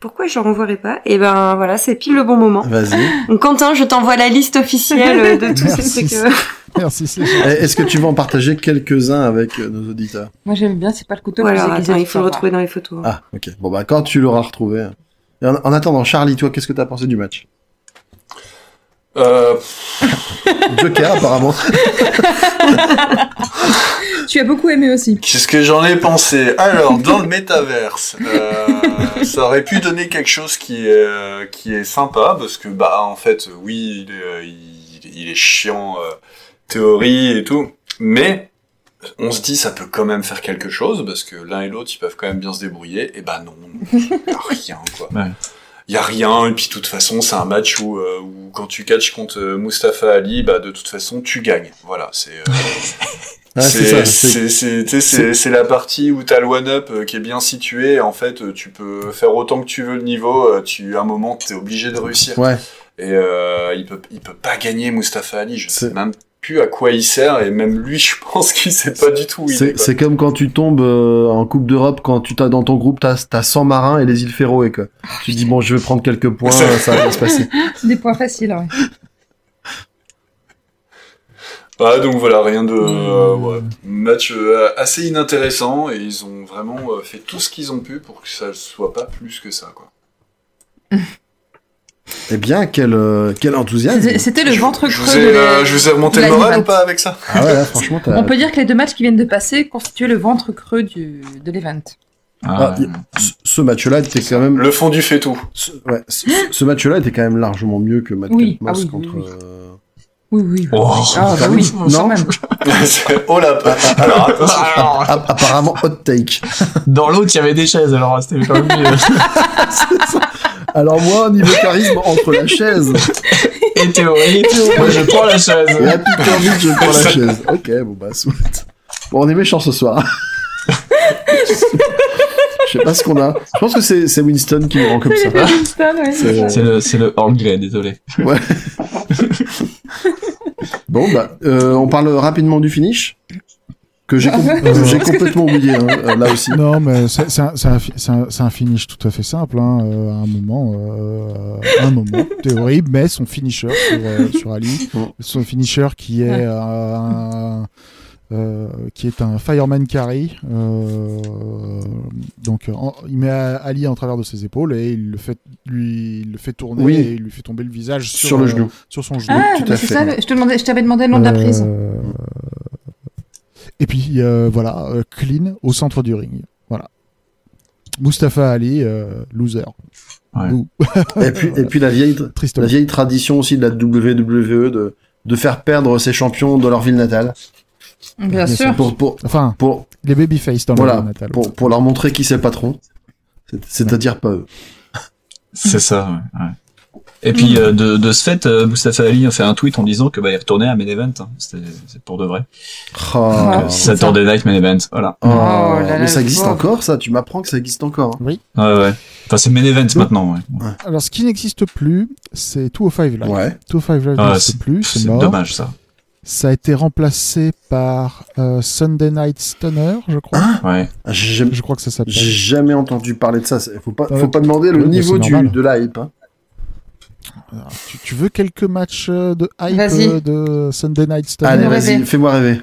Speaker 5: pourquoi je renvoierai pas Et ben voilà, c'est pile le bon moment.
Speaker 6: Vas-y.
Speaker 5: Donc, Quentin, je t'envoie la liste officielle de tous
Speaker 3: Merci.
Speaker 5: ces trucs. euh,
Speaker 3: Merci, c'est
Speaker 6: Eh, Est-ce que tu vas en partager quelques-uns avec euh, nos auditeurs
Speaker 7: Moi j'aime bien, c'est pas le couteau
Speaker 5: Ou
Speaker 7: que
Speaker 5: alors,
Speaker 7: vous
Speaker 5: attends, il faut le retrouver dans les photos. hein.
Speaker 6: Ah, ok. Bon, bah, quand tu l'auras retrouvé. hein. Et En, en attendant, Charlie, toi, qu'est-ce que t'as pensé du match
Speaker 2: Euh,
Speaker 6: Joker, apparemment.
Speaker 7: Tu as beaucoup aimé aussi.
Speaker 2: Qu'est-ce que j'en ai pensé Alors, dans le métaverse, euh, ça aurait pu donner quelque chose qui est, euh, qui est sympa, parce que, bah, en fait, oui, il est, euh, il, il est chiant, euh, théorie et tout, mais on se dit, ça peut quand même faire quelque chose, parce que l'un et l'autre, ils peuvent quand même bien se débrouiller, et bah non, y a rien, quoi.
Speaker 4: Ouais.
Speaker 2: Y a rien, et puis de toute façon, c'est un match où, euh, où quand tu catches contre euh, Mustafa Ali, bah de toute façon, tu gagnes. Voilà, c'est... euh,
Speaker 6: Ah, c'est
Speaker 2: c'est-
Speaker 6: ça. c'est-
Speaker 2: c'est- c'est- tu sais, c'est- c'est la partie où t'as le one-up euh, qui est bien situé. et En fait, euh, tu peux faire autant que tu veux le niveau. euh, Tu, à un moment, t'es obligé de réussir.
Speaker 6: Ouais.
Speaker 2: Et euh, il peut, il peut pas gagner Mustafa Ali. Je sais
Speaker 6: C'est-
Speaker 2: même plus à quoi il sert. Et même lui, je pense qu'il sait pas du tout où il est.
Speaker 6: C'est
Speaker 2: quoi.
Speaker 6: c'est comme quand tu tombes euh, en Coupe d'Europe, quand tu t'as dans ton groupe, t'as as 100 marins et les îles Féroé, quoi. Tu dis, bon, je vais prendre quelques points,
Speaker 2: C'est-
Speaker 6: ça va bien se passer.
Speaker 7: C'est des points faciles, ouais.
Speaker 2: Bah, donc voilà, rien de
Speaker 6: Hmm.
Speaker 2: euh, ouais. match euh, assez inintéressant. Et ils ont vraiment euh, fait tout ce qu'ils ont pu pour que ça soit pas plus que ça. Quoi.
Speaker 6: Eh bien, quel, euh, quel enthousiasme.
Speaker 7: C'était c'était le
Speaker 2: Je-
Speaker 7: ventre
Speaker 2: je
Speaker 7: creux.
Speaker 2: vous ai,
Speaker 7: de la-
Speaker 2: euh, je vous ai remonté
Speaker 7: de
Speaker 2: le
Speaker 7: la
Speaker 2: moral
Speaker 7: Ligue
Speaker 2: ou pas avec ça
Speaker 6: Ah ouais, là, franchement, t'as-
Speaker 7: On peut dire que les deux matchs qui viennent de passer constituaient le ventre creux du, de l'event.
Speaker 4: Ah,
Speaker 6: Ah, y- ce- ce match-là était quand même,
Speaker 2: Le fond du fait tout.
Speaker 6: ce, ouais, ce- ce match-là était quand même largement mieux que Matt
Speaker 7: Oui,
Speaker 6: Kempos
Speaker 7: ah oui, oui,
Speaker 6: contre,
Speaker 7: oui.
Speaker 6: euh,
Speaker 7: Oui, oui.
Speaker 4: Oh.
Speaker 7: Ah, bah oui,
Speaker 6: Non.
Speaker 7: quand même.
Speaker 2: oh la Alors, attention.
Speaker 4: Alors,
Speaker 6: a- apparemment hot take.
Speaker 4: dans l'autre, il y avait des chaises, alors c'était quand même euh, mieux.
Speaker 6: Alors moi, niveau charisme, entre la chaise
Speaker 4: Et théorie, moi je prends la chaise.
Speaker 6: et la Peter Vite, je prends la chaise. Ok, bon bah, soit. Bon, on est méchants ce soir. Je sais pas ce qu'on a. Je pense que c'est c'est Winston qui nous rend comme ça.
Speaker 7: C'est les Winston, ouais, c'est
Speaker 6: C'est-
Speaker 7: ça.
Speaker 4: C'est le, c'est le Earl Grey, désolé.
Speaker 6: Bon bah, euh, on parle rapidement du finish que j'ai com- que j'ai complètement oublié hein, euh, là aussi.
Speaker 3: Non, mais c'est c'est un, c'est un fi- c'est un- c'est un finish tout à fait simple. Hein. euh, à un moment, euh, à un moment, théorie, mais son finisher sur, euh, sur Ali, son finisher qui est
Speaker 7: Ouais.
Speaker 3: euh, un, euh, qui est un fireman carry. euh, donc, euh, en- il met Ali en travers de ses épaules et il le fait, lui, il le fait tourner
Speaker 6: Oui.
Speaker 3: et il lui fait tomber le visage sur,
Speaker 6: Sur le
Speaker 3: euh,
Speaker 6: genou.
Speaker 3: sur son genou.
Speaker 7: Ah,
Speaker 6: tout
Speaker 7: mais
Speaker 6: à
Speaker 7: c'est
Speaker 6: fait.
Speaker 7: ça, le- je te demandais- je t'avais demandé le nom de la prise.
Speaker 3: Euh, Et puis euh, voilà, euh, clean au centre du ring. Voilà. Mustafa Ali, euh, loser.
Speaker 4: Ouais.
Speaker 3: Ou-
Speaker 6: Et puis et puis la vieille
Speaker 3: Triste.
Speaker 6: la vieille tradition aussi de la WWE de de faire perdre ses champions dans leur ville natale
Speaker 7: Bien sûr.
Speaker 6: pour pour
Speaker 3: Enfin,
Speaker 6: pour
Speaker 3: les babyface dans
Speaker 6: Voilà,
Speaker 3: le natal.
Speaker 6: pour, pour leur montrer qui c'est le patron. C'est- C'est-à-dire pas eux.
Speaker 4: C'est ça, ouais. ouais. Et puis euh, de, de ce fait, euh, Mustafa Ali a fait un tweet en disant que bah il retournait à Main Event, hein. C'était- c'est pour de vrai.
Speaker 6: Oh,
Speaker 7: Ah, c'est
Speaker 4: Saturday Night Main Event, voilà.
Speaker 6: oh,
Speaker 7: là là,
Speaker 6: mais ça
Speaker 7: le
Speaker 6: existe
Speaker 7: pauvre.
Speaker 6: encore, ça Tu m'apprends que ça existe encore. hein.
Speaker 4: Ouais ouais. Enfin c'est Main Event maintenant, ouais.
Speaker 3: Alors, ce qui n'existe plus, c'est Two Five Live.
Speaker 6: Ouais.
Speaker 3: Two Five Live
Speaker 4: Ah,
Speaker 3: n'existe plus, c'est
Speaker 4: C'est
Speaker 3: mort.
Speaker 4: dommage ça.
Speaker 3: Ça a été remplacé par euh, Sunday Night Stunner, je crois.
Speaker 6: Ah.
Speaker 4: Ouais.
Speaker 6: J'ai jamais-
Speaker 3: je crois que ça s'appelle.
Speaker 6: j'ai jamais entendu parler de ça. c'est- Faut pas,
Speaker 3: Ouais.
Speaker 6: faut pas demander le
Speaker 3: Ouais, mais
Speaker 6: niveau
Speaker 3: c'est
Speaker 6: du,
Speaker 3: normal.
Speaker 6: de la hype. hein.
Speaker 3: Alors, Ah, Tu, tu veux quelques matchs euh, de hype
Speaker 7: Vas-y.
Speaker 3: euh, de Sunday Night Stunner
Speaker 6: Allez,
Speaker 7: nous
Speaker 6: vas-y,
Speaker 7: rêver.
Speaker 6: fais-moi rêver.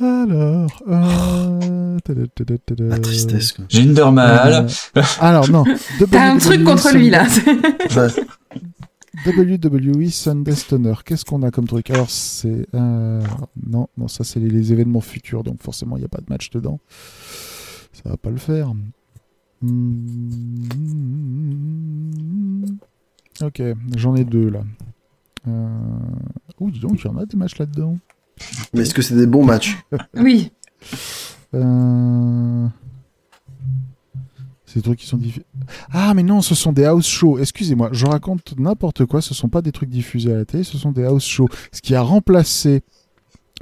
Speaker 3: Alors, euh, tada, tada, tada.
Speaker 6: Oh. La tristesse. Quoi.
Speaker 4: Jinder Mahal.
Speaker 3: Euh, alors non. E
Speaker 7: T'as un
Speaker 3: WWE
Speaker 7: truc contre lui, là.
Speaker 6: Bah,
Speaker 3: WWE E Sunday Stunner. Qu'est-ce qu'on a comme truc Alors c'est euh, non non ça c'est les, les événements futurs donc forcément il n'y a pas de match dedans. Ça va pas le faire. Hmm. Ok j'en ai deux là. Euh... Ouh dis donc il y en a des matchs là-dedans.
Speaker 6: mais est-ce que c'est des bons matchs
Speaker 7: Oui.
Speaker 3: Euh... C'est des trucs qui sont diffusés. Ah, mais non, ce sont des house shows. Excusez-moi, je raconte n'importe quoi. Ce sont pas des trucs diffusés à la télé, ce sont des house shows. Ce qui a remplacé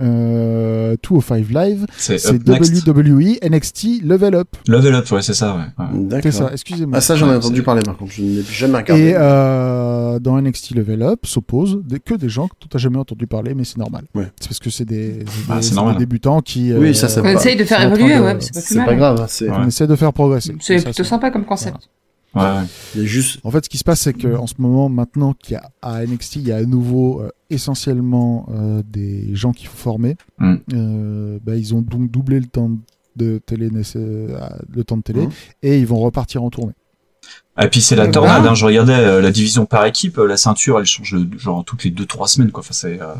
Speaker 3: euh, 205 Live,
Speaker 4: C'est
Speaker 3: c'est E
Speaker 4: Up Next.
Speaker 3: WWE NXT Level Up.
Speaker 4: Level Up, ouais, c'est ça, ouais. ouais.
Speaker 3: C'est
Speaker 6: D'accord.
Speaker 3: ça, excusez-moi.
Speaker 6: Ah, ça, j'en ai
Speaker 4: Ouais,
Speaker 6: entendu
Speaker 4: c'est-
Speaker 6: parler par contre. Je n'ai jamais regardé.
Speaker 3: Et euh, dans NXT Level Up s'opposent des- que des gens que tu n'as jamais entendu parler, mais c'est normal.
Speaker 6: Ouais.
Speaker 3: C'est parce que c'est des, c'est des-
Speaker 4: Ah, c'est
Speaker 3: c'est des
Speaker 4: normal.
Speaker 3: débutants qui.
Speaker 6: Oui, ça, c'est
Speaker 7: On
Speaker 6: pas-
Speaker 7: essaye de faire
Speaker 3: c'est en train
Speaker 7: évoluer,
Speaker 3: de-
Speaker 7: ouais, c'est pas plus
Speaker 6: C'est
Speaker 7: mal.
Speaker 6: pas grave. hein, C'est
Speaker 4: Ouais.
Speaker 3: On essaie de faire progresser.
Speaker 7: C'est
Speaker 3: Ça,
Speaker 7: plutôt sympa comme concept.
Speaker 4: Ouais, ouais.
Speaker 6: Il y a juste.
Speaker 3: En fait, ce qui se passe, c'est que en ce moment, maintenant qu'il y a à NXT, il y a à nouveau euh, essentiellement euh, des gens qui sont formés.
Speaker 4: Mm.
Speaker 3: Euh, bah, ils ont donc doublé le temps de télé, nécess- euh, le temps de télé,
Speaker 6: Mm.
Speaker 3: et ils vont repartir en tournée.
Speaker 4: Ah, Et puis c'est la
Speaker 7: Eh
Speaker 4: tornade,
Speaker 7: ben.
Speaker 4: hein. je regardais euh, la division par équipe, euh, la ceinture elle change euh, genre toutes les deux trois semaines quoi. Enfin, c'est, euh,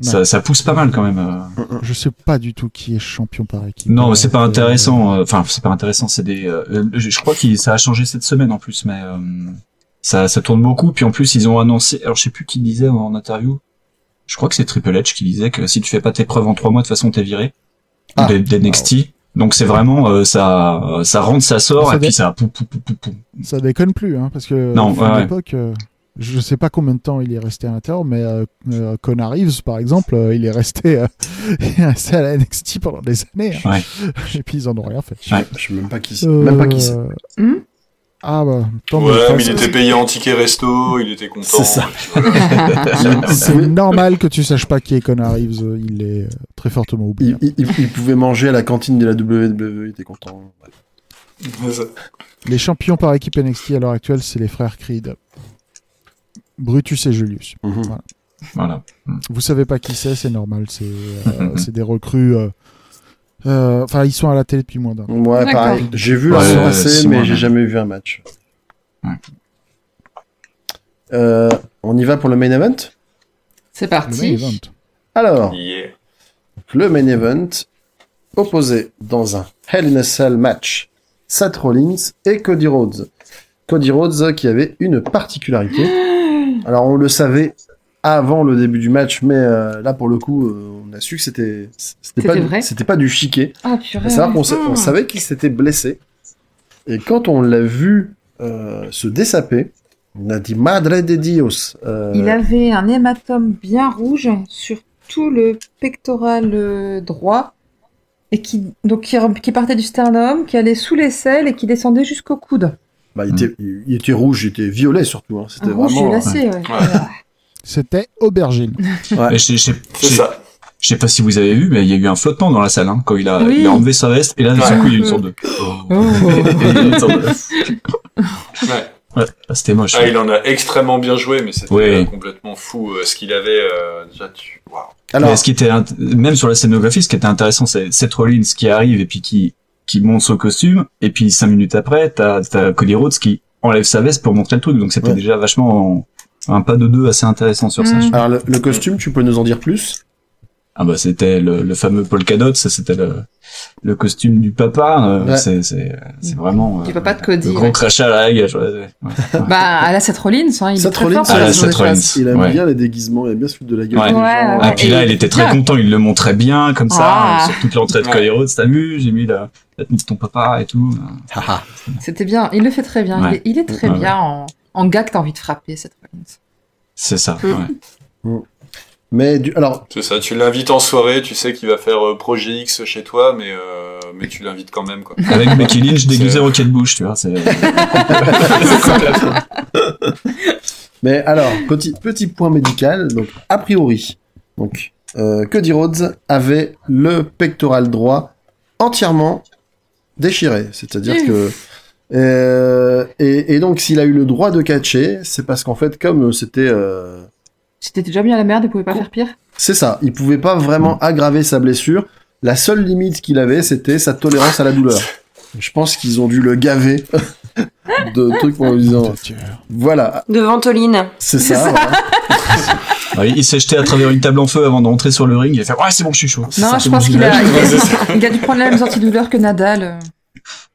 Speaker 4: ça, ça pousse pas mal quand même. euh.
Speaker 3: Je sais pas du tout qui est champion par équipe.
Speaker 4: Non, mais
Speaker 3: Euh,
Speaker 4: c'est pas
Speaker 3: euh,
Speaker 4: intéressant. euh, Enfin, c'est pas intéressant. C'est des. euh, euh, je je crois que ça a changé cette semaine en plus, mais euh, ça, ça tourne beaucoup. Puis en plus ils ont annoncé. Alors je sais plus qui disait en, en interview. Je crois que c'est Triple H qui disait que si tu fais pas tes preuves en trois mois, de toute façon t'es viré
Speaker 6: Ah.
Speaker 4: de, d'NXT. Donc c'est vraiment euh, ça, ça rentre, ça sort,
Speaker 3: Ça
Speaker 4: et
Speaker 3: dé-
Speaker 4: puis ça pou, pou, pou, pou, pou.
Speaker 3: Ça déconne plus, hein, parce que
Speaker 4: Non,
Speaker 3: à
Speaker 4: ouais,
Speaker 3: l'époque, euh, je sais pas combien de temps il est resté à l'intérieur, mais euh, euh, Connor Reeves, par exemple, euh, il est resté, euh, il est resté à la NXT pendant des années. hein. Et puis ils en ont rien fait.
Speaker 4: Ouais.
Speaker 6: Je sais même pas qui c'est. Même pas qui c'est.
Speaker 3: Euh,
Speaker 7: Hmm
Speaker 3: Ah bah, tant mieux.
Speaker 2: Ouais,
Speaker 3: Enfin,
Speaker 2: mais il
Speaker 3: c'est-
Speaker 2: était payé en ticket resto, il était content.
Speaker 6: C'est ça.
Speaker 3: C'est normal que tu saches pas qui est Connor Reeves. euh, Il est euh, très fortement oublié.
Speaker 6: Il, il- il- il pouvait manger à la cantine de la WWE, il était content. Ouais.
Speaker 3: Les champions par équipe NXT à l'heure actuelle, c'est les frères Creed. Brutus et Julius.
Speaker 6: Mhm.
Speaker 3: Voilà.
Speaker 4: Voilà.
Speaker 3: Vous savez pas qui c'est, c'est normal. C'est euh,
Speaker 4: Mhm.
Speaker 3: c'est des recrues. euh, euh, Enfin, ils sont à la télé depuis moins d'un. an.
Speaker 6: Ouais,
Speaker 7: D'accord.
Speaker 6: pareil. J'ai vu
Speaker 4: Ouais,
Speaker 6: la
Speaker 4: ouais,
Speaker 6: saison
Speaker 4: six
Speaker 6: passer,
Speaker 4: mois,
Speaker 6: mais j'ai
Speaker 4: même.
Speaker 6: jamais vu un match.
Speaker 4: Ouais.
Speaker 6: Euh, on y va pour le main event
Speaker 7: C'est
Speaker 3: Le main
Speaker 7: parti.
Speaker 3: event.
Speaker 6: Alors,
Speaker 2: Yeah.
Speaker 6: le main event opposé dans un Hell in a Cell match Seth Rollins et Cody Rhodes. Cody Rhodes qui avait une particularité. Alors, on le savait avant le début du match, mais euh, là, pour le coup, euh, on a su que c'était c'était
Speaker 7: C'était
Speaker 6: pas,
Speaker 7: vrai
Speaker 6: du- c'était pas du chiquet.
Speaker 7: Ah
Speaker 6: À
Speaker 7: purée.
Speaker 6: savoir qu'on sa-
Speaker 7: Hmm.
Speaker 6: on savait qu'il s'était blessé. Et quand on l'a vu euh, se dessaper, on a dit Madre de Dios. Euh,
Speaker 7: Il avait un hématome bien rouge sur tout le pectoral euh, droit et qui donc qui, rem- qui partait du sternum, qui allait sous l'aisselle et qui descendait jusqu'au coude.
Speaker 6: bah, il, était, il- il était rouge, il était violet surtout. hein. C'était
Speaker 7: Un Ah, rouge
Speaker 6: vraiment.
Speaker 7: violacé. ouais.
Speaker 3: C'était Aubergine.
Speaker 4: Et je, je- je-
Speaker 2: C'est
Speaker 4: je-
Speaker 2: ça.
Speaker 4: je sais pas si vous avez vu, mais il y a eu un flottement dans la salle hein, quand il a,
Speaker 7: Oui.
Speaker 4: il a enlevé sa veste et là, d'un
Speaker 2: Ouais.
Speaker 4: coup, il y a eu une sorte de.
Speaker 7: Oh.
Speaker 4: Et il y a eu une sorte de-
Speaker 2: Ouais.
Speaker 4: Ouais, ah, c'était moche.
Speaker 2: Ah, il en a extrêmement bien joué, mais c'était
Speaker 4: Ouais.
Speaker 2: euh, complètement fou euh, ce qu'il avait. euh, déjà, tu... Waouh.
Speaker 4: Mais
Speaker 6: Alors,
Speaker 4: ce qui était int- même sur la scénographie, ce qui était intéressant, c'est Seth Rollins qui arrive et puis qui qui monte son costume et puis cinq minutes après, t'as as Cody Rhodes qui enlève sa veste pour montrer le truc. Donc c'était
Speaker 6: Ouais.
Speaker 4: déjà vachement en- un pas de deux assez intéressant sur ça.
Speaker 7: Mm.
Speaker 6: alors, le, le costume, tu peux nous en dire plus
Speaker 4: Ah bah c'était le, le fameux polka dot, ça c'était le, le costume du papa. euh,
Speaker 6: Ouais.
Speaker 4: C'est c'est c'est vraiment.
Speaker 7: Du
Speaker 4: euh,
Speaker 7: papa de Cody.
Speaker 4: Le
Speaker 7: ouais.
Speaker 4: gros crachat à la gueule. ouais, ouais.
Speaker 7: Bah, à la Seth Rollins, hein, il est
Speaker 6: Seth
Speaker 7: très
Speaker 6: Rollins,
Speaker 7: fort pour
Speaker 4: Ah,
Speaker 6: il
Speaker 4: la
Speaker 6: a
Speaker 7: la
Speaker 6: son
Speaker 4: Seth
Speaker 6: espace.
Speaker 4: Rollins,
Speaker 6: il aime
Speaker 4: ouais.
Speaker 6: bien les déguisements, il aime bien se foutre de la gueule. euh,
Speaker 4: Ouais.
Speaker 6: des gens.
Speaker 7: Ouais,
Speaker 4: Ah, puis là,
Speaker 7: et-
Speaker 4: il était très
Speaker 7: bien.
Speaker 4: content, il le montrait bien, comme ça,
Speaker 7: Ah.
Speaker 4: sur toute l'entrée de
Speaker 2: Ouais.
Speaker 4: Cody Rhodes, t'as vu, j'ai mis la, la tenue de ton papa et tout.
Speaker 7: C'était bien. Il le fait très bien. Il,
Speaker 4: Ouais.
Speaker 7: est, il est très
Speaker 4: Ouais,
Speaker 7: bien en, en gars que t'as envie de frapper, Seth Rollins.
Speaker 4: C'est ça,
Speaker 5: Mm.
Speaker 4: ouais.
Speaker 6: Mais du... alors,
Speaker 2: C'est ça, tu l'invites en soirée, tu sais qu'il va faire euh, Projet X chez toi, mais, euh, mais tu l'invites quand même, quoi.
Speaker 4: Avec Becky Lynch
Speaker 2: C'est-
Speaker 4: déguisé Rocket Bush, tu vois, c'est...
Speaker 6: mais alors, petit, petit point médical. Donc, a priori, donc, euh, Cody Rhodes avait le pectoral droit entièrement déchiré. C'est-à-dire que. Euh, et, et donc, s'il a eu le droit de catcher, c'est parce qu'en fait, comme c'était. euh,
Speaker 7: C'était déjà bien à la merde, il pouvait pas faire pire.
Speaker 6: c'est ça, il pouvait pas vraiment aggraver sa blessure. La seule limite qu'il avait, c'était sa tolérance à la douleur. Je pense qu'ils ont dû le gaver de trucs en lui disant voilà,
Speaker 5: De Ventoline.
Speaker 6: c'est
Speaker 7: C'est
Speaker 6: ça.
Speaker 7: ça.
Speaker 6: voilà,
Speaker 4: Ouais, euh, il s'est jeté à travers une table en feu avant de rentrer sur le ring, il a fait « Ouais, c'est bon, je suis chaud ».
Speaker 6: c'est
Speaker 7: Non,
Speaker 6: ça.
Speaker 7: je pense qu'il a, il
Speaker 2: Ouais, c'est
Speaker 7: a, il a dû prendre la même sortie de douleur que Nadal.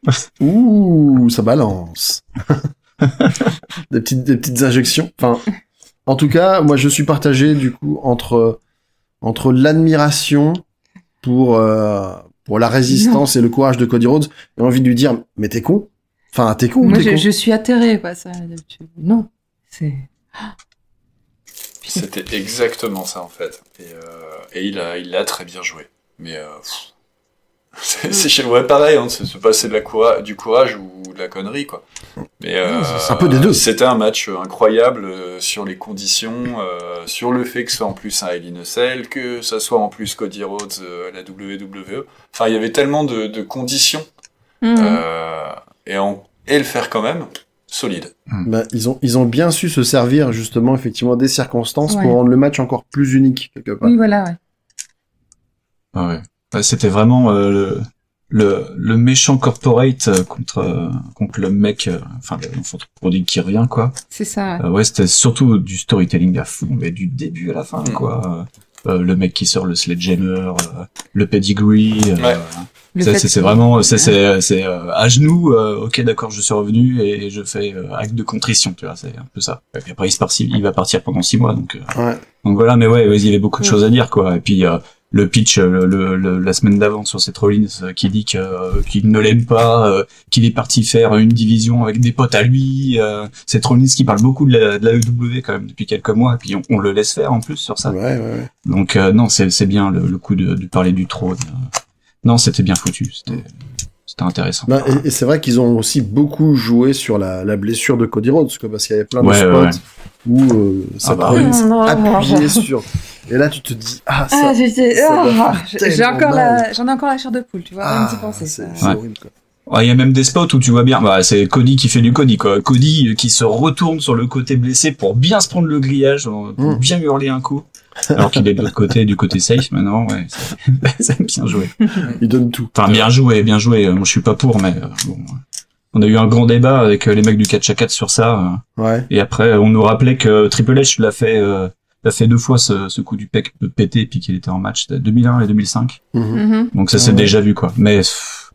Speaker 7: euh.
Speaker 6: Ouh, ça balance. des, petites, des petites injections. Enfin, en tout cas, moi, je suis partagé, du coup, entre, entre l'admiration pour, euh, pour la résistance et le courage de Cody Rhodes et envie de lui dire, mais t'es con. Enfin, t'es con,
Speaker 7: Moi,
Speaker 6: t'es
Speaker 7: je,
Speaker 6: con.
Speaker 7: je suis atterrée, quoi. Ça, tu- Non, c'est.
Speaker 2: C'était exactement ça, en fait. Et, euh, et il a il l'a très bien joué. Mais euh, pff, c'est c'est chez moi pareil, hein, c'est se passer de la coura- du courage ou de la connerie, quoi. Mais euh,
Speaker 6: c'est un peu des deux.
Speaker 2: C'était un match euh, incroyable euh, sur les conditions, euh, sur le fait que ce soit en plus un Hell in a Cell, que ça soit en plus Cody Rhodes, euh, la WWE. Enfin, il y avait tellement de- de conditions
Speaker 6: Mm.
Speaker 7: Mhm.
Speaker 2: Euh, et, en- et le faire quand même. solide.
Speaker 6: Bah, ils ont ils ont bien su se servir justement effectivement des circonstances
Speaker 7: Ouais.
Speaker 6: pour rendre le match encore plus unique quelque part.
Speaker 7: Oui, voilà, ouais.
Speaker 4: Ah ouais. Ouais, C'était vraiment euh, le, le, le méchant corporate euh, contre, euh, contre le mec, euh, enfin le- l'enfant produit qui revient, quoi.
Speaker 7: C'est ça. ouais.
Speaker 4: Euh, ouais, c'était surtout du storytelling à fond, mais du début à la fin,
Speaker 2: Mm.
Speaker 4: quoi. Euh, euh, le mec qui sort le sledgehammer, euh, le pedigree. euh,
Speaker 2: Ouais.
Speaker 7: Le
Speaker 4: ça,
Speaker 7: fait
Speaker 4: c'est c'est
Speaker 7: que-
Speaker 4: vraiment, ça, c'est c'est euh, à genoux. euh, ok, d'accord, je suis revenu et, et je fais euh, acte de contrition, tu vois. C'est un peu ça. Et puis après, il, se part, il va partir pendant six mois, donc. euh,
Speaker 6: Ouais.
Speaker 4: donc voilà, mais ouais, ouais, il y avait beaucoup de
Speaker 7: Mm.
Speaker 4: choses à dire, quoi. Et puis euh, le pitch euh, le, le- la semaine d'avant sur cette Rollins euh, qui dit que, euh, qu'il ne l'aime pas, euh, qu'il est parti faire une division avec des potes à lui. Euh, cette Rollins qui parle beaucoup de la, de la EW quand même depuis quelques mois, et puis on, on le laisse faire en plus sur ça.
Speaker 6: Ouais, ouais, ouais.
Speaker 4: Donc euh, non, c'est c'est bien le, le coup de, de parler du trône. euh. Non, c'était bien foutu, c'était c'était intéressant.
Speaker 6: Non, Bah, Ben, et, et c'est vrai qu'ils ont aussi beaucoup joué sur la, la blessure de Cody Rhodes, quoi, parce qu'il y avait plein
Speaker 4: Ouais,
Speaker 6: de spots
Speaker 4: ouais, ouais.
Speaker 6: où euh, ça
Speaker 7: Ah,
Speaker 4: bah
Speaker 6: prenait,
Speaker 5: oui.
Speaker 6: c'est
Speaker 5: Non,
Speaker 7: Oh,
Speaker 6: appuyé
Speaker 5: non.
Speaker 6: sur. Et là, tu te dis, ah, ça,
Speaker 5: Ah, j'étais.
Speaker 6: ça doit
Speaker 7: Ah,
Speaker 6: faire
Speaker 7: j'ai- j'ai
Speaker 6: tellement
Speaker 7: encore
Speaker 6: mal.
Speaker 7: la, j'en ai encore la chair de poule, tu vois, rien
Speaker 6: ah,
Speaker 7: d'y penser.
Speaker 6: c'est
Speaker 7: ça.
Speaker 6: c'est
Speaker 4: Ouais.
Speaker 6: horrible. Quoi.
Speaker 4: Ouais, Il y a même des spots où tu vois bien, bah, c'est Cody qui fait du Cody, quoi. Cody euh, qui se retourne sur le côté blessé pour bien se prendre le grillage, euh, pour
Speaker 6: Mm.
Speaker 4: bien hurler un coup. Alors qu'il est de l'autre côté, du côté safe maintenant, ouais. c'est- C'est bien joué.
Speaker 6: Ils donnent tout.
Speaker 4: Enfin, bien joué, bien joué. Euh, Moi, je suis pas pour, mais euh, bon. ouais. On a eu un grand débat avec euh, les mecs du 4 à 4 sur ça. euh,
Speaker 6: Ouais.
Speaker 4: et après, on nous rappelait que Triple H l'a fait, euh, l'a fait deux fois ce, ce coup du pec de pété, puis qu'il était en match c'était 2001 et 2005.
Speaker 6: Mhm.
Speaker 7: Mhm.
Speaker 4: Donc ça c'est
Speaker 6: Ouais.
Speaker 4: déjà vu quoi. Mais pff,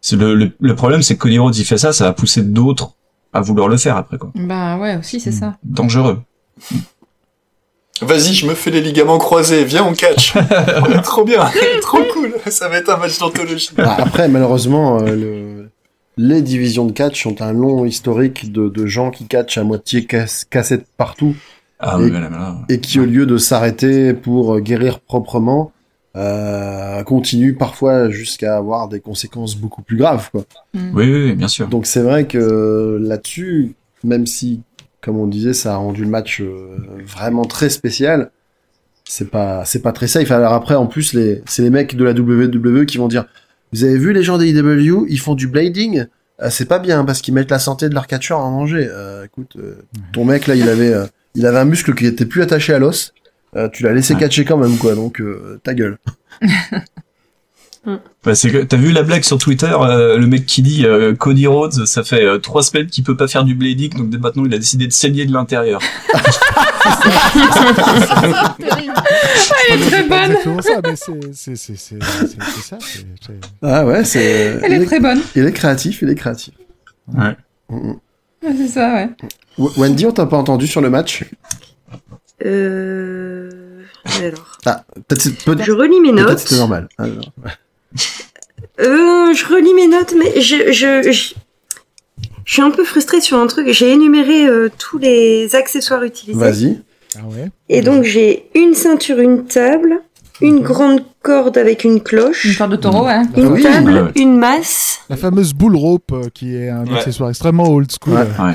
Speaker 4: c'est le, le, le problème c'est que Cody Rhodes il fait ça, ça va pousser d'autres à vouloir le faire après quoi.
Speaker 7: Ben ouais, aussi, c'est ça.
Speaker 4: Dangereux.
Speaker 2: Vas-y, je me fais les ligaments croisés, viens on catch. trop bien, trop cool, ça va être un match d'anthologie.
Speaker 6: Bah, après, malheureusement, euh, le- les divisions de catch ont un long historique de, de gens qui catchent à moitié casse- cassette partout
Speaker 4: Ah
Speaker 6: Et-
Speaker 4: oui, voilà, voilà.
Speaker 6: et qui, au lieu de s'arrêter pour euh, guérir proprement, euh, continuent parfois jusqu'à avoir des conséquences beaucoup plus graves. Quoi.
Speaker 7: Mhm.
Speaker 4: Oui, oui, oui, bien sûr.
Speaker 6: Donc c'est vrai que euh, là-dessus, même si, comme on disait, ça a rendu le match euh, vraiment très spécial, c'est pas, c'est pas très safe. Alors après, en plus, les, c'est les mecs de la WWE qui vont dire, vous avez vu les gens des IW, ils font du blading. Euh, c'est pas bien parce qu'ils mettent la santé de leur catcheur en danger. Euh, écoute, euh, ton mec là, il avait, euh, il avait un muscle qui était plus attaché à l'os. Euh, tu l'as laissé
Speaker 4: Ouais.
Speaker 6: catcher quand même quoi, donc euh, ta gueule.
Speaker 4: Bah, c'est que t'as vu la blague sur Twitter, euh, le mec qui dit euh, Cody Rhodes, ça fait euh, trois semaines qu'il peut pas faire du blading, donc dès maintenant il a décidé de saigner de l'intérieur.
Speaker 7: Ah, Elle est très bonne.
Speaker 3: exactement ça, mais c'est c'est- c'est- c'est- c'est- c'est ça. c'est- c'est-
Speaker 6: Ah ouais, c'est. il
Speaker 7: Elle est
Speaker 6: est-
Speaker 7: très bonne.
Speaker 6: Il est créatif, il est créatif.
Speaker 4: Ouais.
Speaker 6: Mm, mm.
Speaker 7: Ouais, C'est ça, ouais.
Speaker 6: W- Wendy, on t'a pas entendu sur le match
Speaker 5: Euh. Alors.
Speaker 6: Peut-être c'est peut
Speaker 5: Je relis mes
Speaker 6: peut-être
Speaker 5: notes.
Speaker 6: c'était normal. Alors,
Speaker 5: Euh, je relis mes notes, mais je, je, je, je suis un peu frustrée sur un truc. J'ai énuméré euh, tous les accessoires utilisés.
Speaker 6: Vas-y.
Speaker 3: Ah ouais.
Speaker 5: Et donc, j'ai une ceinture, une table, une grande corde avec une
Speaker 7: Une
Speaker 5: cloche,
Speaker 7: part de taureau, hein.
Speaker 3: La,
Speaker 5: une
Speaker 3: fameuse-
Speaker 5: table,
Speaker 4: Ouais, ouais.
Speaker 5: une masse.
Speaker 3: la fameuse bull rope euh, qui est un
Speaker 2: Ouais.
Speaker 3: accessoire extrêmement old school.
Speaker 6: Ouais.
Speaker 3: euh,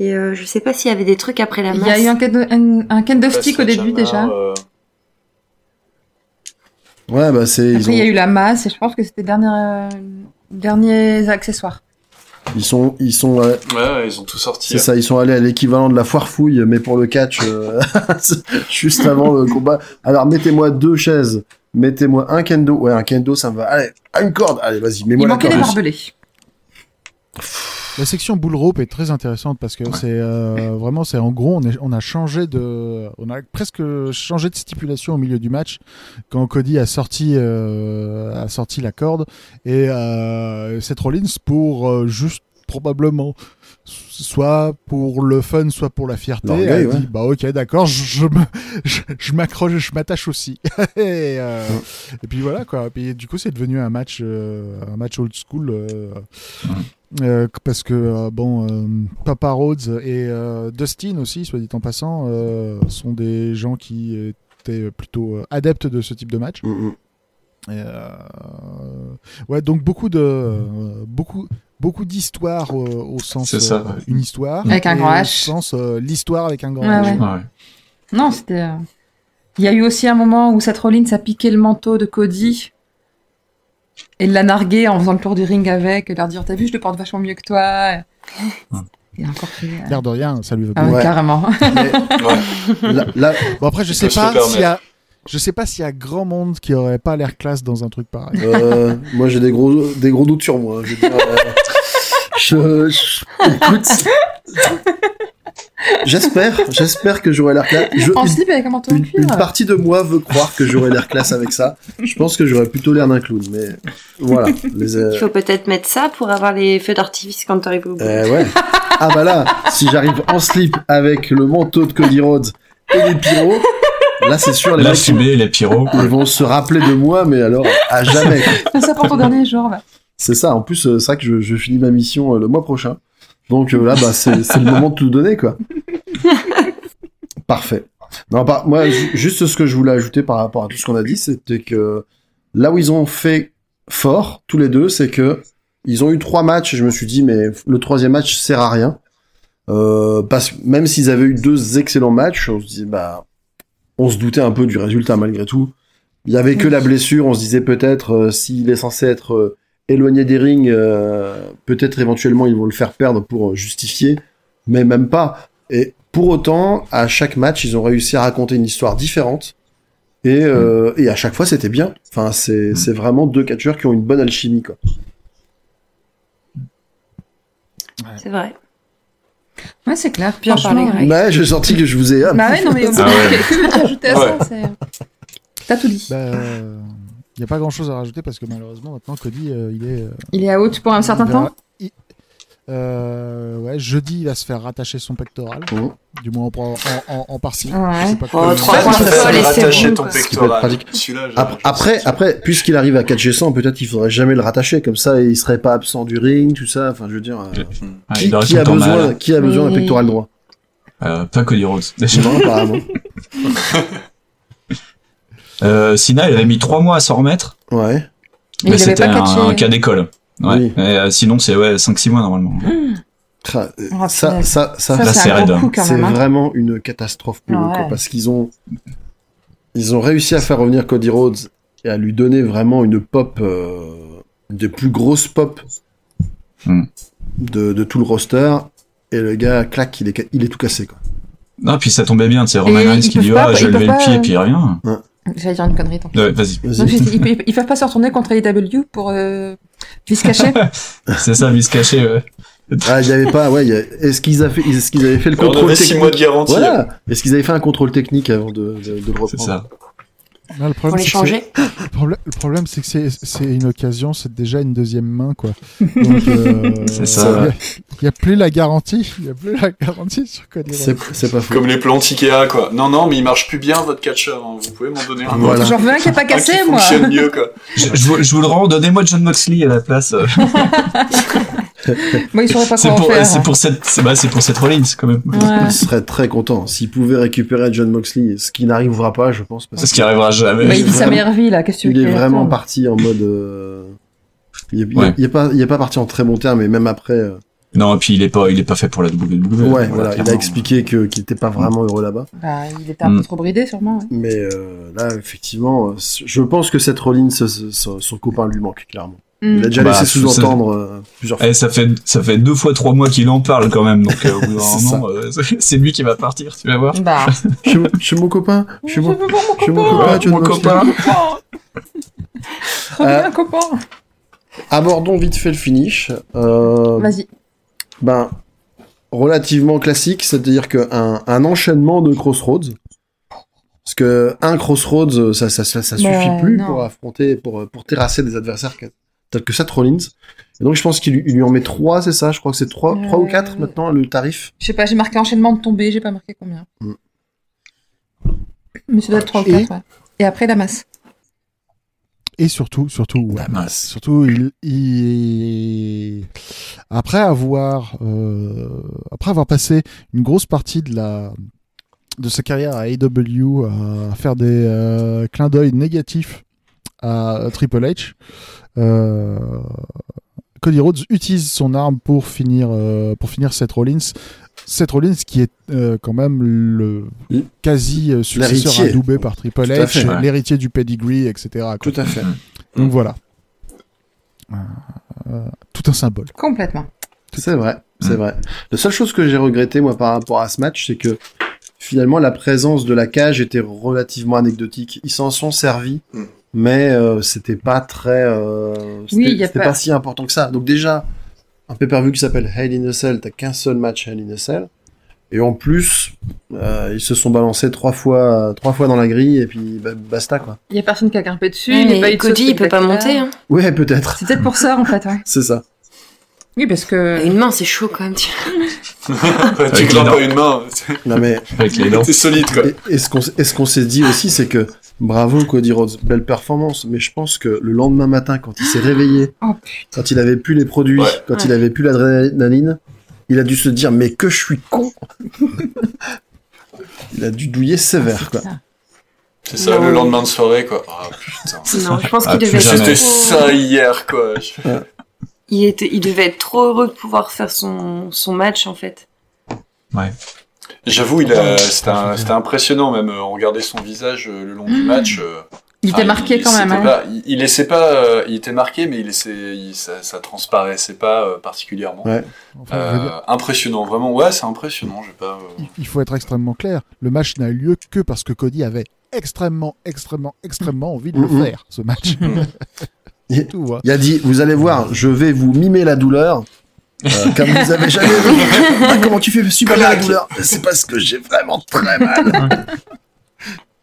Speaker 5: Et euh, je sais pas s'il y avait des trucs après la
Speaker 7: Il
Speaker 5: masse.
Speaker 7: y a eu un, candle- un, un candlestick au début déjà.
Speaker 6: Ouais, bah c'est ils,
Speaker 7: Après, il y a
Speaker 6: ont-
Speaker 7: eu la masse et je pense que c'était dernier, derniers accessoires.
Speaker 6: ils sont ils sont euh,
Speaker 2: Ouais, ouais, ils ont tout sorti. hein.
Speaker 6: c'est ça, ils sont allés à l'équivalent de la foire fouille, mais pour le catch euh, juste avant le combat. Alors mettez-moi deux chaises, mettez-moi un kendo, ouais un kendo ça me va. Allez, une corde, allez vas-y,
Speaker 7: Il
Speaker 6: mets-moi la
Speaker 7: manquait
Speaker 6: corde.
Speaker 7: des barbelés.
Speaker 3: La section bull rope est très intéressante parce que
Speaker 4: Ouais.
Speaker 3: c'est euh, vraiment c'est en gros on, est- on a changé de on a presque changé de stipulation au milieu du match quand Cody a sorti euh, a sorti la corde et euh, Seth Rollins pour euh, juste probablement soit pour le fun soit pour la fierté a
Speaker 6: L'orgueil, ouais.
Speaker 3: dit bah ok d'accord je je me- je je m'accroche je m'attache aussi et, euh, et puis voilà quoi. Et puis, du coup, c'est devenu un match, euh, un match old school. euh, euh, parce que euh, bon, euh, Papa Rhodes et euh, Dustin aussi, soit dit en passant, euh, sont des gens qui étaient plutôt euh, adeptes de ce type de match.
Speaker 6: Mm, mm.
Speaker 3: Et, euh, ouais, donc beaucoup de euh, beaucoup beaucoup d'histoires euh, au sens
Speaker 4: C'est ça,
Speaker 3: euh,
Speaker 4: ouais.
Speaker 3: une histoire
Speaker 7: Avec un
Speaker 3: et
Speaker 7: grand
Speaker 3: au
Speaker 7: H.
Speaker 3: sens euh, l'histoire avec un grand
Speaker 7: Ouais,
Speaker 3: H.
Speaker 7: ouais.
Speaker 4: Ouais.
Speaker 7: Non, c'était. euh, Il y a eu aussi un moment où Seth Rollins a piqué le manteau de Cody Et de la narguer en faisant le tour du ring avec, et leur dire T'as vu, je te porte vachement mieux que toi. Il a encore fait. euh,
Speaker 3: L'air de rien, ça lui va
Speaker 7: ah
Speaker 3: bien.
Speaker 7: ouais,
Speaker 6: Ouais.
Speaker 7: Carrément.
Speaker 6: Mais là, là-
Speaker 3: Bon, après, je
Speaker 2: Il
Speaker 3: sais
Speaker 2: peut se le
Speaker 3: pas
Speaker 2: permettre.
Speaker 3: s'il y a. Je sais pas s'il y a grand monde qui aurait pas l'air classe dans un truc pareil.
Speaker 6: Euh, moi, j'ai des gros, des gros doutes sur moi. Je veux dire, euh, je- je- écoute, j'espère, j'espère que j'aurai l'air classe. Je-
Speaker 7: En slip avec un manteau en
Speaker 6: une,
Speaker 7: cuir.
Speaker 6: une partie de moi veut croire que j'aurai l'air classe avec ça. Je pense que j'aurais plutôt l'air d'un clown, mais voilà. Les, euh,
Speaker 5: Il faut peut-être mettre ça pour avoir les feux d'artifice quand t'arrives au bout.
Speaker 6: euh, ouais. Ah bah là, si j'arrive en slip avec le manteau de Cody Rhodes et les pyros, là c'est sûr les
Speaker 4: La
Speaker 6: mecs
Speaker 4: fumée, la pyro.
Speaker 6: ils vont se rappeler de moi, mais alors à jamais.
Speaker 7: Fais euh, ça pour ton dernier jour. bah. va.
Speaker 6: C'est ça. En plus, euh, c'est vrai que je, je finis ma mission euh, le mois prochain. Donc euh, là, bah, c'est c'est le moment de tout donner, quoi. Parfait. Non, par- moi, ju- juste ce que je voulais ajouter par rapport à tout ce qu'on a dit, c'était que là où ils ont fait fort, tous les deux, c'est que ils ont eu trois matchs et je me suis dit, mais le troisième match sert à rien. Euh, parce que même s'ils avaient eu deux excellents matchs, on se disait, bah, on se doutait un peu du résultat malgré tout. Il y avait que la blessure, on se disait peut-être euh, s'il est censé être euh, éloigné des rings, euh, peut-être éventuellement ils vont le faire perdre pour euh, justifier, mais même pas. Et pour autant, à chaque match, ils ont réussi à raconter une histoire différente. Et, euh,
Speaker 4: Mm.
Speaker 6: et à chaque fois, c'était bien. Enfin, c'est c'est vraiment deux catcheurs qui ont une bonne alchimie, quoi.
Speaker 5: C'est vrai.
Speaker 7: Ouais, c'est clair.
Speaker 5: Bien
Speaker 7: Franchement,
Speaker 5: parlé,
Speaker 7: ouais.
Speaker 6: Ouais, j'ai senti que je vous ai. ah,
Speaker 7: Bah ouais, non, mais on peut
Speaker 2: Ah ouais.
Speaker 7: que veux-tu ajouter à
Speaker 2: Ouais.
Speaker 7: ça c'est- T'as tout dit.
Speaker 3: Il n'y Bah, euh, a pas grand chose à rajouter parce que malheureusement maintenant Cody euh, il est euh,
Speaker 7: Il est à haute pour un certain
Speaker 6: Bah,
Speaker 3: il
Speaker 7: temps
Speaker 3: verra- il- euh, ouais, jeudi il va se faire rattacher son pectoral,
Speaker 6: Mhm.
Speaker 4: Oh.
Speaker 3: du moins en, en, en, en partie.
Speaker 7: Ouais.
Speaker 3: Je sais pas
Speaker 5: Oh,
Speaker 3: comment-
Speaker 5: trois points de sol et c'est
Speaker 2: rattacher
Speaker 5: bon,
Speaker 2: ton
Speaker 5: quoi.
Speaker 6: Ce qui peut
Speaker 2: pectoral.
Speaker 6: être pratique.
Speaker 2: Celui-là, je-
Speaker 6: Après,
Speaker 2: je-
Speaker 6: après, après, puisqu'il arrive à 4G100, peut-être il faudrait jamais le rattacher, comme ça il serait pas absent du ring, tout ça, enfin je veux dire... euh,
Speaker 4: Ah,
Speaker 6: qui,
Speaker 4: il doit
Speaker 6: qui a
Speaker 4: rester en temps
Speaker 6: besoin,
Speaker 4: mal.
Speaker 6: qui a besoin d'un
Speaker 7: Oui.
Speaker 6: pectoral droit
Speaker 4: Euh, pas Cody Rhodes.
Speaker 6: Non, apparemment.
Speaker 4: Euh, Sina, elle avait mis trois mois à s'en remettre.
Speaker 6: Ouais.
Speaker 7: Mais
Speaker 4: mais
Speaker 7: il avait
Speaker 4: c'était
Speaker 7: pas
Speaker 4: un,
Speaker 7: catché.
Speaker 4: un cas d'école. Ouais.
Speaker 6: Oui.
Speaker 4: Et, euh, sinon, c'est ouais, 5-6 mois normalement.
Speaker 7: Hein
Speaker 6: Tra- euh,
Speaker 7: Oh,
Speaker 6: ça,
Speaker 7: punaise.
Speaker 6: ça, ça,
Speaker 4: Là,
Speaker 7: Ça, c'est
Speaker 4: c'est
Speaker 7: un
Speaker 4: raide.
Speaker 7: gros coup quand
Speaker 6: c'est
Speaker 7: même. hein.
Speaker 6: vraiment une catastrophe pour eux,
Speaker 7: Ouais.
Speaker 6: quoi, parce qu'ils ont, ils ont réussi à faire revenir Cody Rhodes et à lui donner vraiment une pop, euh, une des plus grosses pop
Speaker 4: Hmm.
Speaker 6: de, de tout le roster. Et le gars, claque, il est, ca- il est tout cassé, quoi.
Speaker 4: Non, puis ça tombait bien, tu sais, Roman
Speaker 7: ils
Speaker 4: Reigns qui
Speaker 7: peuvent
Speaker 4: dit,
Speaker 7: pas-
Speaker 4: ah, je
Speaker 7: ils
Speaker 4: vais lever
Speaker 7: peuvent
Speaker 4: le pied
Speaker 7: pas- euh,
Speaker 4: et puis il revient.
Speaker 7: J'allais dire une connerie, tant pis.
Speaker 4: Ouais, vas-y.
Speaker 7: Donc,
Speaker 6: Vas-y.
Speaker 7: j'ai dit, ils, peuvent- ils peuvent pas se retourner contre AEW pour euh, vice caché.
Speaker 4: C'est ça, vice caché, ouais.
Speaker 6: Ah, il y avait pas, ouais, il y a- est-ce qu'ils avaient, fait- est-ce qu'ils avaient fait le
Speaker 2: On
Speaker 6: contrôle
Speaker 2: avait 6
Speaker 6: technique?
Speaker 2: mois de garantie. hein.
Speaker 6: Voilà. Est-ce qu'ils avaient fait un contrôle technique avant de, de, de le
Speaker 4: C'est
Speaker 6: reprendre?
Speaker 4: ça.
Speaker 3: Non, le
Speaker 5: Oh. Pour
Speaker 3: problème,
Speaker 5: les
Speaker 3: c'est que
Speaker 5: changer.
Speaker 3: c'est- le problème- le problème, c'est que c'est- c'est une occasion, c'est déjà une deuxième main quoi. Donc, euh,
Speaker 4: C'est ça.
Speaker 3: Il n'y a, plus la garantie, il n'y a plus la garantie sur Cody. Rhodes.
Speaker 6: C'est c'est pas faux.
Speaker 2: Comme les plans Ikea, quoi. Non, non, mais il marche plus bien, votre catcheur. hein. Vous pouvez m'en donner un
Speaker 6: Voilà.
Speaker 2: autre.
Speaker 7: J'en veux un qui est pas
Speaker 2: Un qui
Speaker 7: cassé, moi.
Speaker 2: fonctionne mieux, quoi.
Speaker 4: Je, je vous, je vous le rends, donnez-moi John Moxley à la place. euh.
Speaker 7: Moi, ils sauraient pas
Speaker 4: C'est
Speaker 7: quoi en
Speaker 4: pour,
Speaker 7: faire.
Speaker 4: c'est pour cette, c'est bah, c'est pour cette Rollins, quand même.
Speaker 7: Ouais. Bah,
Speaker 6: Il serait très content s'il pouvait récupérer John Moxley, ce qui n'arrivera pas, je pense, parce
Speaker 4: C'est ce qui arrivera jamais.
Speaker 7: Bah, il
Speaker 6: est
Speaker 7: vit sa
Speaker 6: vraiment-
Speaker 7: meilleure vie, là. Qu'est-ce que tu veux
Speaker 6: qu'il est
Speaker 7: qu'il
Speaker 6: vraiment
Speaker 7: retourne
Speaker 6: parti en mode. euh, Il est, il est-
Speaker 4: Ouais.
Speaker 6: il est pas, il est pas parti en très bon terme, mais même après. euh,
Speaker 4: Non, et puis il est pas, il est pas fait pour la WWE.
Speaker 6: Ouais, voilà, il a
Speaker 4: clairement. Mm.
Speaker 6: expliqué que qu'il n'était pas vraiment heureux là-bas,
Speaker 7: Bah, il était un peu
Speaker 4: Hmm.
Speaker 7: trop bridé, sûrement. ouais.
Speaker 6: mais euh, là, effectivement, euh, je pense que cette Rollins, ce- ce- son, son copain lui manque clairement.
Speaker 7: Mm.
Speaker 6: Il a déjà
Speaker 4: Bah,
Speaker 6: laissé
Speaker 4: c'est-
Speaker 6: sous-entendre euh, plusieurs fois.
Speaker 4: Eh, ça fait, ça fait deux fois trois mois qu'il en parle quand même, donc euh, au bout d'un
Speaker 6: C'est ça.
Speaker 4: moment, euh, c'est lui qui va partir, tu vas voir.
Speaker 7: Bah,
Speaker 6: Je suis- je suis mon copain, je suis
Speaker 7: je
Speaker 6: mon,
Speaker 7: veux voir mon
Speaker 6: je suis mon
Speaker 7: copain.
Speaker 6: copain, John
Speaker 4: mon
Speaker 6: Moxley.
Speaker 4: copain.
Speaker 6: Euh,
Speaker 7: Reviens, copain.
Speaker 6: Abordons vite fait le finish. Euh,
Speaker 7: Vas-y.
Speaker 6: ben, relativement classique, c'est-à-dire qu'un un enchaînement de crossroads. Parce que un crossroads, euh, ça, ça, ça, ça
Speaker 7: Bah,
Speaker 6: suffit plus
Speaker 7: non.
Speaker 6: pour affronter, pour, euh, pour terrasser des adversaires que- tels que Seth Rollins. Et donc je pense qu'il lui- il lui en met trois, c'est ça Je crois que c'est trois,
Speaker 7: Euh,
Speaker 6: trois ou quatre maintenant le tarif.
Speaker 7: Je sais pas, j'ai marqué enchaînement de tombées, j'ai pas marqué combien.
Speaker 6: Hmm.
Speaker 7: Mais ça doit être 3 ou
Speaker 3: Et-
Speaker 7: 4, ouais. Et après, la masse.
Speaker 3: Et surtout, surtout, ouais.
Speaker 4: masse.
Speaker 3: surtout, Oh, il, il- après avoir, euh, après avoir passé une grosse partie de la de sa carrière à AEW à faire des euh, clins d'œil négatifs à Triple H, euh, Cody Rhodes utilise son arme pour finir euh, pour finir Seth Rollins. Seth Rollins qui est euh, quand même le
Speaker 6: Oui.
Speaker 3: quasi euh, successeur
Speaker 6: Mm. L'héritier.
Speaker 3: adoubé par Triple
Speaker 6: Tout à fait,
Speaker 3: H,
Speaker 4: ouais.
Speaker 3: l'héritier du pedigree, etc. quoi.
Speaker 6: à fait.
Speaker 3: Donc voilà. euh, euh, tout un symbole.
Speaker 7: Complètement.
Speaker 6: C'est vrai, c'est vrai. La seule chose que j'ai regretté, moi, par rapport à ce match, c'est que finalement, la présence de la cage était relativement anecdotique. Ils s'en sont servis,
Speaker 2: Mm.
Speaker 6: mais euh, c'était pas très. euh, c'était-
Speaker 7: il y a
Speaker 6: c'était
Speaker 7: pas-
Speaker 6: pas... si important que ça. Donc, déjà, un pay-per-view qui s'appelle Hell in a Cell, t'as qu'un seul match Hell in a Cell. Et en plus, euh, ils se sont balancés trois fois, trois fois dans la grille, et puis bah, basta, quoi.
Speaker 7: Il y a personne qui a grimpé dessus.
Speaker 5: Oui,
Speaker 7: il y a
Speaker 5: mais
Speaker 7: pas eu de
Speaker 5: Cody,
Speaker 7: saut
Speaker 5: il peut pas
Speaker 7: spectaculaire.
Speaker 5: monter. Hein.
Speaker 6: Ouais, peut-être.
Speaker 7: C'est peut-être pour ça, en fait. hein. ouais.
Speaker 6: C'est ça.
Speaker 7: Oui, parce que.
Speaker 5: Une main, c'est chaud quand même. tiens.
Speaker 2: tu
Speaker 4: Avec les
Speaker 2: grimpes
Speaker 4: dents.
Speaker 2: à une main,
Speaker 6: Non, mais
Speaker 4: Avec les dents.
Speaker 2: t'es solide quoi.
Speaker 6: Et, et ce qu'on et ce qu'on s'est dit aussi, c'est que bravo Cody Rhodes, belle performance, mais je pense que le lendemain matin, quand il s'est réveillé,
Speaker 7: Oh,
Speaker 6: quand il avait plus les produits,
Speaker 2: Ouais.
Speaker 6: quand
Speaker 5: Ouais.
Speaker 6: il avait plus l'adrénaline, il a dû se dire mais que je suis con. il a dû douiller sévère quoi.
Speaker 2: C'est ça,
Speaker 5: Non.
Speaker 2: le lendemain de soirée quoi. Ah putain.
Speaker 5: Non, je pense
Speaker 4: Ah,
Speaker 5: qu'il
Speaker 4: plus
Speaker 5: devait, être
Speaker 4: jamais.
Speaker 2: C'était
Speaker 5: trop...
Speaker 2: ça hier quoi.
Speaker 5: il était- il devait être trop heureux de pouvoir faire son, son match en fait.
Speaker 2: J'avoue, il a- c'était un- c'était impressionnant même. euh, Regarder son visage euh, le long du match. euh,
Speaker 7: Il était
Speaker 2: enfin,
Speaker 7: marqué quand même.
Speaker 2: c'était
Speaker 7: hein.
Speaker 2: pas- il, il laissait pas. euh, il était marqué, mais il laissait. il- ça, ça transparaissait pas euh, particulièrement.
Speaker 6: Ouais.
Speaker 3: Enfin, je veux dire,
Speaker 2: Euh, impressionnant, vraiment. Ouais, c'est impressionnant. J'ai pas. euh,
Speaker 3: il- il faut être extrêmement clair. Le match n'a eu lieu que parce que Cody avait extrêmement, extrêmement, extrêmement envie de le
Speaker 6: Mhm.
Speaker 3: faire, ce match. C'est tout, hein.
Speaker 6: Il a dit vous allez voir, je vais vous mimer la douleur. euh, comme vous avez jamais vu. Ah, comment tu fais super bien la douleur C'est parce que j'ai vraiment très mal.
Speaker 4: Là,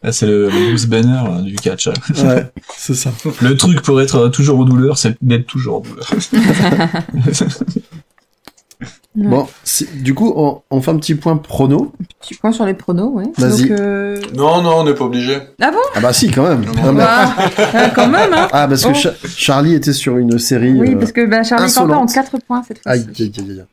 Speaker 4: Ah, c'est le loose banner euh, du catch. hein.
Speaker 6: Ouais, c'est ça.
Speaker 4: Le truc pour être euh, toujours en douleur, c'est d'être toujours en douleur.
Speaker 7: Ouais.
Speaker 6: Bon, si- du coup, on, on fait un petit point prono.
Speaker 7: Tu prends sur les pronos, ouais.
Speaker 6: Vas-y.
Speaker 7: Donc, euh,
Speaker 2: Non, non, on n'est pas obligé.
Speaker 6: Ah bah si, quand même.
Speaker 2: Non,
Speaker 6: Ah, bah-
Speaker 7: bah, quand même, hein.
Speaker 6: ah, parce que
Speaker 7: Oh.
Speaker 6: Cha- Charlie était sur une série.
Speaker 7: Oui,
Speaker 6: euh, Ah,
Speaker 7: parce que bah, Charlie Quentin en
Speaker 6: insolente.
Speaker 7: 4 points cette
Speaker 6: Aïe,
Speaker 7: fois-ci.
Speaker 6: aïe, aïe,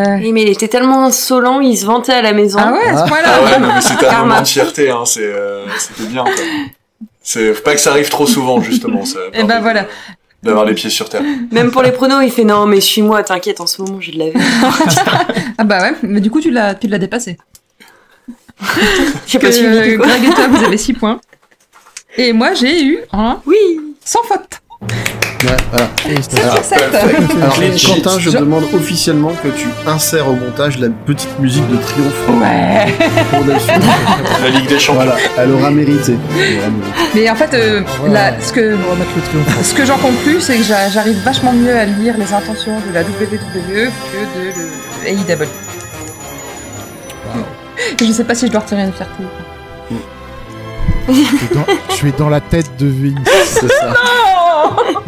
Speaker 6: aïe.
Speaker 7: Euh,
Speaker 5: Oui, mais il était tellement insolent, il se vantait à la maison.
Speaker 7: Ah ouais, à
Speaker 6: Ah.
Speaker 7: ce
Speaker 2: Ah
Speaker 7: point-là.
Speaker 2: ouais, non, mais c'était un
Speaker 5: Karma.
Speaker 2: moment de fierté, hein, c'est, euh, c'était bien. quoi. C'est faut pas que ça arrive trop souvent, justement. Ça,
Speaker 7: Eh ben,
Speaker 2: pardon,
Speaker 7: voilà.
Speaker 2: D'avoir les pieds sur terre.
Speaker 5: Même pour les pronos, il fait non, mais suis-moi, t'inquiète, en ce moment j'ai de la veille.
Speaker 7: Ah bah ouais, mais du coup, tu l'as, tu l'as dépassé.
Speaker 5: J'ai
Speaker 7: Que,
Speaker 5: pas suivi
Speaker 7: euh,
Speaker 5: du coup.
Speaker 7: Greg et toi, vous avez 6 points. Et moi, j'ai eu un
Speaker 5: Oui,
Speaker 7: sans faute.
Speaker 6: Ouais, voilà.
Speaker 3: Et c'est-
Speaker 2: Ah,
Speaker 7: sur sept.
Speaker 2: perfect.
Speaker 6: Alors,
Speaker 2: Clean sheet.
Speaker 6: Quentin, je
Speaker 7: Je-
Speaker 6: demande officiellement que tu insères au montage la petite musique de triomphe
Speaker 7: Ouais.
Speaker 6: pour Delphine.
Speaker 2: La Ligue des Champions.
Speaker 6: Voilà, elle aura mérité. Elle aura mérité.
Speaker 7: Mais en fait, euh,
Speaker 3: Ouais.
Speaker 7: là, ce que,
Speaker 3: On va mettre le triomphe.
Speaker 7: ce que j'en conclus, c'est que j'a- j'arrive vachement mieux à lire les intentions de la WWE que de le- l'AEW. Je sais pas si je dois retirer une fierté.
Speaker 3: Tu es dans, tu es dans la tête de Vince.
Speaker 6: C'est ça.
Speaker 7: Oh,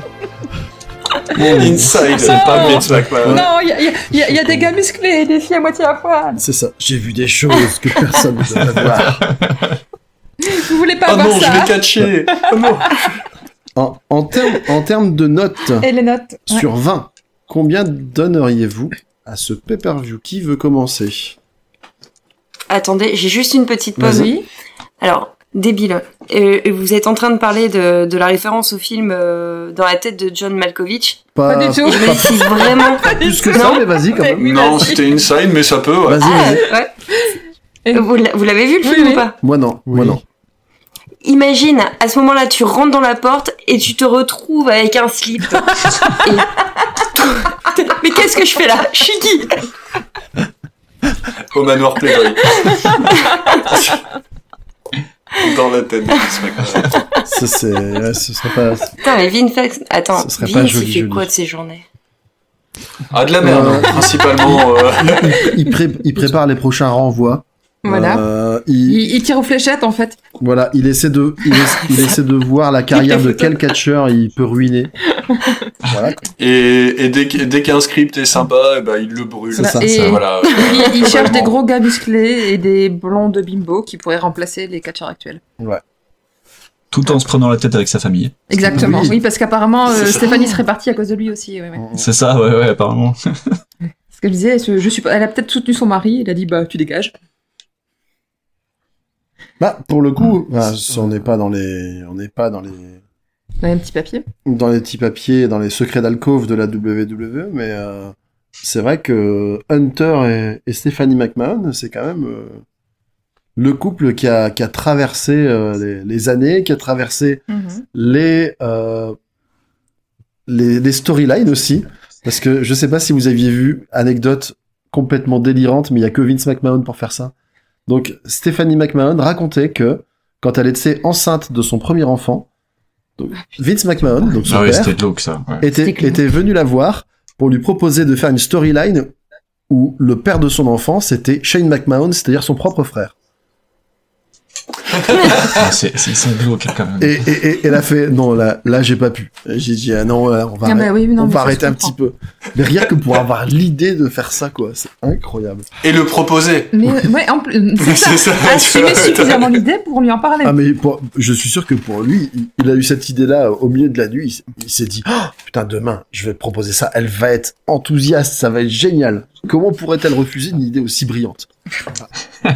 Speaker 2: Inside, Ah
Speaker 7: C'est pas
Speaker 2: Vince
Speaker 7: bon.
Speaker 2: McMahon.
Speaker 7: Non, il y, a- y a- y a- y a des gars musclés et des filles à moitié à poil.
Speaker 6: C'est ça. J'ai vu des choses que personne ne devrait voir.
Speaker 7: Vous voulez pas
Speaker 2: Oh
Speaker 7: voir
Speaker 2: non, je
Speaker 7: ça
Speaker 2: vais catcher. Oh non.
Speaker 6: En, en termes en termes de notes,
Speaker 7: Et les notes. Ouais.
Speaker 6: sur 20, combien donneriez-vous à ce pay-per-view Qui veut commencer
Speaker 5: attendez, j'ai juste une petite pause.
Speaker 7: Oui.
Speaker 5: Alors, débile, euh, vous êtes en train de parler de, de la référence au film euh, dans la tête de John Malkovich.
Speaker 7: Pas du tout.
Speaker 5: Je me suis vraiment.
Speaker 6: plus que ça, mais vas-y quand même.
Speaker 7: Oui,
Speaker 2: Non,
Speaker 7: vas-y.
Speaker 2: c'était Inside, mais ça peut, ouais.
Speaker 6: Vas-y, vas-y.
Speaker 5: Ouais. Ah, Vous l'a- vous l'avez vu le
Speaker 7: Oui,
Speaker 5: film
Speaker 7: oui.
Speaker 5: ou pas
Speaker 6: Moi non, moi
Speaker 3: Oui.
Speaker 6: non.
Speaker 5: Imagine, à ce moment-là, tu rentres dans la porte et tu te retrouves avec un slip. Et- Mais qu'est-ce que je fais là Je suis qui
Speaker 2: Au manoir Playboy. Dans la tête de Vince McMahon.
Speaker 6: Ça, c'est... ouais, ce serait pas...
Speaker 5: Putain, mais Vinfax, attends,
Speaker 6: Ce serait pas
Speaker 5: Vince, il
Speaker 6: joli,
Speaker 5: fait
Speaker 6: joli.
Speaker 5: quoi de ses journées
Speaker 2: Ah, de la merde,
Speaker 6: Euh.
Speaker 2: hein, principalement. euh,
Speaker 6: il, pré- il prépare les prochains renvois.
Speaker 7: Voilà.
Speaker 6: Euh, il,
Speaker 7: Il, il tire aux fléchettes en fait.
Speaker 6: Voilà, il essaie de, il essa- il essaie de voir la carrière de quel catcheur il peut ruiner. Voilà.
Speaker 2: Et, et dès, qu'- dès qu'un script est sympa, eh ben, il le brûle. Euh,
Speaker 6: C'est ça,
Speaker 7: Et-
Speaker 6: ça.
Speaker 2: Voilà.
Speaker 7: Il, il cherche des
Speaker 2: Globalement.
Speaker 7: gros gars musclés et des blonds de bimbo qui pourraient remplacer les catcheurs actuels.
Speaker 4: Tout en se prenant la tête avec sa famille.
Speaker 7: Exactement.
Speaker 6: Oui.
Speaker 7: Oui, parce qu'apparemment euh,
Speaker 2: C'est ça.
Speaker 7: Stéphanie serait partie à cause de lui aussi. ouais, ouais.
Speaker 4: C'est ça, ouais, ouais, apparemment.
Speaker 7: Parce qu'elle disait, je, je suis, pas- elle a peut-être soutenu son mari. Il a dit, bah tu dégages.
Speaker 6: Bah, pour le coup, bah, on n'est pas dans les, on n'est pas dans les,
Speaker 7: Dans un petit papier.
Speaker 6: dans les petits papiers, dans les secrets d'alcôve de la WWE, mais euh, c'est vrai que Hunter et, et Stephanie McMahon, c'est quand même euh, le couple qui a, qui a traversé
Speaker 7: Mhm.
Speaker 6: euh, les, les années, qui a traversé les euh, les, les storylines aussi. Parce que je sais pas si vous aviez vu, anecdote complètement délirante, mais il y a que Vince McMahon pour faire ça. Donc, Stéphanie McMahon racontait que quand elle était enceinte de son premier enfant, donc, Vince McMahon, donc son
Speaker 4: Ah ouais,
Speaker 6: père,
Speaker 4: c'était glauque ça. ouais.
Speaker 6: était,
Speaker 5: C'était glauque.
Speaker 6: était venu la voir pour lui proposer de faire une storyline où le père de son enfant, c'était Shane McMahon, c'est-à-dire son propre frère.
Speaker 4: Ah, c'est c'est c'est glauque quand même.
Speaker 6: Et, et, et elle a fait, non, là, là j'ai pas pu. J'ai dit, ah non, là, on va,
Speaker 7: Ah bah oui, mais non,
Speaker 6: on
Speaker 7: mais
Speaker 6: va
Speaker 7: ça, je
Speaker 6: arrêter un
Speaker 7: comprends.
Speaker 6: petit peu. Mais rien que pour avoir l'idée de faire ça, quoi, c'est incroyable.
Speaker 2: Et le proposer.
Speaker 7: Mais ouais, en plus, c'est ça. Ah, Assumer suffisamment l'idée pour lui en parler.
Speaker 6: Ah mais pour- je suis sûr que pour lui, il, il a eu cette idée-là au milieu de la nuit. Il s- Il, s'est dit Ah, putain demain, je vais te proposer ça. Elle va être enthousiaste, ça va être génial. Comment pourrait-elle refuser une idée aussi brillante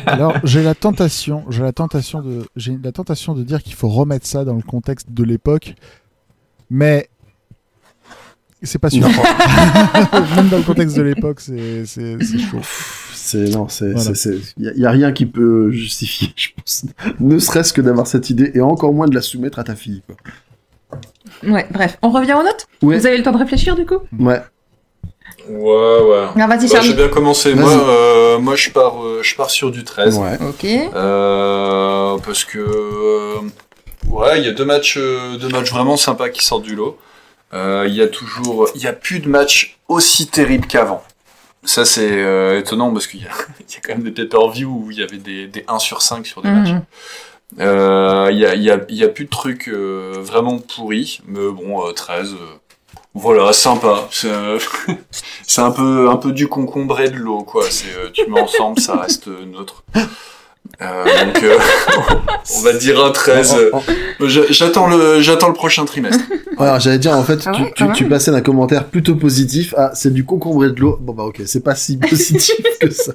Speaker 3: Alors, j'ai la tentation, j'ai la tentation de, j'ai la tentation de dire qu'il faut remettre ça dans le contexte de l'époque, mais c'est pas sûr. Même dans le contexte de l'époque, c'est, c'est, c'est chaud.
Speaker 6: C'est non, c'est
Speaker 3: Voilà.
Speaker 6: c'est- c'est- il y, a- il y a rien qui peut justifier, je pense. Ne serait-ce que d'avoir cette idée et encore moins de la soumettre à ta fille. Quoi.
Speaker 7: Ouais, bref, on revient aux notes
Speaker 6: Ouais.
Speaker 7: Vous avez eu le temps de réfléchir du coup
Speaker 6: Ouais.
Speaker 2: Ouais, ouais.
Speaker 7: Ah, vas-y,
Speaker 2: Bah, j'ai
Speaker 7: Charlie.
Speaker 2: bien commencé.
Speaker 6: Vas-y.
Speaker 2: Moi, euh, moi, je pars, euh, je pars sur du 13.
Speaker 6: Ouais.
Speaker 7: Ok.
Speaker 2: Euh, parce que euh, ouais, il y a deux matchs, euh, deux matchs vraiment sympas qui sortent du lot. Euh, Il y a toujours, il y a plus de matchs aussi terribles qu'avant. Ça c'est euh, étonnant parce qu'il y, a- il y a quand même des pay-per-view où il y avait des, des 1 sur 5 sur des matchs.
Speaker 7: Mhm.
Speaker 2: Euh, Il y, a, il y, a, il y a plus de trucs euh, vraiment pourris, mais bon, euh, 13, euh, voilà, sympa. C'est euh, c'est un peu, un peu du concombre et de l'eau, quoi. C'est euh, tu mets ensemble, ça reste euh, neutre. Euh, donc, euh, on va dire un 13. euh,
Speaker 6: En- en-
Speaker 2: je- J'attends le, j'attends le prochain trimestre.
Speaker 6: Alors j'allais dire en fait,
Speaker 5: Ah
Speaker 6: tu,
Speaker 5: ouais,
Speaker 6: tu,
Speaker 5: quand
Speaker 6: tu
Speaker 5: même.
Speaker 6: passais d'un commentaire plutôt positif à c'est du concombre et de l'eau. Bon bah ok, c'est pas si positif que ça.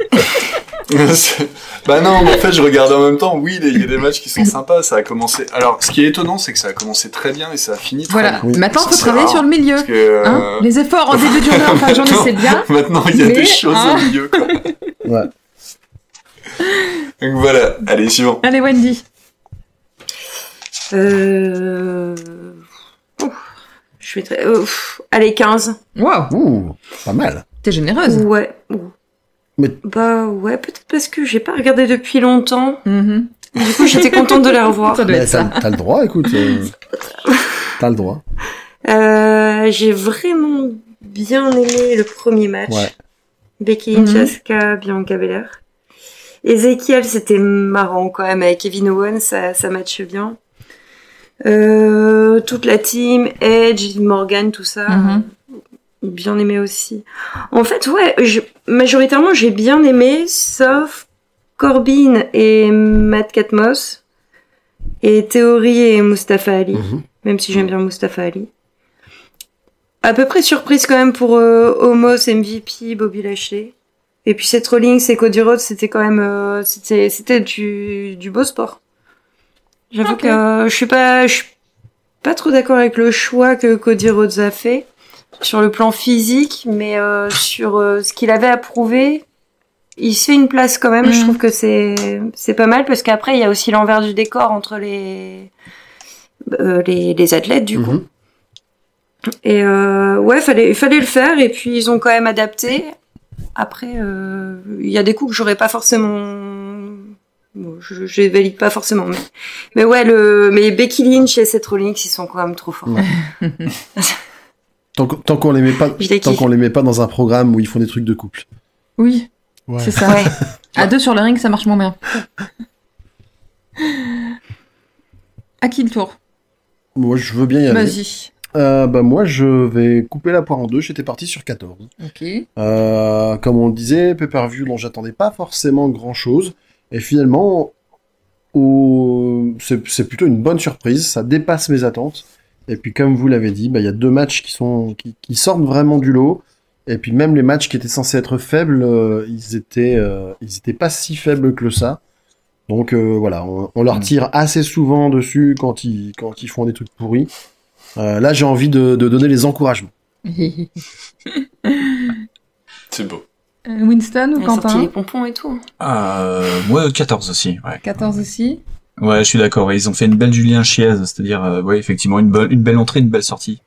Speaker 2: C'est- bah non, mais en fait, je regarde en même temps. Oui, il y a- il y a des matchs qui sont sympas. Ça a commencé. Alors, ce qui est étonnant, c'est que ça a commencé très bien et ça a fini très
Speaker 7: Voilà,
Speaker 2: bien.
Speaker 6: Oui.
Speaker 7: maintenant
Speaker 2: Ah, Ça,
Speaker 7: faut
Speaker 2: c'est
Speaker 7: travailler
Speaker 2: rare.
Speaker 7: sur le milieu.
Speaker 2: Parce que, euh,
Speaker 7: Hein Les efforts en début de journée, en fin de journée, c'est bien.
Speaker 2: Maintenant, il y a
Speaker 7: Mais,
Speaker 2: des choses
Speaker 7: hein.
Speaker 2: au milieu. Quoi.
Speaker 6: Ouais.
Speaker 2: Donc voilà, allez, suivant.
Speaker 7: Allez, Wendy.
Speaker 5: Euh... ouf, Je vais très... euh, pff, Allez, 15.
Speaker 7: Wow,
Speaker 6: Ouh, pas mal.
Speaker 7: t'es généreuse.
Speaker 5: Ouais. ouh.
Speaker 6: Mais-
Speaker 5: Bah ouais, peut-être parce que j'ai pas regardé depuis longtemps.
Speaker 7: Mhm.
Speaker 5: Du coup, j'étais contente de la revoir.
Speaker 7: Ça doit
Speaker 6: Mais
Speaker 7: être
Speaker 6: T'as
Speaker 5: hein.
Speaker 7: ça.
Speaker 6: t'as le droit, écoute. euh, T'as le droit.
Speaker 5: Euh, j'ai vraiment bien aimé le premier match.
Speaker 6: Ouais.
Speaker 5: Becky Lynch,
Speaker 7: Mhm.
Speaker 5: Asuka, Bianca Belair. Ezekiel, c'était marrant quand même avec Kevin Owens, ça, ça matche bien. Euh, toute la team, Edge, Morgan, tout ça,
Speaker 7: Mhm.
Speaker 5: bien aimé aussi. En fait, ouais, je- majoritairement j'ai bien aimé, sauf Corbin et Matt Catmos, et Théorie et Mustafa Ali même si j'aime bien Mustafa Ali. À peu près surprise quand même pour euh, Homos, MVP, Bobby Lashley. Et puis cette Rollings et Cody Rhodes, c'était quand même euh, c'était c'était du, du beau sport. J'avoue
Speaker 7: Ok.
Speaker 5: que euh, je suis pas je suis pas trop d'accord avec le choix que Cody Rhodes a fait sur le plan physique, mais euh, sur euh, ce qu'il avait à prouver, il se fait une place quand même. Je
Speaker 7: Mhm.
Speaker 5: trouve que c'est c'est pas mal parce qu'après il y a aussi l'envers du décor entre les euh, les, les athlètes du coup.
Speaker 6: Mhm.
Speaker 5: Et euh, ouais, fallait fallait le faire et puis ils ont quand même adapté. Après, euh, il y a des coups que j'aurais pas forcément. Bon, je, je les valide pas forcément, mais mais ouais, le mais Becky Lynch et Seth Rollins, ils sont quand même trop forts.
Speaker 6: Ouais. Tant qu'on- tant qu'on les met pas,
Speaker 5: Je les
Speaker 6: tant
Speaker 5: kiffe.
Speaker 6: qu'on les met pas dans un programme où ils font des trucs de couple.
Speaker 7: Oui,
Speaker 3: Ouais.
Speaker 7: c'est ça.
Speaker 5: Ouais.
Speaker 7: À deux sur le ring, ça marche moins bien. À qui le tour
Speaker 6: Moi, je veux bien y aller.
Speaker 7: Vas-y.
Speaker 6: Euh, bah moi, je vais couper la poire en deux. J'étais parti sur 14.
Speaker 7: Ok.
Speaker 6: Euh, comme on le disait, pay-per-view dont j'attendais pas forcément grand-chose. Et finalement, au- c'est c'est plutôt une bonne surprise. Ça dépasse mes attentes. Et puis, comme vous l'avez dit, bah, il y a deux matchs qui, sont... qui... qui sortent vraiment du lot. Et puis, même les matchs qui étaient censés être faibles, euh, ils, étaient, euh, ils étaient pas si faibles que ça. Donc euh, voilà, on, on leur
Speaker 4: Mm.
Speaker 6: tire assez souvent dessus quand ils, quand ils font des trucs pourris. Euh, là, j'ai envie de... de donner les encouragements.
Speaker 2: C'est beau.
Speaker 7: Euh, Winston ou
Speaker 5: Ils ont sorti les
Speaker 7: Quentin
Speaker 5: pompons et tout.
Speaker 4: Euh, ouais, 14 aussi, ouais.
Speaker 7: 14 aussi.
Speaker 4: Ouais, je suis d'accord. ouais, Ils ont fait une belle Julien Chiez, c'est-à-dire, euh, ouais, effectivement, une, belle- une belle entrée, une belle sortie.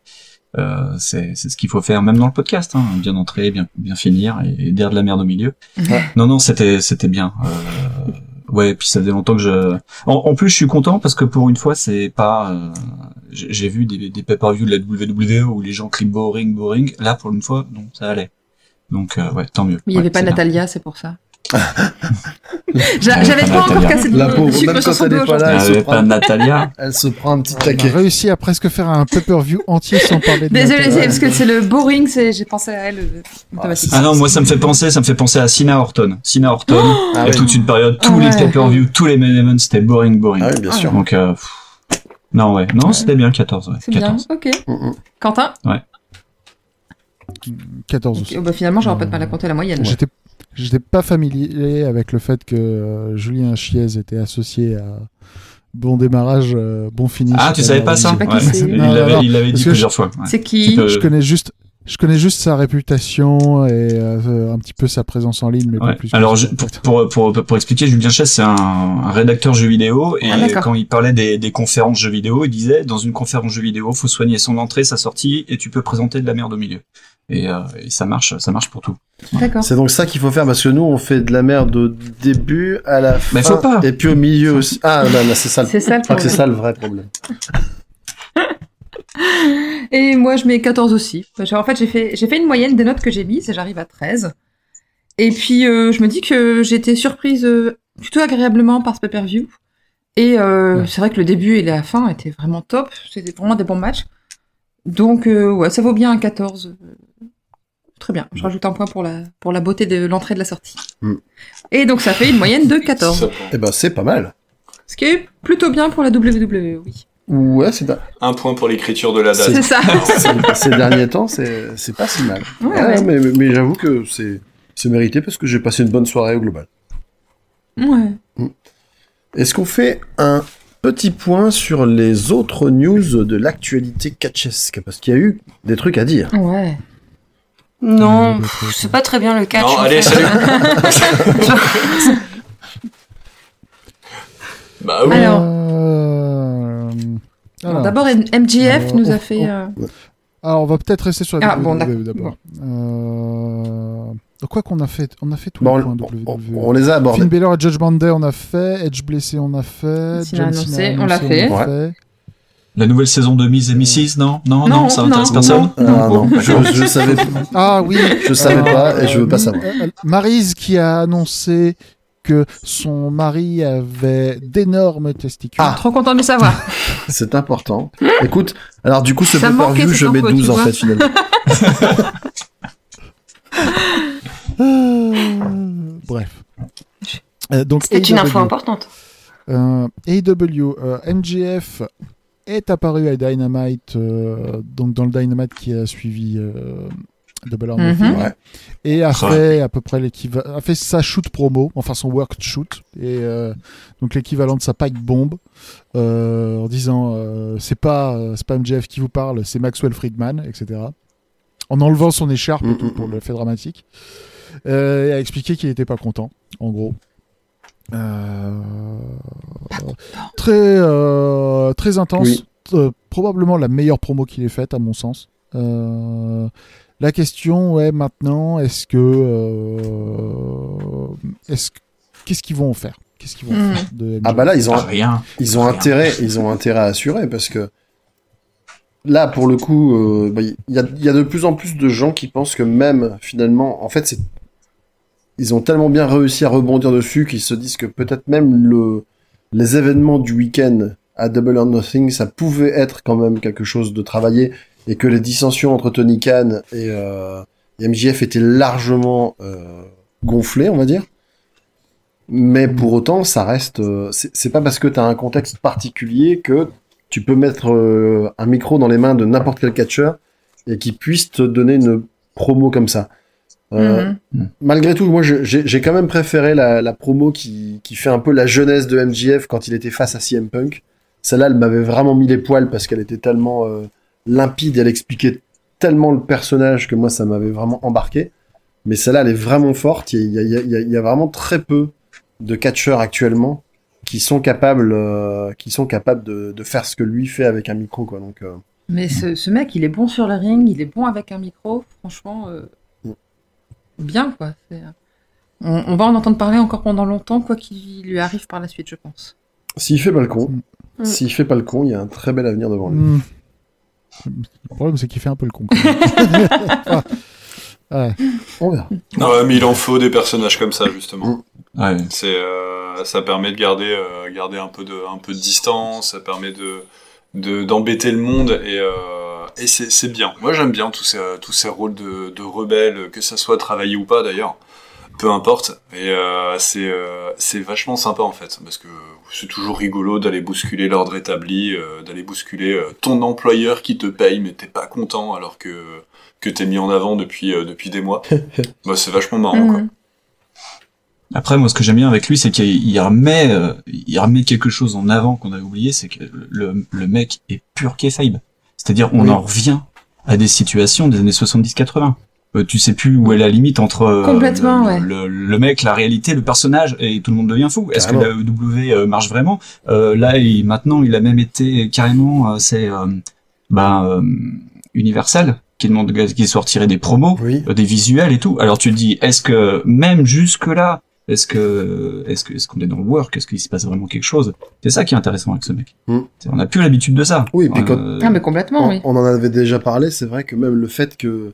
Speaker 4: Euh, c'est c'est ce qu'il faut faire même dans le podcast hein. bien entrer bien bien finir et, et dire de la merde au milieu non non c'était c'était bien euh, ouais puis ça faisait longtemps que je en, en plus je suis content parce que pour une fois c'est pas euh, j'ai j'ai vu des des pay-per-view de la WWE où les gens crient boring boring là pour une fois non ça allait donc euh, ouais tant mieux
Speaker 7: Mais il n'y
Speaker 4: Ouais,
Speaker 7: avait pas
Speaker 4: c'est bien.
Speaker 7: Natalia, c'est pour ça. J'a- J'avais pas encore
Speaker 4: Natalia.
Speaker 7: cassé de
Speaker 6: La pauvre,
Speaker 7: sucre
Speaker 6: même
Speaker 7: sur
Speaker 6: quand
Speaker 7: son
Speaker 6: elle est
Speaker 7: dos
Speaker 6: pas
Speaker 4: Il y
Speaker 6: là,
Speaker 7: aujourd'hui.
Speaker 6: elle se
Speaker 4: avait
Speaker 6: prend,
Speaker 4: pas Natalia
Speaker 6: elle se prend un petit
Speaker 3: On a
Speaker 6: taquet.
Speaker 3: réussi à presque faire un pay-per-view entier sans parler de
Speaker 7: Désolée,
Speaker 3: Natalia.
Speaker 7: c'est parce que c'est le boring, c'est- j'ai pensé à elle euh, automatiquement.
Speaker 4: Ah non, moi ça me fait penser, ça me fait penser à Sina Horton. Sina Horton, il y
Speaker 6: Ah
Speaker 4: a
Speaker 6: oui.
Speaker 4: toute une période, tous les
Speaker 7: Ouais.
Speaker 4: pay-per-view, tous les main events, c'était boring, boring.
Speaker 6: Ah oui, bien
Speaker 7: Ah.
Speaker 6: sûr.
Speaker 4: Donc euh, pff, non ouais, non c'était bien le 14, ouais.
Speaker 7: C'est bien,
Speaker 4: 14.
Speaker 7: ok.
Speaker 6: Mm, mm.
Speaker 7: Quentin
Speaker 3: 14 aussi.
Speaker 7: Ok, bah Finalement, j'aurais
Speaker 6: Euh,
Speaker 7: pas de mal à compter la moyenne. moi.
Speaker 3: J'étais, j'étais pas familier avec le fait que euh, Julien Chiez était associé à bon démarrage, euh, bon finish.
Speaker 4: Ah tu
Speaker 3: à
Speaker 4: savais
Speaker 3: la
Speaker 4: pas ça
Speaker 3: Révision.
Speaker 4: Ouais.
Speaker 7: Je sais pas qui c'est.
Speaker 4: Il
Speaker 3: Non, non,
Speaker 4: l'avait,
Speaker 3: non.
Speaker 4: il l'avait
Speaker 3: Parce
Speaker 4: dit euh.
Speaker 3: que
Speaker 4: plusieurs fois. ouais.
Speaker 7: C'est
Speaker 4: Tu
Speaker 7: qui
Speaker 4: peux-
Speaker 3: Je connais juste, je connais juste sa réputation et euh, un petit peu sa présence en ligne, mais
Speaker 4: Ouais.
Speaker 3: pas plus. que
Speaker 4: Alors
Speaker 3: ça,
Speaker 4: je-
Speaker 3: en
Speaker 4: pour,
Speaker 3: fait.
Speaker 4: pour, pour, pour expliquer, Julien Chess c'est un, un rédacteur jeux vidéo et
Speaker 7: Ah, d'accord.
Speaker 4: quand il parlait des, des conférences jeux vidéo, il disait dans une conférence jeux vidéo, faut soigner son entrée, sa sortie et tu peux présenter de la merde au milieu. Et, euh, et ça marche, ça marche pour tout.
Speaker 7: D'accord.
Speaker 6: C'est donc ça qu'il faut faire parce que nous on fait de la merde au début à la fin
Speaker 4: Mais faut pas.
Speaker 6: et puis au milieu aussi. Ah non, non, c'est ça. le-
Speaker 7: C'est ça
Speaker 6: Je
Speaker 7: le
Speaker 6: crois que c'est
Speaker 7: problème.
Speaker 6: ça le vrai problème.
Speaker 7: Et moi, je mets 14 aussi. Parce que, En fait, j'ai fait, j'ai fait une moyenne des notes que j'ai mises et j'arrive à 13. Et puis, euh, je me dis que j'étais surprise euh, plutôt agréablement par ce pay-per-view. Et euh, c'est vrai que le début et la fin étaient vraiment top. C'était vraiment des bons matchs. Donc, euh, ouais, ça vaut bien un 14. Euh, Très bien. Je rajoute un point pour la, pour la beauté de l'entrée et de la sortie.
Speaker 6: Mm.
Speaker 7: Et donc, ça fait une moyenne de 14.
Speaker 2: Ça prend.
Speaker 6: Eh ben c'est pas mal.
Speaker 7: Ce qui est plutôt bien pour la WWE, oui.
Speaker 6: Ouais, c'est da-
Speaker 2: Un point pour l'écriture de la date.
Speaker 7: C'est ça.
Speaker 6: c'est- ces derniers temps c'est c'est pas si mal.
Speaker 7: Ouais,
Speaker 6: Ah,
Speaker 7: ouais.
Speaker 6: Mais, mais- mais j'avoue que c'est c'est mérité parce que j'ai passé une bonne soirée au global.
Speaker 7: Ouais.
Speaker 6: Est-ce qu'on fait un petit point sur les autres news de l'actualité catchesque parce qu'il y a eu des trucs à dire.
Speaker 7: Ouais.
Speaker 5: Non, pff, c'est pas très bien le catch.
Speaker 2: Non,
Speaker 5: en
Speaker 2: allez,
Speaker 5: fait.
Speaker 2: Bah
Speaker 4: Ah
Speaker 2: oui.
Speaker 7: Alors-
Speaker 3: Euh,
Speaker 7: Alors,
Speaker 3: alors.
Speaker 7: D'abord, M- MJF
Speaker 3: Alors,
Speaker 7: nous
Speaker 3: on-
Speaker 7: a fait.
Speaker 3: on-
Speaker 7: euh,
Speaker 3: Alors, on va peut-être rester sur la
Speaker 7: Ah, bon,
Speaker 3: WWE
Speaker 7: d'accord.
Speaker 3: d'abord. Euh, Quoi qu'on a fait, on a fait tous
Speaker 6: Bon,
Speaker 3: les
Speaker 6: on,
Speaker 3: points
Speaker 6: on- on-
Speaker 3: WWE.
Speaker 6: on les a abordés.
Speaker 3: Finn Balor et Judge Day, on a fait. Edge blessé, on a fait.
Speaker 7: Cena
Speaker 3: John
Speaker 7: annoncé,
Speaker 3: Cena
Speaker 7: on l'a
Speaker 3: annoncé,
Speaker 6: fait.
Speaker 4: La nouvelle saison de Miz et Mrs, non Non,
Speaker 7: Non,
Speaker 4: non, ça intéresse
Speaker 7: non.
Speaker 4: personne
Speaker 6: Ah, non, je, je savais,
Speaker 3: Ah oui.
Speaker 6: je savais pas et je veux
Speaker 3: Euh,
Speaker 6: pas savoir.
Speaker 3: Marise qui a annoncé que son mari avait d'énormes testicules.
Speaker 6: Ah.
Speaker 7: Trop content de le savoir.
Speaker 6: C'est important. Écoute, alors du coup, ce
Speaker 7: Ça manquait
Speaker 6: pay-per-view,
Speaker 7: cette
Speaker 6: je mets
Speaker 7: info,
Speaker 6: 12
Speaker 7: tu
Speaker 6: en
Speaker 7: vois.
Speaker 6: fait finalement.
Speaker 3: Euh, Bref. Euh, donc
Speaker 5: C'était une info
Speaker 3: AEW.
Speaker 5: importante.
Speaker 3: Euh, AEW, euh, MJF est apparu à Dynamite, euh, donc dans le Dynamite qui a suivi euh, Double or Nothing,
Speaker 7: Mhm.
Speaker 6: Ouais.
Speaker 3: et a
Speaker 4: Ah.
Speaker 3: fait à peu près l'équivalent, a fait sa shoot promo, enfin son work shoot, et euh, donc l'équivalent de sa pipe bombe, euh, en disant euh, c'est pas euh, c'est pas MJF qui vous parle, c'est Maxwell Friedman, etc. En enlevant son écharpe et
Speaker 6: Mm,
Speaker 3: tout
Speaker 6: mm,
Speaker 3: pour le fait dramatique, euh, et a expliqué qu'il était pas content, en gros. Euh, très euh, très intense.
Speaker 6: Oui.
Speaker 3: Euh, probablement la meilleure promo qu'il ait faite à mon sens. Euh, la question est maintenant est-ce que euh, est-ce que- qu'est-ce qu'ils vont en faire Qu'est-ce qu'ils vont
Speaker 7: Mm.
Speaker 3: faire de
Speaker 6: Ah bah là, ils ont,
Speaker 4: Ah, Rien.
Speaker 6: ils ont
Speaker 4: rien.
Speaker 6: intérêt, ils ont intérêt à assurer parce que là, pour le coup, euh, bah, il y, a, il y a de plus en plus de gens qui pensent que même finalement, en fait, c'est, ils ont tellement bien réussi à rebondir dessus qu'ils se disent que peut-être même le, les événements du week-end à Double or Nothing, ça pouvait être quand même quelque chose de travaillé et que les dissensions entre Tony Khan et, euh, et MJF étaient largement euh, gonflées, on va dire. Mais pour autant, ça reste. euh, c'est c'est pas parce que t'as un contexte particulier que tu peux mettre euh, un micro dans les mains de n'importe quel catcheur et qui puisse te donner une promo comme ça. Euh,
Speaker 7: Mhm.
Speaker 6: Malgré tout, moi, je- j'ai j'ai quand même préféré la, la promo qui, qui fait un peu la jeunesse de MJF quand il était face à CM Punk. Celle-là, elle m'avait vraiment mis les poils parce qu'elle était tellement euh, limpide, elle expliquait tellement le personnage que moi, ça m'avait vraiment embarqué. Mais celle-là, elle est vraiment forte. Il y a, il y a- il y a- il y a vraiment très peu de catcheurs actuellement qui sont capables, euh, qui sont capables de, de faire ce que lui fait avec un micro, quoi. Donc, euh,
Speaker 7: Mais ce, ce mec, il est bon sur le ring, il est bon avec un micro, franchement, euh,
Speaker 6: Mm.
Speaker 7: bien quoi. C'est, euh, On, on va en entendre parler encore pendant longtemps, quoi qu'il lui arrive par la suite, je pense.
Speaker 6: S'il fait pas le con,
Speaker 5: Mm.
Speaker 6: s'il fait pas le con, il y a un très bel avenir devant lui.
Speaker 3: Hmm. Le problème, c'est qu'il fait un peu le con. quand même. Enfin, ouais.
Speaker 6: On verra.
Speaker 2: Ouais, mais il en faut des personnages comme ça justement.
Speaker 4: Ouais.
Speaker 2: C'est, euh, ça permet de garder, euh, garder un peu de, un peu de distance. Ça permet de, de d'embêter le monde et, euh, et c'est, c'est bien. Moi, j'aime bien tous ces, tous ces rôles de, de rebelles, que ça soit travaillé ou pas d'ailleurs. Peu importe. Et euh, c'est, euh, c'est vachement sympa en fait, parce que c'est toujours rigolo d'aller bousculer l'ordre établi, euh, d'aller bousculer euh, ton employeur qui te paye mais t'es pas content alors que que t'es mis en avant depuis euh, depuis des mois. bah, c'est vachement
Speaker 4: Ah,
Speaker 2: marrant quoi.
Speaker 7: Mhm.
Speaker 4: Après, moi, ce que j'aime bien avec lui, c'est qu'il il remet, euh, il remet quelque chose en avant qu'on avait oublié, c'est que le, le mec est pur kayfabe. C'est-à-dire, on
Speaker 6: Oui.
Speaker 4: en revient à des situations des années 70-80. Euh, tu sais plus où est la limite entre euh,
Speaker 7: Complètement,
Speaker 4: le,
Speaker 7: ouais.
Speaker 4: le- le mec, la réalité, le personnage, et tout le monde devient fou. Est-ce que la
Speaker 6: Carrément.
Speaker 4: EW euh, marche vraiment Euh, Là, il, maintenant, il a même été carrément, euh, c'est euh, ben, euh, Universal qui demande qu'il soit retiré des promos
Speaker 6: Oui.
Speaker 4: euh, des visuels et tout. Alors tu te dis, est-ce que même jusque là, est-ce que est-ce que est-ce qu'on est dans le work, est-ce qu'il se passe vraiment quelque chose C'est ça qui est intéressant avec ce mec.
Speaker 6: Mm.
Speaker 4: C'est- On n'a plus l'habitude de ça.
Speaker 6: Oui, et puis quand-
Speaker 4: Euh,
Speaker 7: Ah, mais complètement,
Speaker 6: on,
Speaker 7: oui.
Speaker 6: on en avait déjà parlé, c'est vrai que même le fait que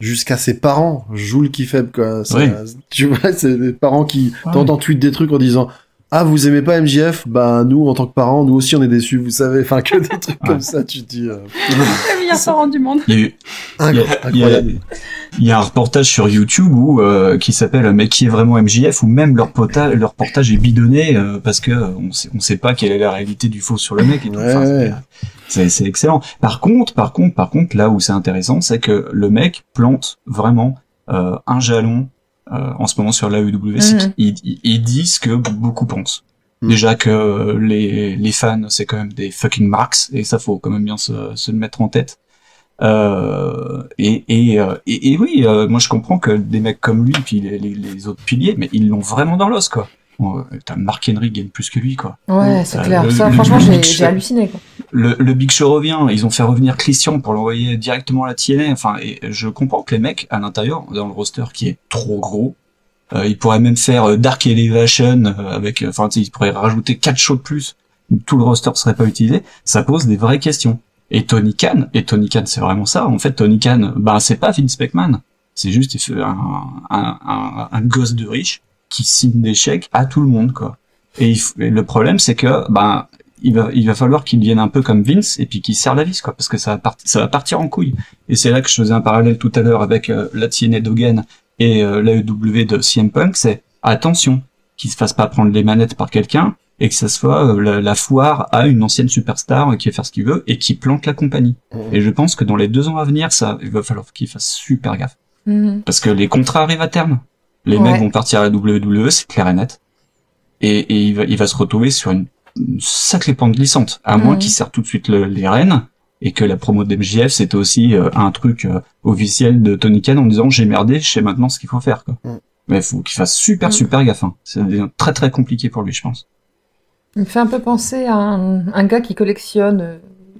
Speaker 6: jusqu'à ses parents jouent le kiffeb, quoi. ça-
Speaker 4: Oui. Ah
Speaker 6: Tu vois, c'est des parents qui
Speaker 4: Ouais.
Speaker 6: t'entends tweet des trucs en disant Ah, vous aimez pas MJF Bah, nous, en tant que parents, nous aussi, on est déçus, vous savez. Enfin, que des trucs comme ça, tu te dis. euh,
Speaker 7: Le meilleur parent du monde.
Speaker 4: il y a eu- il y a-
Speaker 6: incroyable.
Speaker 4: il y a- il y a un reportage sur YouTube où euh, qui s'appelle Mais qui est vraiment MJF où même leur pota- leur portage est bidonné euh, parce que euh, on sait on sait pas quelle est la réalité du faux sur le mec et tout.
Speaker 6: Ouais,
Speaker 4: Enfin, c'est-
Speaker 6: ouais.
Speaker 4: c'est c'est excellent. Par contre, par contre, par contre, là où c'est intéressant, c'est que le mec plante vraiment euh, un jalon euh, en ce moment sur l'AEW. c'est
Speaker 7: Mhm.
Speaker 4: qu'il- Il, il dit ce que beaucoup pensent.
Speaker 6: Mhm.
Speaker 4: Déjà que euh, les, les fans, c'est quand même des fucking marks, et ça faut quand même bien se, se le mettre en tête. Euh, et, et, euh, et, et oui, euh, moi je comprends que des mecs comme lui, puis les, les- les autres piliers, mais ils l'ont vraiment dans l'os, quoi. Bon, euh, putain, Mark Henry gagne plus que lui, quoi.
Speaker 7: Ouais, c'est
Speaker 4: Euh,
Speaker 7: clair.
Speaker 4: le-
Speaker 7: Ça,
Speaker 4: le
Speaker 7: franchement, j'ai
Speaker 4: public,
Speaker 7: j'ai
Speaker 4: c'est-
Speaker 7: halluciné, quoi.
Speaker 4: Le, le Big Show revient, ils ont fait revenir Christian pour l'envoyer directement à la TNA. Enfin, et je comprends que les mecs à l'intérieur, dans le roster qui est trop gros, euh, ils pourraient même faire euh, Dark Elevation euh, avec, euh, enfin, tu sais, ils pourraient rajouter quatre shows de plus. Tout le roster serait pas utilisé. Ça pose des vraies questions. Et Tony Khan, et Tony Khan, c'est vraiment ça. En fait, Tony Khan, ben, c'est pas Vince McMahon. C'est juste il fait un, un, un, un gosse de riche qui signe des chèques à tout le monde, quoi. Et, il f- et le problème, c'est que, ben, il va, il va falloir qu'il devienne un peu comme Vince et puis qu'il serre la vis, quoi, parce que ça va, part- ça va partir en couille. Et c'est là que je faisais un parallèle tout à l'heure avec euh, la TNA d'Hogan et euh, l'AEW de CM Punk, c'est attention qu'il se fasse pas prendre les manettes par quelqu'un et que ça soit euh, la, la foire à une ancienne superstar qui va faire ce qu'il veut et qui plante la compagnie. Et je pense que dans les deux ans à venir, ça, il va falloir qu'il fasse super gaffe.
Speaker 7: Mhm.
Speaker 4: Parce que les contrats arrivent à terme. Les
Speaker 7: Ouais.
Speaker 4: mecs vont partir à la WWE, c'est clair et net. Et, et il, va, il va se retrouver sur une, une sacrée pente glissante. À
Speaker 7: Mhm.
Speaker 4: moins qu'il serre tout de suite le- les rênes et que la promo de MJF, c'était aussi euh, un truc euh, officiel de Tony Khan en disant j'ai merdé, je sais maintenant ce qu'il faut faire. Quoi.
Speaker 6: Mhm.
Speaker 4: Mais il faut qu'il fasse super,
Speaker 7: Mhm.
Speaker 4: super gaffe. hein. Ça devient très, très compliqué pour lui, je pense.
Speaker 7: Il me fait un peu penser à un, un gars qui collectionne euh,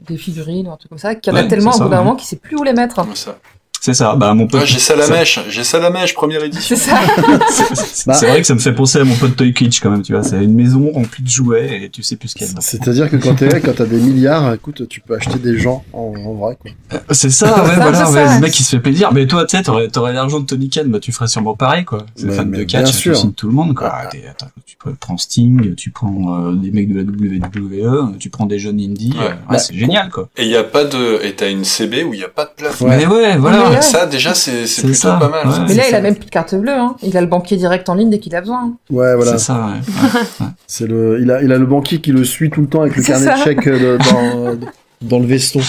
Speaker 7: des figurines ou un truc comme ça, qui en a
Speaker 4: Ouais,
Speaker 7: tellement
Speaker 4: c'est
Speaker 7: au
Speaker 4: ça,
Speaker 7: bout d'un
Speaker 4: ouais.
Speaker 7: moment qu'il sait plus où les mettre.
Speaker 2: Comme ça.
Speaker 4: C'est ça, bah mon pote.
Speaker 2: Ah, j'ai ça la
Speaker 4: ça-
Speaker 2: mèche, j'ai ça la mèche, première édition.
Speaker 7: C'est ça.
Speaker 4: c'est- c'est-
Speaker 6: Bah.
Speaker 4: C'est vrai que ça me fait penser à mon pote Toy Kitsch quand même, tu vois. C'est une maison remplie de jouets et tu sais plus ce qu'il y a dedans.
Speaker 6: C'est-à-dire que quand t'es- quand t'as des milliards, écoute, tu peux acheter des gens en, en vrai. Quoi.
Speaker 4: C'est ça, ouais,
Speaker 7: C'est un peu
Speaker 4: voilà,
Speaker 7: ça,
Speaker 4: ouais,
Speaker 7: ouais.
Speaker 4: le mec qui se fait plaisir. Mais toi, tu sais, t'aurais, t'aurais l'argent de Tony Khan, bah tu ferais sûrement pareil, quoi. C'est
Speaker 6: Mais-
Speaker 4: fan
Speaker 6: mais
Speaker 4: de
Speaker 6: bien
Speaker 4: catch, tu
Speaker 6: sûr. Ah.
Speaker 4: signes tout le monde, quoi. T'es- attends, tu pre- prends Sting, tu prends euh, des mecs de la WWE, tu prends des jeunes indies,
Speaker 2: Ouais.
Speaker 4: euh, ouais,
Speaker 2: Bah,
Speaker 4: c'est génial, quoi.
Speaker 2: Et il y a pas de, et t'as une CB où il y a pas de plafond.
Speaker 6: Ouais.
Speaker 4: Mais Ah, ouais, voilà.
Speaker 7: Mais ouais.
Speaker 2: Ça déjà c'est c'est
Speaker 4: C'est
Speaker 2: plutôt
Speaker 4: ça,
Speaker 2: pas mal.
Speaker 4: ouais.
Speaker 2: Ah, ça.
Speaker 7: Mais là,
Speaker 6: C'est
Speaker 7: il a
Speaker 6: ça.
Speaker 7: même plus de carte bleue. Hein. Il a le banquier direct en ligne dès qu'il a besoin. hein.
Speaker 6: Ouais, voilà.
Speaker 4: C'est ça, ouais. ouais.
Speaker 6: C'est le, il a, il a le banquier qui le suit tout le temps avec le
Speaker 7: C'est
Speaker 6: carnet de
Speaker 7: ça.
Speaker 6: chèques euh, dans, dans le veston.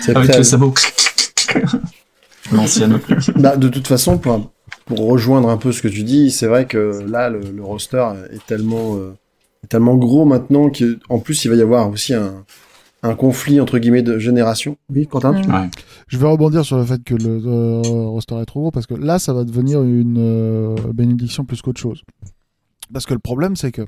Speaker 6: C'est
Speaker 4: Avec
Speaker 6: très-
Speaker 4: le sabot. L'ancienne.
Speaker 6: Bah, de toute façon, pour, pour rejoindre un peu ce que tu dis, c'est vrai que là, le, le roster est tellement, euh, est tellement gros maintenant qu'en plus, il va y avoir aussi un, un conflit entre guillemets de génération. Oui, Quentin tu-
Speaker 7: Mm.
Speaker 3: Je vais rebondir sur le fait que le euh, roster est trop gros parce que là, ça va devenir une euh, bénédiction plus qu'autre chose. Parce que le problème, c'est que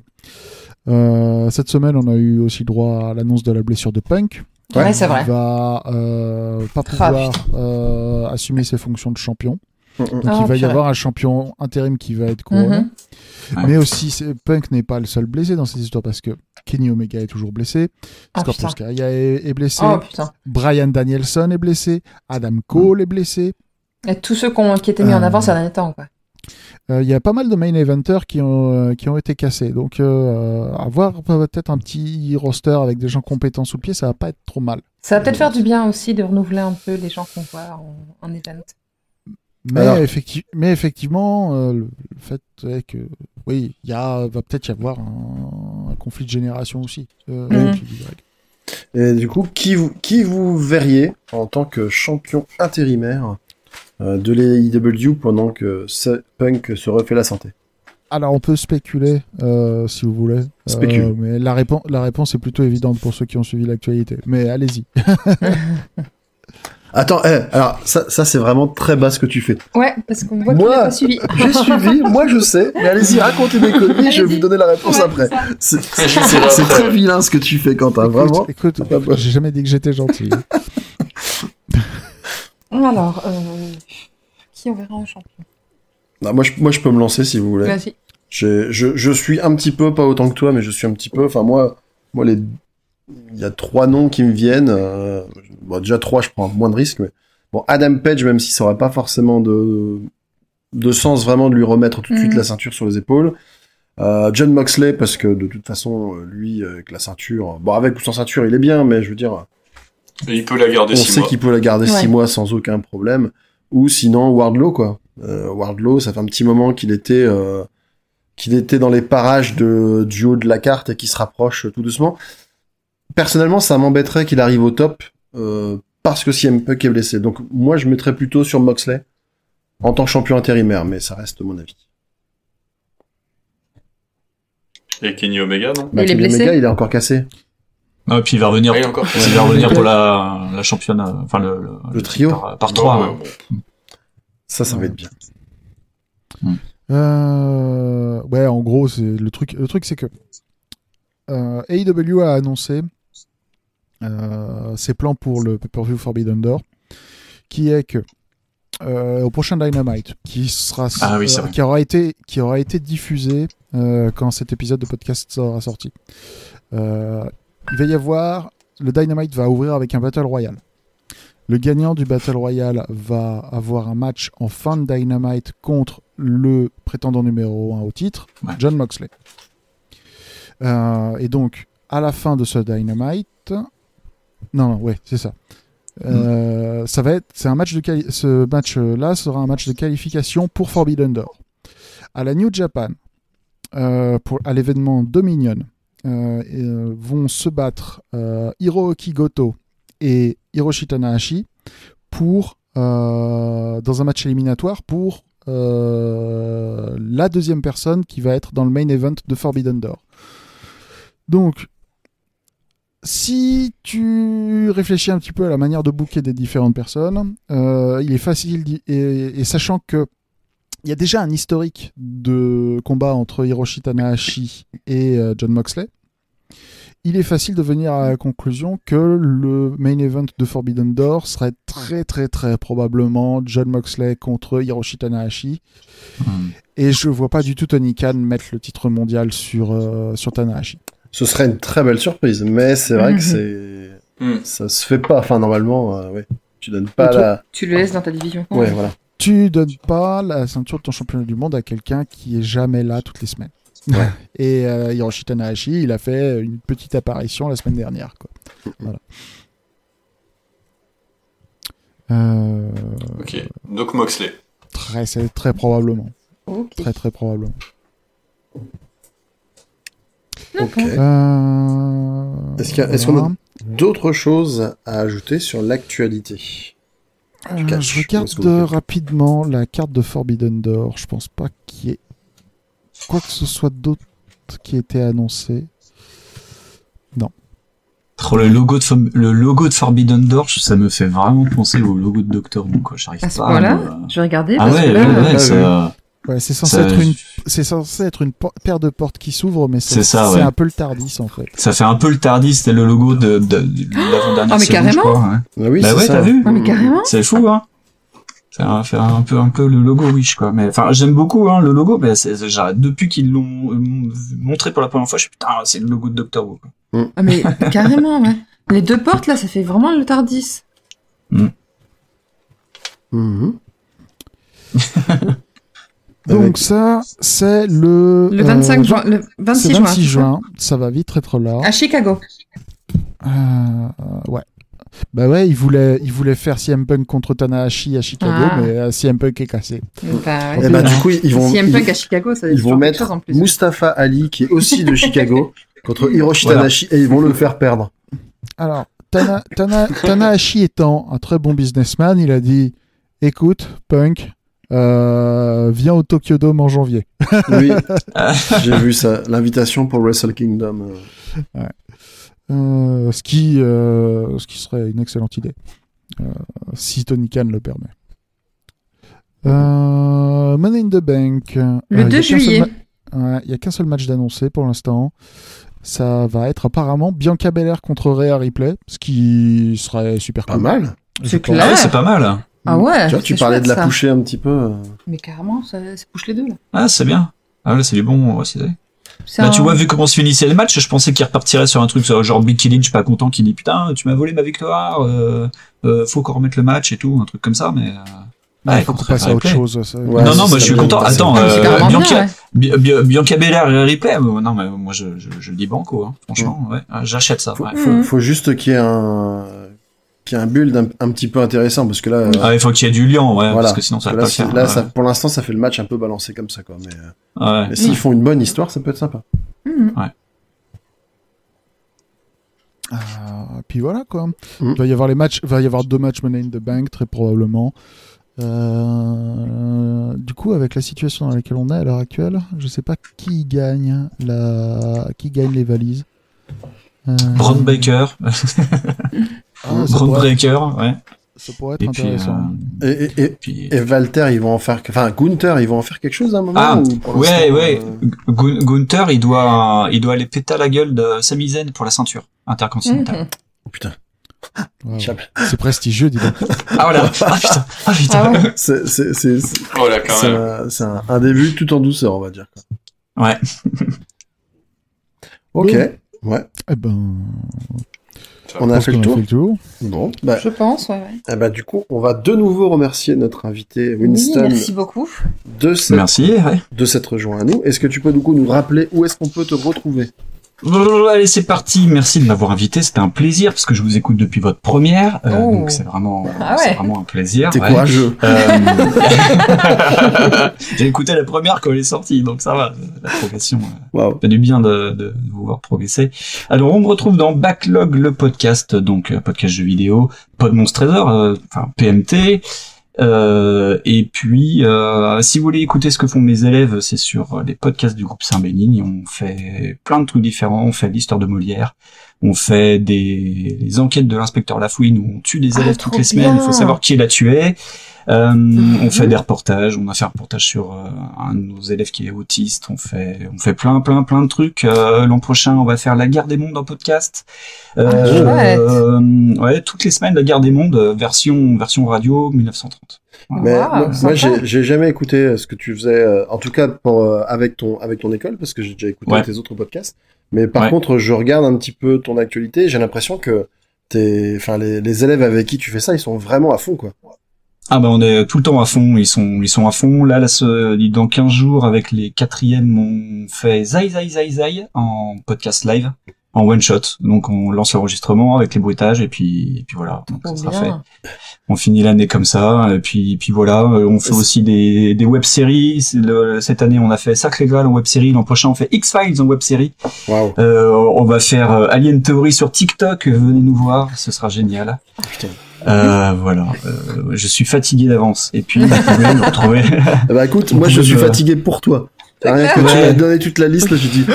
Speaker 3: euh, cette semaine, on a eu aussi droit à l'annonce de la blessure de Punk,
Speaker 7: Ouais, c'est
Speaker 3: Il
Speaker 7: vrai.
Speaker 3: va euh, pas
Speaker 7: Ah,
Speaker 3: pouvoir euh, assumer ses fonctions de champion.
Speaker 6: Mm, mm.
Speaker 3: Donc
Speaker 7: Ah,
Speaker 3: il va y
Speaker 7: purée.
Speaker 3: avoir un champion intérim qui va être couronné.
Speaker 7: Mhm.
Speaker 4: Ouais.
Speaker 3: Mais aussi, c'est- Punk n'est pas le seul blessé dans cette histoire parce que Kenny Omega est toujours blessé,
Speaker 7: Ah,
Speaker 3: Scorpio
Speaker 7: putain.
Speaker 3: Sky est, est blessé,
Speaker 7: Oh putain.
Speaker 3: Brian Danielson est blessé, Adam Cole est blessé.
Speaker 7: Et tous ceux qu'on- qui étaient mis en
Speaker 3: Euh,
Speaker 7: avant ces derniers temps, quoi.
Speaker 3: Euh, Il y a pas mal de main eventers qui ont, euh, qui ont été cassés. Donc euh, avoir peut-être un petit roster avec des gens compétents sous le pied, ça va pas être trop mal.
Speaker 7: Ça va peut-être faire du bien aussi de renouveler un peu les gens qu'on voit en, en event.
Speaker 3: Mais,
Speaker 6: Alors-
Speaker 3: effecti- mais effectivement, euh, le le fait est que oui, il y a, va peut-être y avoir un, un conflit de génération aussi. euh,
Speaker 7: Mhm.
Speaker 3: qui-
Speaker 6: Et du coup, qui vous, qui vous verriez en tant que champion intérimaire euh, de l'AEW pendant que ce- Punk se refait la santé
Speaker 3: Alors on peut spéculer euh, si vous voulez,
Speaker 6: Spécule.
Speaker 3: Euh, mais la, réponse la réponse est plutôt évidente pour ceux qui ont suivi l'actualité. Mais allez-y.
Speaker 6: Attends, eh, alors ça, ça c'est vraiment très bas ce que tu fais.
Speaker 7: Ouais, parce qu'on voit
Speaker 6: Moi,
Speaker 7: qu'il n'a pas suivi.
Speaker 6: J'ai suivi, moi je sais, mais allez-y, racontez mes conneries, je vais vous
Speaker 7: Allez-y.
Speaker 6: donner la réponse
Speaker 7: Ouais,
Speaker 6: après.
Speaker 7: c'est ça.
Speaker 6: C'est c'est- c'est- c'est très vilain ce que tu fais, Quentin, vraiment.
Speaker 3: Écoute, écoute,
Speaker 6: Ah bah.
Speaker 3: j'ai jamais dit que j'étais gentil. hein.
Speaker 7: Alors, euh, qui on verra en champion
Speaker 6: Non, moi, je, moi je peux me lancer si vous voulez.
Speaker 7: Vas-y.
Speaker 6: J'ai- Je, je suis un petit peu, pas autant que toi, mais je suis un petit peu. Enfin, moi, moi les... il y a trois noms qui me viennent. euh, Bon, déjà trois, je prends moins de risques. Mais... Bon, Adam Page, même si ça aurait pas forcément de, de sens vraiment de lui remettre tout de suite
Speaker 7: Mhm.
Speaker 6: la ceinture sur les épaules. Euh, John Moxley, parce que de toute façon, euh, lui, euh, avec la ceinture, bon, avec ou sans ceinture, il est bien, mais je veux dire,
Speaker 2: Et euh, il peut la garder
Speaker 6: on
Speaker 2: six
Speaker 6: sait
Speaker 2: mois.
Speaker 6: qu'il peut la garder
Speaker 7: Ouais.
Speaker 6: six mois sans aucun problème. Ou sinon Wardlow quoi. Euh, Wardlow, ça fait un petit moment qu'il était euh, qu'il était dans les parages de, du haut de la carte et qu'il se rapproche euh, tout doucement. Personnellement, ça m'embêterait qu'il arrive au top euh, parce que CM Punk est blessé. Donc moi, je mettrais plutôt sur Moxley en tant que champion intérimaire, mais ça reste mon avis.
Speaker 2: Et Kenny Omega, non
Speaker 6: Bah,
Speaker 7: Il est
Speaker 6: Kenny
Speaker 7: blessé
Speaker 6: Omega, il est encore cassé.
Speaker 4: Non, et puis il va revenir,
Speaker 2: Ah, il est encore.
Speaker 4: il va revenir pour la, la championne, euh, enfin le,
Speaker 6: Le trio.
Speaker 4: par, par
Speaker 2: Non,
Speaker 4: trois.
Speaker 2: ouais,
Speaker 4: hein.
Speaker 2: bon.
Speaker 6: Ça, ça va être bien.
Speaker 3: Euh, ouais, en gros, c'est le truc. Le truc, c'est que euh, AEW a annoncé euh, ses plans pour le pay-per-view Forbidden Door, qui est que euh, au prochain Dynamite, qui sera
Speaker 4: Ah oui, c'est
Speaker 3: euh,
Speaker 4: vrai.
Speaker 3: qui aura été qui aura été diffusé euh, quand cet épisode de podcast sera sorti. Euh, il va y avoir le Dynamite va ouvrir avec un Battle Royale. Le gagnant du Battle Royale va avoir un match en fin de Dynamite contre le prétendant numéro 1 au titre,
Speaker 4: Ouais.
Speaker 3: John Moxley. Euh, et donc, à la fin de ce Dynamite. Non, non, ouais, c'est ça. Euh, Ça va être, c'est un match de quali- ce match-là sera un match de qualification pour Forbidden Door à la New Japan euh, pour à l'événement Dominion euh, et, euh, vont se battre euh, Hirooki Goto et Hiroshi Tanahashi pour, euh, dans un match éliminatoire pour euh, la deuxième personne qui va être dans le main event de Forbidden Door. Donc, si tu réfléchis un petit peu à la manière de booker des différentes personnes, euh, il est facile, d'y- et, et sachant que il y a déjà un historique de combat entre Hiroshi Tanahashi et euh, John Moxley, il est facile de venir à la conclusion que le main event de Forbidden Door serait très très très probablement John Moxley contre Hiroshi Tanahashi.
Speaker 4: Hmm.
Speaker 3: Et je vois pas du tout Tony Khan mettre le titre mondial sur, euh, sur Tanahashi.
Speaker 6: Ce serait une très belle surprise, mais c'est vrai
Speaker 7: Mhm.
Speaker 6: que c'est
Speaker 2: Hmm.
Speaker 6: ça se fait pas. Enfin, normalement, euh, ouais, tu donnes pas
Speaker 3: Le truc-
Speaker 6: la.
Speaker 7: Tu le laisses dans ta division.
Speaker 6: Ouais, voilà.
Speaker 3: Tu donnes pas la ceinture de ton championnat du monde à quelqu'un qui est jamais là toutes les semaines. Et euh, Hiroshi Tanahashi, il a fait une petite apparition la semaine dernière. Quoi. Voilà. Euh,
Speaker 2: Ok. Donc Moxley.
Speaker 3: très, c'est très probablement.
Speaker 7: Ok.
Speaker 3: Très très probablement.
Speaker 6: Ok.
Speaker 3: Euh,
Speaker 6: Est-ce qu'il y a- est-ce qu'on a- D'autres choses à ajouter sur l'actualité
Speaker 3: Euh,
Speaker 6: caches,
Speaker 3: je
Speaker 6: où
Speaker 3: regarde
Speaker 6: est-ce que vous
Speaker 3: euh,
Speaker 6: faites
Speaker 3: rapidement la carte de Forbidden Door. Je pense pas qu'il y ait quoi que ce soit d'autre qui ait été annoncé.
Speaker 4: Trop, le logo de Fom- le logo de Forbidden Door, ça me fait vraiment penser au logo de Doctor Who. Quoi, j'arrive
Speaker 7: À ce
Speaker 4: pas. à
Speaker 7: point-là,
Speaker 4: me-
Speaker 7: je vais regarder.
Speaker 4: Ah
Speaker 7: parce
Speaker 4: ouais,
Speaker 7: que
Speaker 4: ouais,
Speaker 7: là,
Speaker 4: ouais,
Speaker 6: ah
Speaker 4: ça.
Speaker 3: Ouais, c'est censé
Speaker 4: Ça-
Speaker 3: être une, c'est censé être une por- paire de portes qui s'ouvrent, mais c'est
Speaker 4: C'est ça,
Speaker 3: c'est
Speaker 4: ouais.
Speaker 3: un peu le tardis en fait.
Speaker 4: Ça fait un peu le Tardis, c'était le logo de, de, de l'avant-dernière
Speaker 7: Ah, mais
Speaker 4: seconde,
Speaker 7: carrément.
Speaker 4: je crois, ouais.
Speaker 6: Ah oui,
Speaker 4: bah
Speaker 6: c'est
Speaker 4: ouais,
Speaker 6: ça.
Speaker 4: t'as vu
Speaker 7: Ah, mais carrément.
Speaker 4: C'est fou, hein C'est un, faire un peu, un peu le logo Wish, quoi. Mais enfin, j'aime beaucoup hein, le logo. Mais c'est- c'est- genre, depuis qu'ils l'ont euh, montré pour la première fois, je suis putain, c'est le logo de Doctor Who. quoi.
Speaker 7: Ah, mais carrément, ouais. Les deux portes, là, ça fait vraiment le Tardis.
Speaker 6: Mhm.
Speaker 3: Donc
Speaker 6: Avec-
Speaker 3: ça, c'est le
Speaker 7: Le
Speaker 3: euh,
Speaker 7: 25 juin, le
Speaker 3: c'est
Speaker 7: 26,
Speaker 3: 26
Speaker 7: juin.
Speaker 3: juin. Ça va vite être là.
Speaker 7: À Chicago. Ah.
Speaker 3: Euh, ouais. Bah ouais, il voulait, il voulait faire CM Punk contre Tanahashi à Chicago,
Speaker 7: Ah.
Speaker 3: mais euh, CM Punk est cassé.
Speaker 7: Bah,
Speaker 6: Eh
Speaker 7: ouais.
Speaker 6: ben,
Speaker 4: hein.
Speaker 6: du coup, ils vont,
Speaker 7: Si
Speaker 6: ils,
Speaker 7: M Punk à Chicago, ça va être
Speaker 6: ils vont
Speaker 7: toujours quelque chose
Speaker 6: mettre
Speaker 7: en plus.
Speaker 6: Mustafa Ali, qui est aussi de Chicago, contre Hiroshi
Speaker 4: Voilà.
Speaker 6: Tanahashi, et ils vont le faire perdre.
Speaker 3: Alors, Tana- Tana- Tanahashi étant un très bon businessman, il a dit Écoute, Punk, euh, viens au Tokyo Dome en janvier.
Speaker 6: Oui, j'ai vu ça. L'invitation pour Wrestle Kingdom. euh.
Speaker 3: Euh, ce, qui, euh, ce qui serait une excellente idée, euh, si Tony Khan le permet. Euh, Money in the Bank. Euh,
Speaker 4: Ah,
Speaker 7: Le 2 juillet.
Speaker 3: Il n'y a qu'un seul match d'annoncé pour l'instant. Ça va être apparemment Bianca Belair contre Rhea Ripley, ce qui serait super
Speaker 6: Pas
Speaker 3: cool.
Speaker 6: mal.
Speaker 3: Je
Speaker 7: C'est
Speaker 3: pense.
Speaker 4: Ah
Speaker 7: clair.
Speaker 4: ouais, c'est pas mal.
Speaker 7: Ah ouais.
Speaker 6: tu vois, tu
Speaker 7: c'est
Speaker 6: parlais
Speaker 7: chouette,
Speaker 6: de la
Speaker 7: ça.
Speaker 6: coucher un petit peu. euh.
Speaker 7: Mais carrément, ça, ça couche les deux, là.
Speaker 4: Ah, c'est bien. Ah là, c'est du bon. ouais, c'est-
Speaker 7: C'est
Speaker 4: Bah,
Speaker 7: un-
Speaker 4: tu vois, vu comment se finissait le match, je pensais qu'il repartirait sur un truc sur- genre Becky Lynch pas content qui dit putain, tu m'as volé ma victoire, euh, euh, faut qu'on remette le match et tout, un truc comme ça, mais. euh,
Speaker 3: Ouais,
Speaker 4: ouais,
Speaker 3: faut qu'on
Speaker 4: contre
Speaker 3: passe à autre
Speaker 4: Ripley.
Speaker 3: chose. ça.
Speaker 6: Ouais,
Speaker 4: non, non, moi
Speaker 6: c'est
Speaker 4: je
Speaker 6: ça,
Speaker 4: suis
Speaker 6: bien
Speaker 4: content.
Speaker 6: passé.
Speaker 4: Attends,
Speaker 7: Ah, c'est
Speaker 4: euh,
Speaker 7: carrément bien,
Speaker 4: Bianca,
Speaker 7: ouais.
Speaker 4: Bi- Bi- Bianca Belair et Ripley, euh, non, mais moi je, je, je dis banco, hein,
Speaker 6: Mm.
Speaker 4: franchement, ouais, hein, j'achète ça.
Speaker 6: Faut,
Speaker 4: ouais.
Speaker 6: faut-
Speaker 7: Mhm.
Speaker 6: faut juste qu'il y ait un, qu'il y ait un build un, un petit peu intéressant, parce que là, euh,
Speaker 4: Ah, il faut qu'il y ait du lien, ouais,
Speaker 6: voilà.
Speaker 4: parce que sinon ça va
Speaker 6: là,
Speaker 4: pas le
Speaker 6: c'est-
Speaker 4: faire.
Speaker 6: là,
Speaker 4: ouais.
Speaker 6: ça- pour l'instant, ça fait le match un peu balancé comme ça, quoi. Mais, euh,
Speaker 4: Ouais.
Speaker 6: mais s'ils font une bonne histoire, ça peut être sympa.
Speaker 7: Mhm.
Speaker 3: Euh, puis voilà quoi.
Speaker 6: Mm.
Speaker 3: Il va y avoir les matchs, il va y avoir deux matchs Money in the Bank très probablement. Euh, du coup, avec la situation dans laquelle on est à l'heure actuelle, je sais pas qui gagne la, qui gagne les valises. Euh,
Speaker 4: Braun Baker,
Speaker 3: ah, ça,
Speaker 4: Braun
Speaker 3: pourrait,
Speaker 4: Breaker, ouais.
Speaker 3: ça pourrait être
Speaker 4: Et puis,
Speaker 3: intéressant.
Speaker 4: euh,
Speaker 6: Et, et, et,
Speaker 4: puis-
Speaker 6: et Walter, ils vont en faire, enfin, Gunther, ils vont en faire quelque chose à un moment
Speaker 4: Ah,
Speaker 6: ou pour
Speaker 4: ouais,
Speaker 6: l'instant,
Speaker 4: ouais.
Speaker 6: euh,
Speaker 4: Gun- Gunther, il doit, il doit aller péter à la gueule de Sami Zayn pour la ceinture intercontinentale.
Speaker 7: Mhm.
Speaker 6: oh, putain.
Speaker 3: Wow.
Speaker 6: Chap.
Speaker 3: C'est prestigieux, dis donc.
Speaker 4: Ah voilà, ah putain, ah putain.
Speaker 7: Ah ouais.
Speaker 6: C'est c'est- c'est- c'est-
Speaker 2: Oh là, quand
Speaker 6: c'est
Speaker 2: même.
Speaker 6: un, c'est un- un début tout en douceur, on va dire.
Speaker 4: Ouais.
Speaker 6: Ok.
Speaker 3: Bon.
Speaker 6: Ouais.
Speaker 3: Eh ben,
Speaker 6: On
Speaker 3: je
Speaker 6: a
Speaker 3: pense
Speaker 6: fait
Speaker 3: qu'on a
Speaker 6: le tour.
Speaker 3: fait le tour.
Speaker 6: Bon. Bah,
Speaker 7: Je pense, ouais. ouais.
Speaker 6: eh ben, du coup, on va de nouveau remercier notre invité
Speaker 7: Oui,
Speaker 6: Winston
Speaker 7: merci beaucoup.
Speaker 6: de cette
Speaker 4: Merci. Ouais.
Speaker 6: de s'être rejoint à nous. Est-ce que tu peux du coup nous rappeler où est-ce qu'on peut te retrouver
Speaker 4: Blablabla, Allez, c'est parti. Merci de m'avoir invité. C'était un plaisir parce que je vous écoute depuis votre première, euh,
Speaker 7: Oh.
Speaker 4: donc c'est vraiment,
Speaker 7: Ah
Speaker 4: c'est
Speaker 7: ouais.
Speaker 4: vraiment un plaisir.
Speaker 6: T'es
Speaker 4: ouais.
Speaker 6: courageux.
Speaker 4: Euh, J'ai écouté la première quand elle est sortie, donc ça va. La progression. euh,
Speaker 6: Waouh.
Speaker 4: fait du bien de, de vous voir progresser. Alors on me retrouve dans Backlog le podcast, donc euh, podcast jeux vidéo, Pod Monstre Trésor, euh, enfin PMT. Euh, et puis euh, si vous voulez écouter ce que font mes élèves, c'est sur euh, les podcasts du groupe Saint-Bénigne. On fait plein de trucs différents, on fait l'histoire de Molière. On fait des les enquêtes de l'inspecteur Lafouine où on tue des
Speaker 7: Ah,
Speaker 4: élèves
Speaker 7: trop
Speaker 4: toutes les semaines. Il faut
Speaker 7: bien.
Speaker 4: savoir qui l'a tué. Euh, on fait des reportages, on a fait un reportage sur euh, un de nos élèves qui est autiste, on fait, on fait plein, plein, plein de trucs. Euh, L'an prochain, on va faire la guerre des mondes en podcast.
Speaker 7: chouette.
Speaker 4: euh, ouais, toutes les semaines, la guerre des mondes, euh, version, version radio 1930.
Speaker 6: Mais
Speaker 7: Ah, Waouh,
Speaker 6: moi,
Speaker 7: sympa.
Speaker 6: moi, j'ai j'ai jamais écouté euh, ce que tu faisais, euh, en tout cas pour, euh, avec ton avec ton école, parce que j'ai déjà écouté
Speaker 4: Ouais.
Speaker 6: tes autres podcasts. Mais par
Speaker 4: Ouais.
Speaker 6: contre, je regarde un petit peu ton actualité. J'ai l'impression que t'es, enfin les, les élèves avec qui tu fais ça, ils sont vraiment à fond quoi.
Speaker 4: Ah ben on est tout le temps à fond, ils sont ils sont à fond. Là, là ce, dans 15 jours avec les quatrièmes, on fait Zai Zai Zai Zai en podcast live, en one shot. Donc on lance l'enregistrement avec les bruitages et puis et puis voilà, donc ça sera
Speaker 7: Trop bien.
Speaker 4: fait. On finit l'année comme ça, et puis, et puis voilà, euh, on fait
Speaker 6: C'est-
Speaker 4: aussi des, des web-séries. C'est le- Cette année, on a fait Sacré Graal en web-série. L'an prochain, on fait X-Files en web-série.
Speaker 6: Waouh.
Speaker 4: Euh, on va faire euh, Alien Theory sur TikTok. euh, Venez nous voir, ce sera génial.
Speaker 6: putain.
Speaker 4: Euh, voilà, euh, je suis fatigué d'avance. Et puis, vous pouvez nous retrouver.
Speaker 6: Eh ben, écoute,
Speaker 4: On
Speaker 6: moi je
Speaker 4: peut,
Speaker 6: suis
Speaker 4: euh,
Speaker 6: fatigué pour toi. Rien que tu
Speaker 4: Ouais.
Speaker 6: m'as donné toute la liste, là, j'ai dit,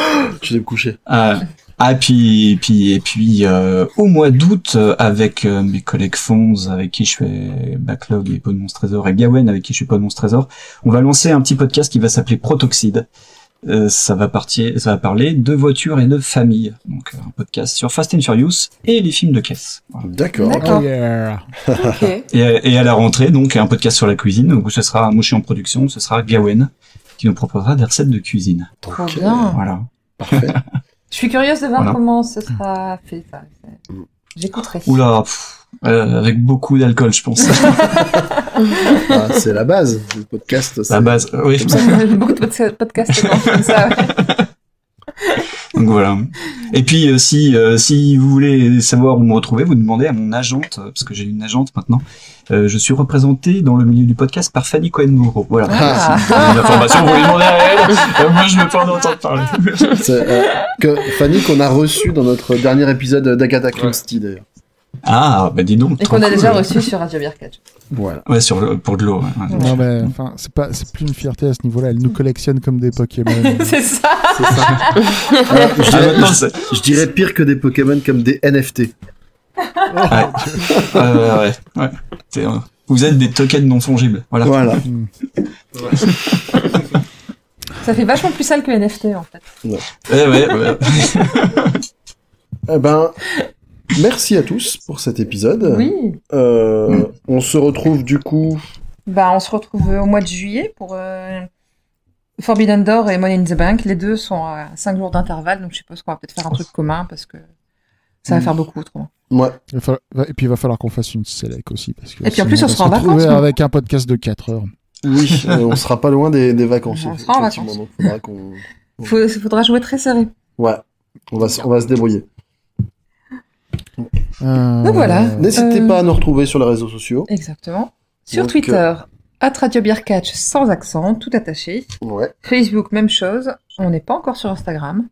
Speaker 6: je vais me coucher.
Speaker 4: Ah, Ah, puis, puis, et puis, euh, au mois d'août, euh, avec euh, mes collègues Fonz, avec qui je fais Backlog et Pas de Monstre Trésor, et Gawen, avec qui je fais Pas de Monstre Trésor, on va lancer un petit podcast qui va s'appeler Protoxide. Euh, ça va partir, ça va parler de voitures et de famille. Donc, euh, un podcast sur Fast and Furious et les films de caisse. Voilà.
Speaker 6: D'accord.
Speaker 7: D'accord.
Speaker 3: Oh yeah.
Speaker 5: Ok.
Speaker 4: Et, à- et à la rentrée, donc, un podcast sur la cuisine, donc, ce sera, moi je suis en production, ce sera Gawen, qui nous proposera des recettes de cuisine.
Speaker 7: Trop
Speaker 6: Ok,
Speaker 7: bien.
Speaker 4: Voilà.
Speaker 6: Parfait.
Speaker 7: Je suis curieuse de voir
Speaker 4: Voilà.
Speaker 7: comment ce sera fait. ça. J'écouterai.
Speaker 4: Oula, pff, euh, avec beaucoup d'alcool, je pense.
Speaker 6: Ah, c'est la base du podcast.
Speaker 4: la
Speaker 6: c'est-
Speaker 4: base, euh, oui, je pense.
Speaker 7: Beaucoup de podca- podcasts dans- comme ça. ouais.
Speaker 4: Donc voilà. Et puis euh, si euh, si vous voulez savoir où me retrouver, vous demandez à mon agente euh, parce que j'ai une agente maintenant. Euh, je suis représenté dans le milieu du podcast par Fanny Cohen Moreau. Voilà.
Speaker 6: Ah.
Speaker 4: Si vous avez des informations, vous les demandez à elle. Euh, moi, je veux pas en entendre parler.
Speaker 6: C'est, euh, que, Fanny qu'on a reçu dans notre dernier épisode d'Agatha Christie d'ailleurs.
Speaker 4: Ah, bah dis donc.
Speaker 7: Et
Speaker 4: trop
Speaker 7: qu'on a
Speaker 4: cool.
Speaker 7: déjà reçu sur Radio Birkatch.
Speaker 6: Voilà.
Speaker 4: Ouais, sur le- pour de l'eau. ouais. Ouais.
Speaker 3: Non, mais enfin, c'est pas, c'est plus une fierté à ce niveau-là. Elle nous collectionne comme des Pokémon.
Speaker 7: C'est ça.
Speaker 6: C'est ça. Alors, je,
Speaker 4: Ah,
Speaker 6: dirais,
Speaker 4: maintenant, c'est-
Speaker 6: je- je dirais pire que des Pokémon comme des NFT.
Speaker 4: ouais, ouais, ouais, ouais. C'est, euh, vous êtes des tokens non fongibles. Voilà.
Speaker 6: Voilà.
Speaker 7: Ça fait vachement plus sale que NFT en fait.
Speaker 4: Ouais, ouais, ouais.
Speaker 6: Eh ben, merci à tous pour cet épisode.
Speaker 7: Oui.
Speaker 6: Euh, on se retrouve du coup.
Speaker 7: Bah, on se retrouve euh, au mois de juillet pour euh, Forbidden Door et Money in the Bank. Les deux sont à 5 jours d'intervalle, donc je suppose qu'on va peut-être faire un truc commun parce que ça
Speaker 6: Mm.
Speaker 7: va faire beaucoup trop.
Speaker 6: Moi,
Speaker 3: Il va falloir- va- et puis il va falloir qu'on fasse une select aussi. Parce que
Speaker 7: Et puis, en
Speaker 3: sinon,
Speaker 7: plus, on
Speaker 3: va
Speaker 7: sera en
Speaker 3: se retrouver
Speaker 7: vacances, nous.
Speaker 3: avec un podcast de 4 heures.
Speaker 6: oui, euh, on sera pas loin des, des vacances.
Speaker 7: On sera en
Speaker 6: effectivement,
Speaker 7: vacances.
Speaker 6: donc faudra qu'on-
Speaker 7: Faut, faudra jouer très serré.
Speaker 6: Ouais, on va, se- on va se débrouiller.
Speaker 3: Euh,
Speaker 7: Donc voilà.
Speaker 6: N'hésitez
Speaker 7: Euh.
Speaker 6: pas à nous retrouver sur les réseaux sociaux.
Speaker 7: Exactement. Sur
Speaker 6: Donc, euh,
Speaker 7: Twitter, at Radio Birkatch sans accent, tout attaché.
Speaker 6: Ouais.
Speaker 7: Facebook, même chose. On n'est pas encore sur Instagram.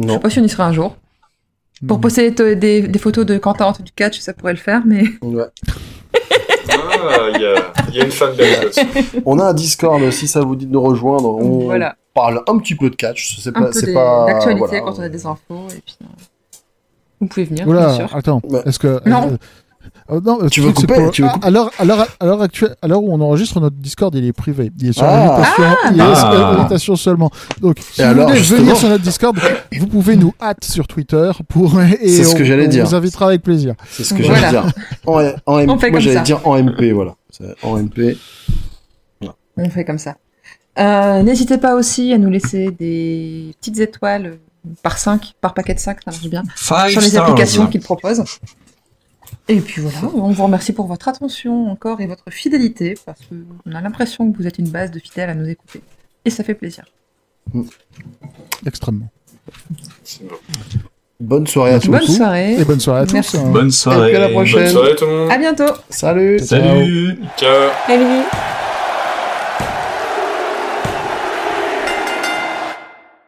Speaker 7: Je
Speaker 6: Non.
Speaker 7: sais pas si on y sera un jour. Pour
Speaker 3: Mm.
Speaker 7: poster des, des- des photos de Quentin entre du catch, ça pourrait le faire, mais
Speaker 6: Ouais.
Speaker 2: Ah, il y, a- il y a une fan de
Speaker 6: On a un Discord si ça vous dit de nous rejoindre. On
Speaker 7: voilà.
Speaker 6: parle un petit peu de catch. C'est
Speaker 7: Un
Speaker 6: pas,
Speaker 7: peu
Speaker 6: c'est
Speaker 7: des-
Speaker 6: pas
Speaker 7: d'actualité
Speaker 6: voilà.
Speaker 7: quand on a des infos. Et puis, euh, vous pouvez venir, bien
Speaker 3: Oula,
Speaker 7: sûr.
Speaker 3: attends.
Speaker 6: Ouais.
Speaker 3: Est-ce que.
Speaker 7: Non.
Speaker 3: euh, oh, non,
Speaker 6: Bah. Tu
Speaker 3: le
Speaker 6: veux
Speaker 3: truc, c'est
Speaker 6: couper,
Speaker 3: que-
Speaker 6: tu veux
Speaker 3: Ah,
Speaker 6: couper.
Speaker 3: à l'heure- à l'heure- à l'heure actuelle, à l'heure où on enregistre, notre Discord, il est privé. Il est sur
Speaker 6: Ah.
Speaker 3: invitation, il est sur
Speaker 4: Ah.
Speaker 3: invitation seulement. Donc, si
Speaker 6: Et
Speaker 3: vous
Speaker 6: alors,
Speaker 3: voulez
Speaker 6: justement-
Speaker 3: venir sur notre Discord, vous pouvez nous hâte sur Twitter pour. et
Speaker 6: C'est ce
Speaker 3: on-
Speaker 6: que j'allais
Speaker 3: on
Speaker 6: dire.
Speaker 3: vous invitera avec plaisir.
Speaker 6: C'est ce que
Speaker 7: Voilà.
Speaker 6: j'allais dire. En, en M-
Speaker 7: On fait
Speaker 6: Moi,
Speaker 7: comme
Speaker 6: j'allais
Speaker 7: ça.
Speaker 6: dire en MP, voilà. C'est En MP.
Speaker 7: On fait comme ça. Euh, N'hésitez pas aussi à nous laisser des petites étoiles par 5, par paquet de 5, ça marche bien,
Speaker 4: Five
Speaker 7: sur les
Speaker 4: stars.
Speaker 7: applications qu'ils proposent. Et puis voilà, on vous remercie pour votre attention encore et votre fidélité, parce qu'on a l'impression que vous êtes une base de fidèles à nous écouter. Et ça fait plaisir.
Speaker 3: Extrêmement.
Speaker 6: Bonne soirée à tous.
Speaker 7: Bonne soirée,
Speaker 3: Et bonne soirée à
Speaker 7: Merci.
Speaker 3: tous. hein.
Speaker 4: Bonne soirée.
Speaker 6: Et puis à la
Speaker 2: Bonne
Speaker 7: ah.
Speaker 6: prochaine.
Speaker 2: soirée tout le monde.
Speaker 7: à bientôt
Speaker 6: Salut.
Speaker 4: Salut.
Speaker 2: Ciao.
Speaker 5: Salut.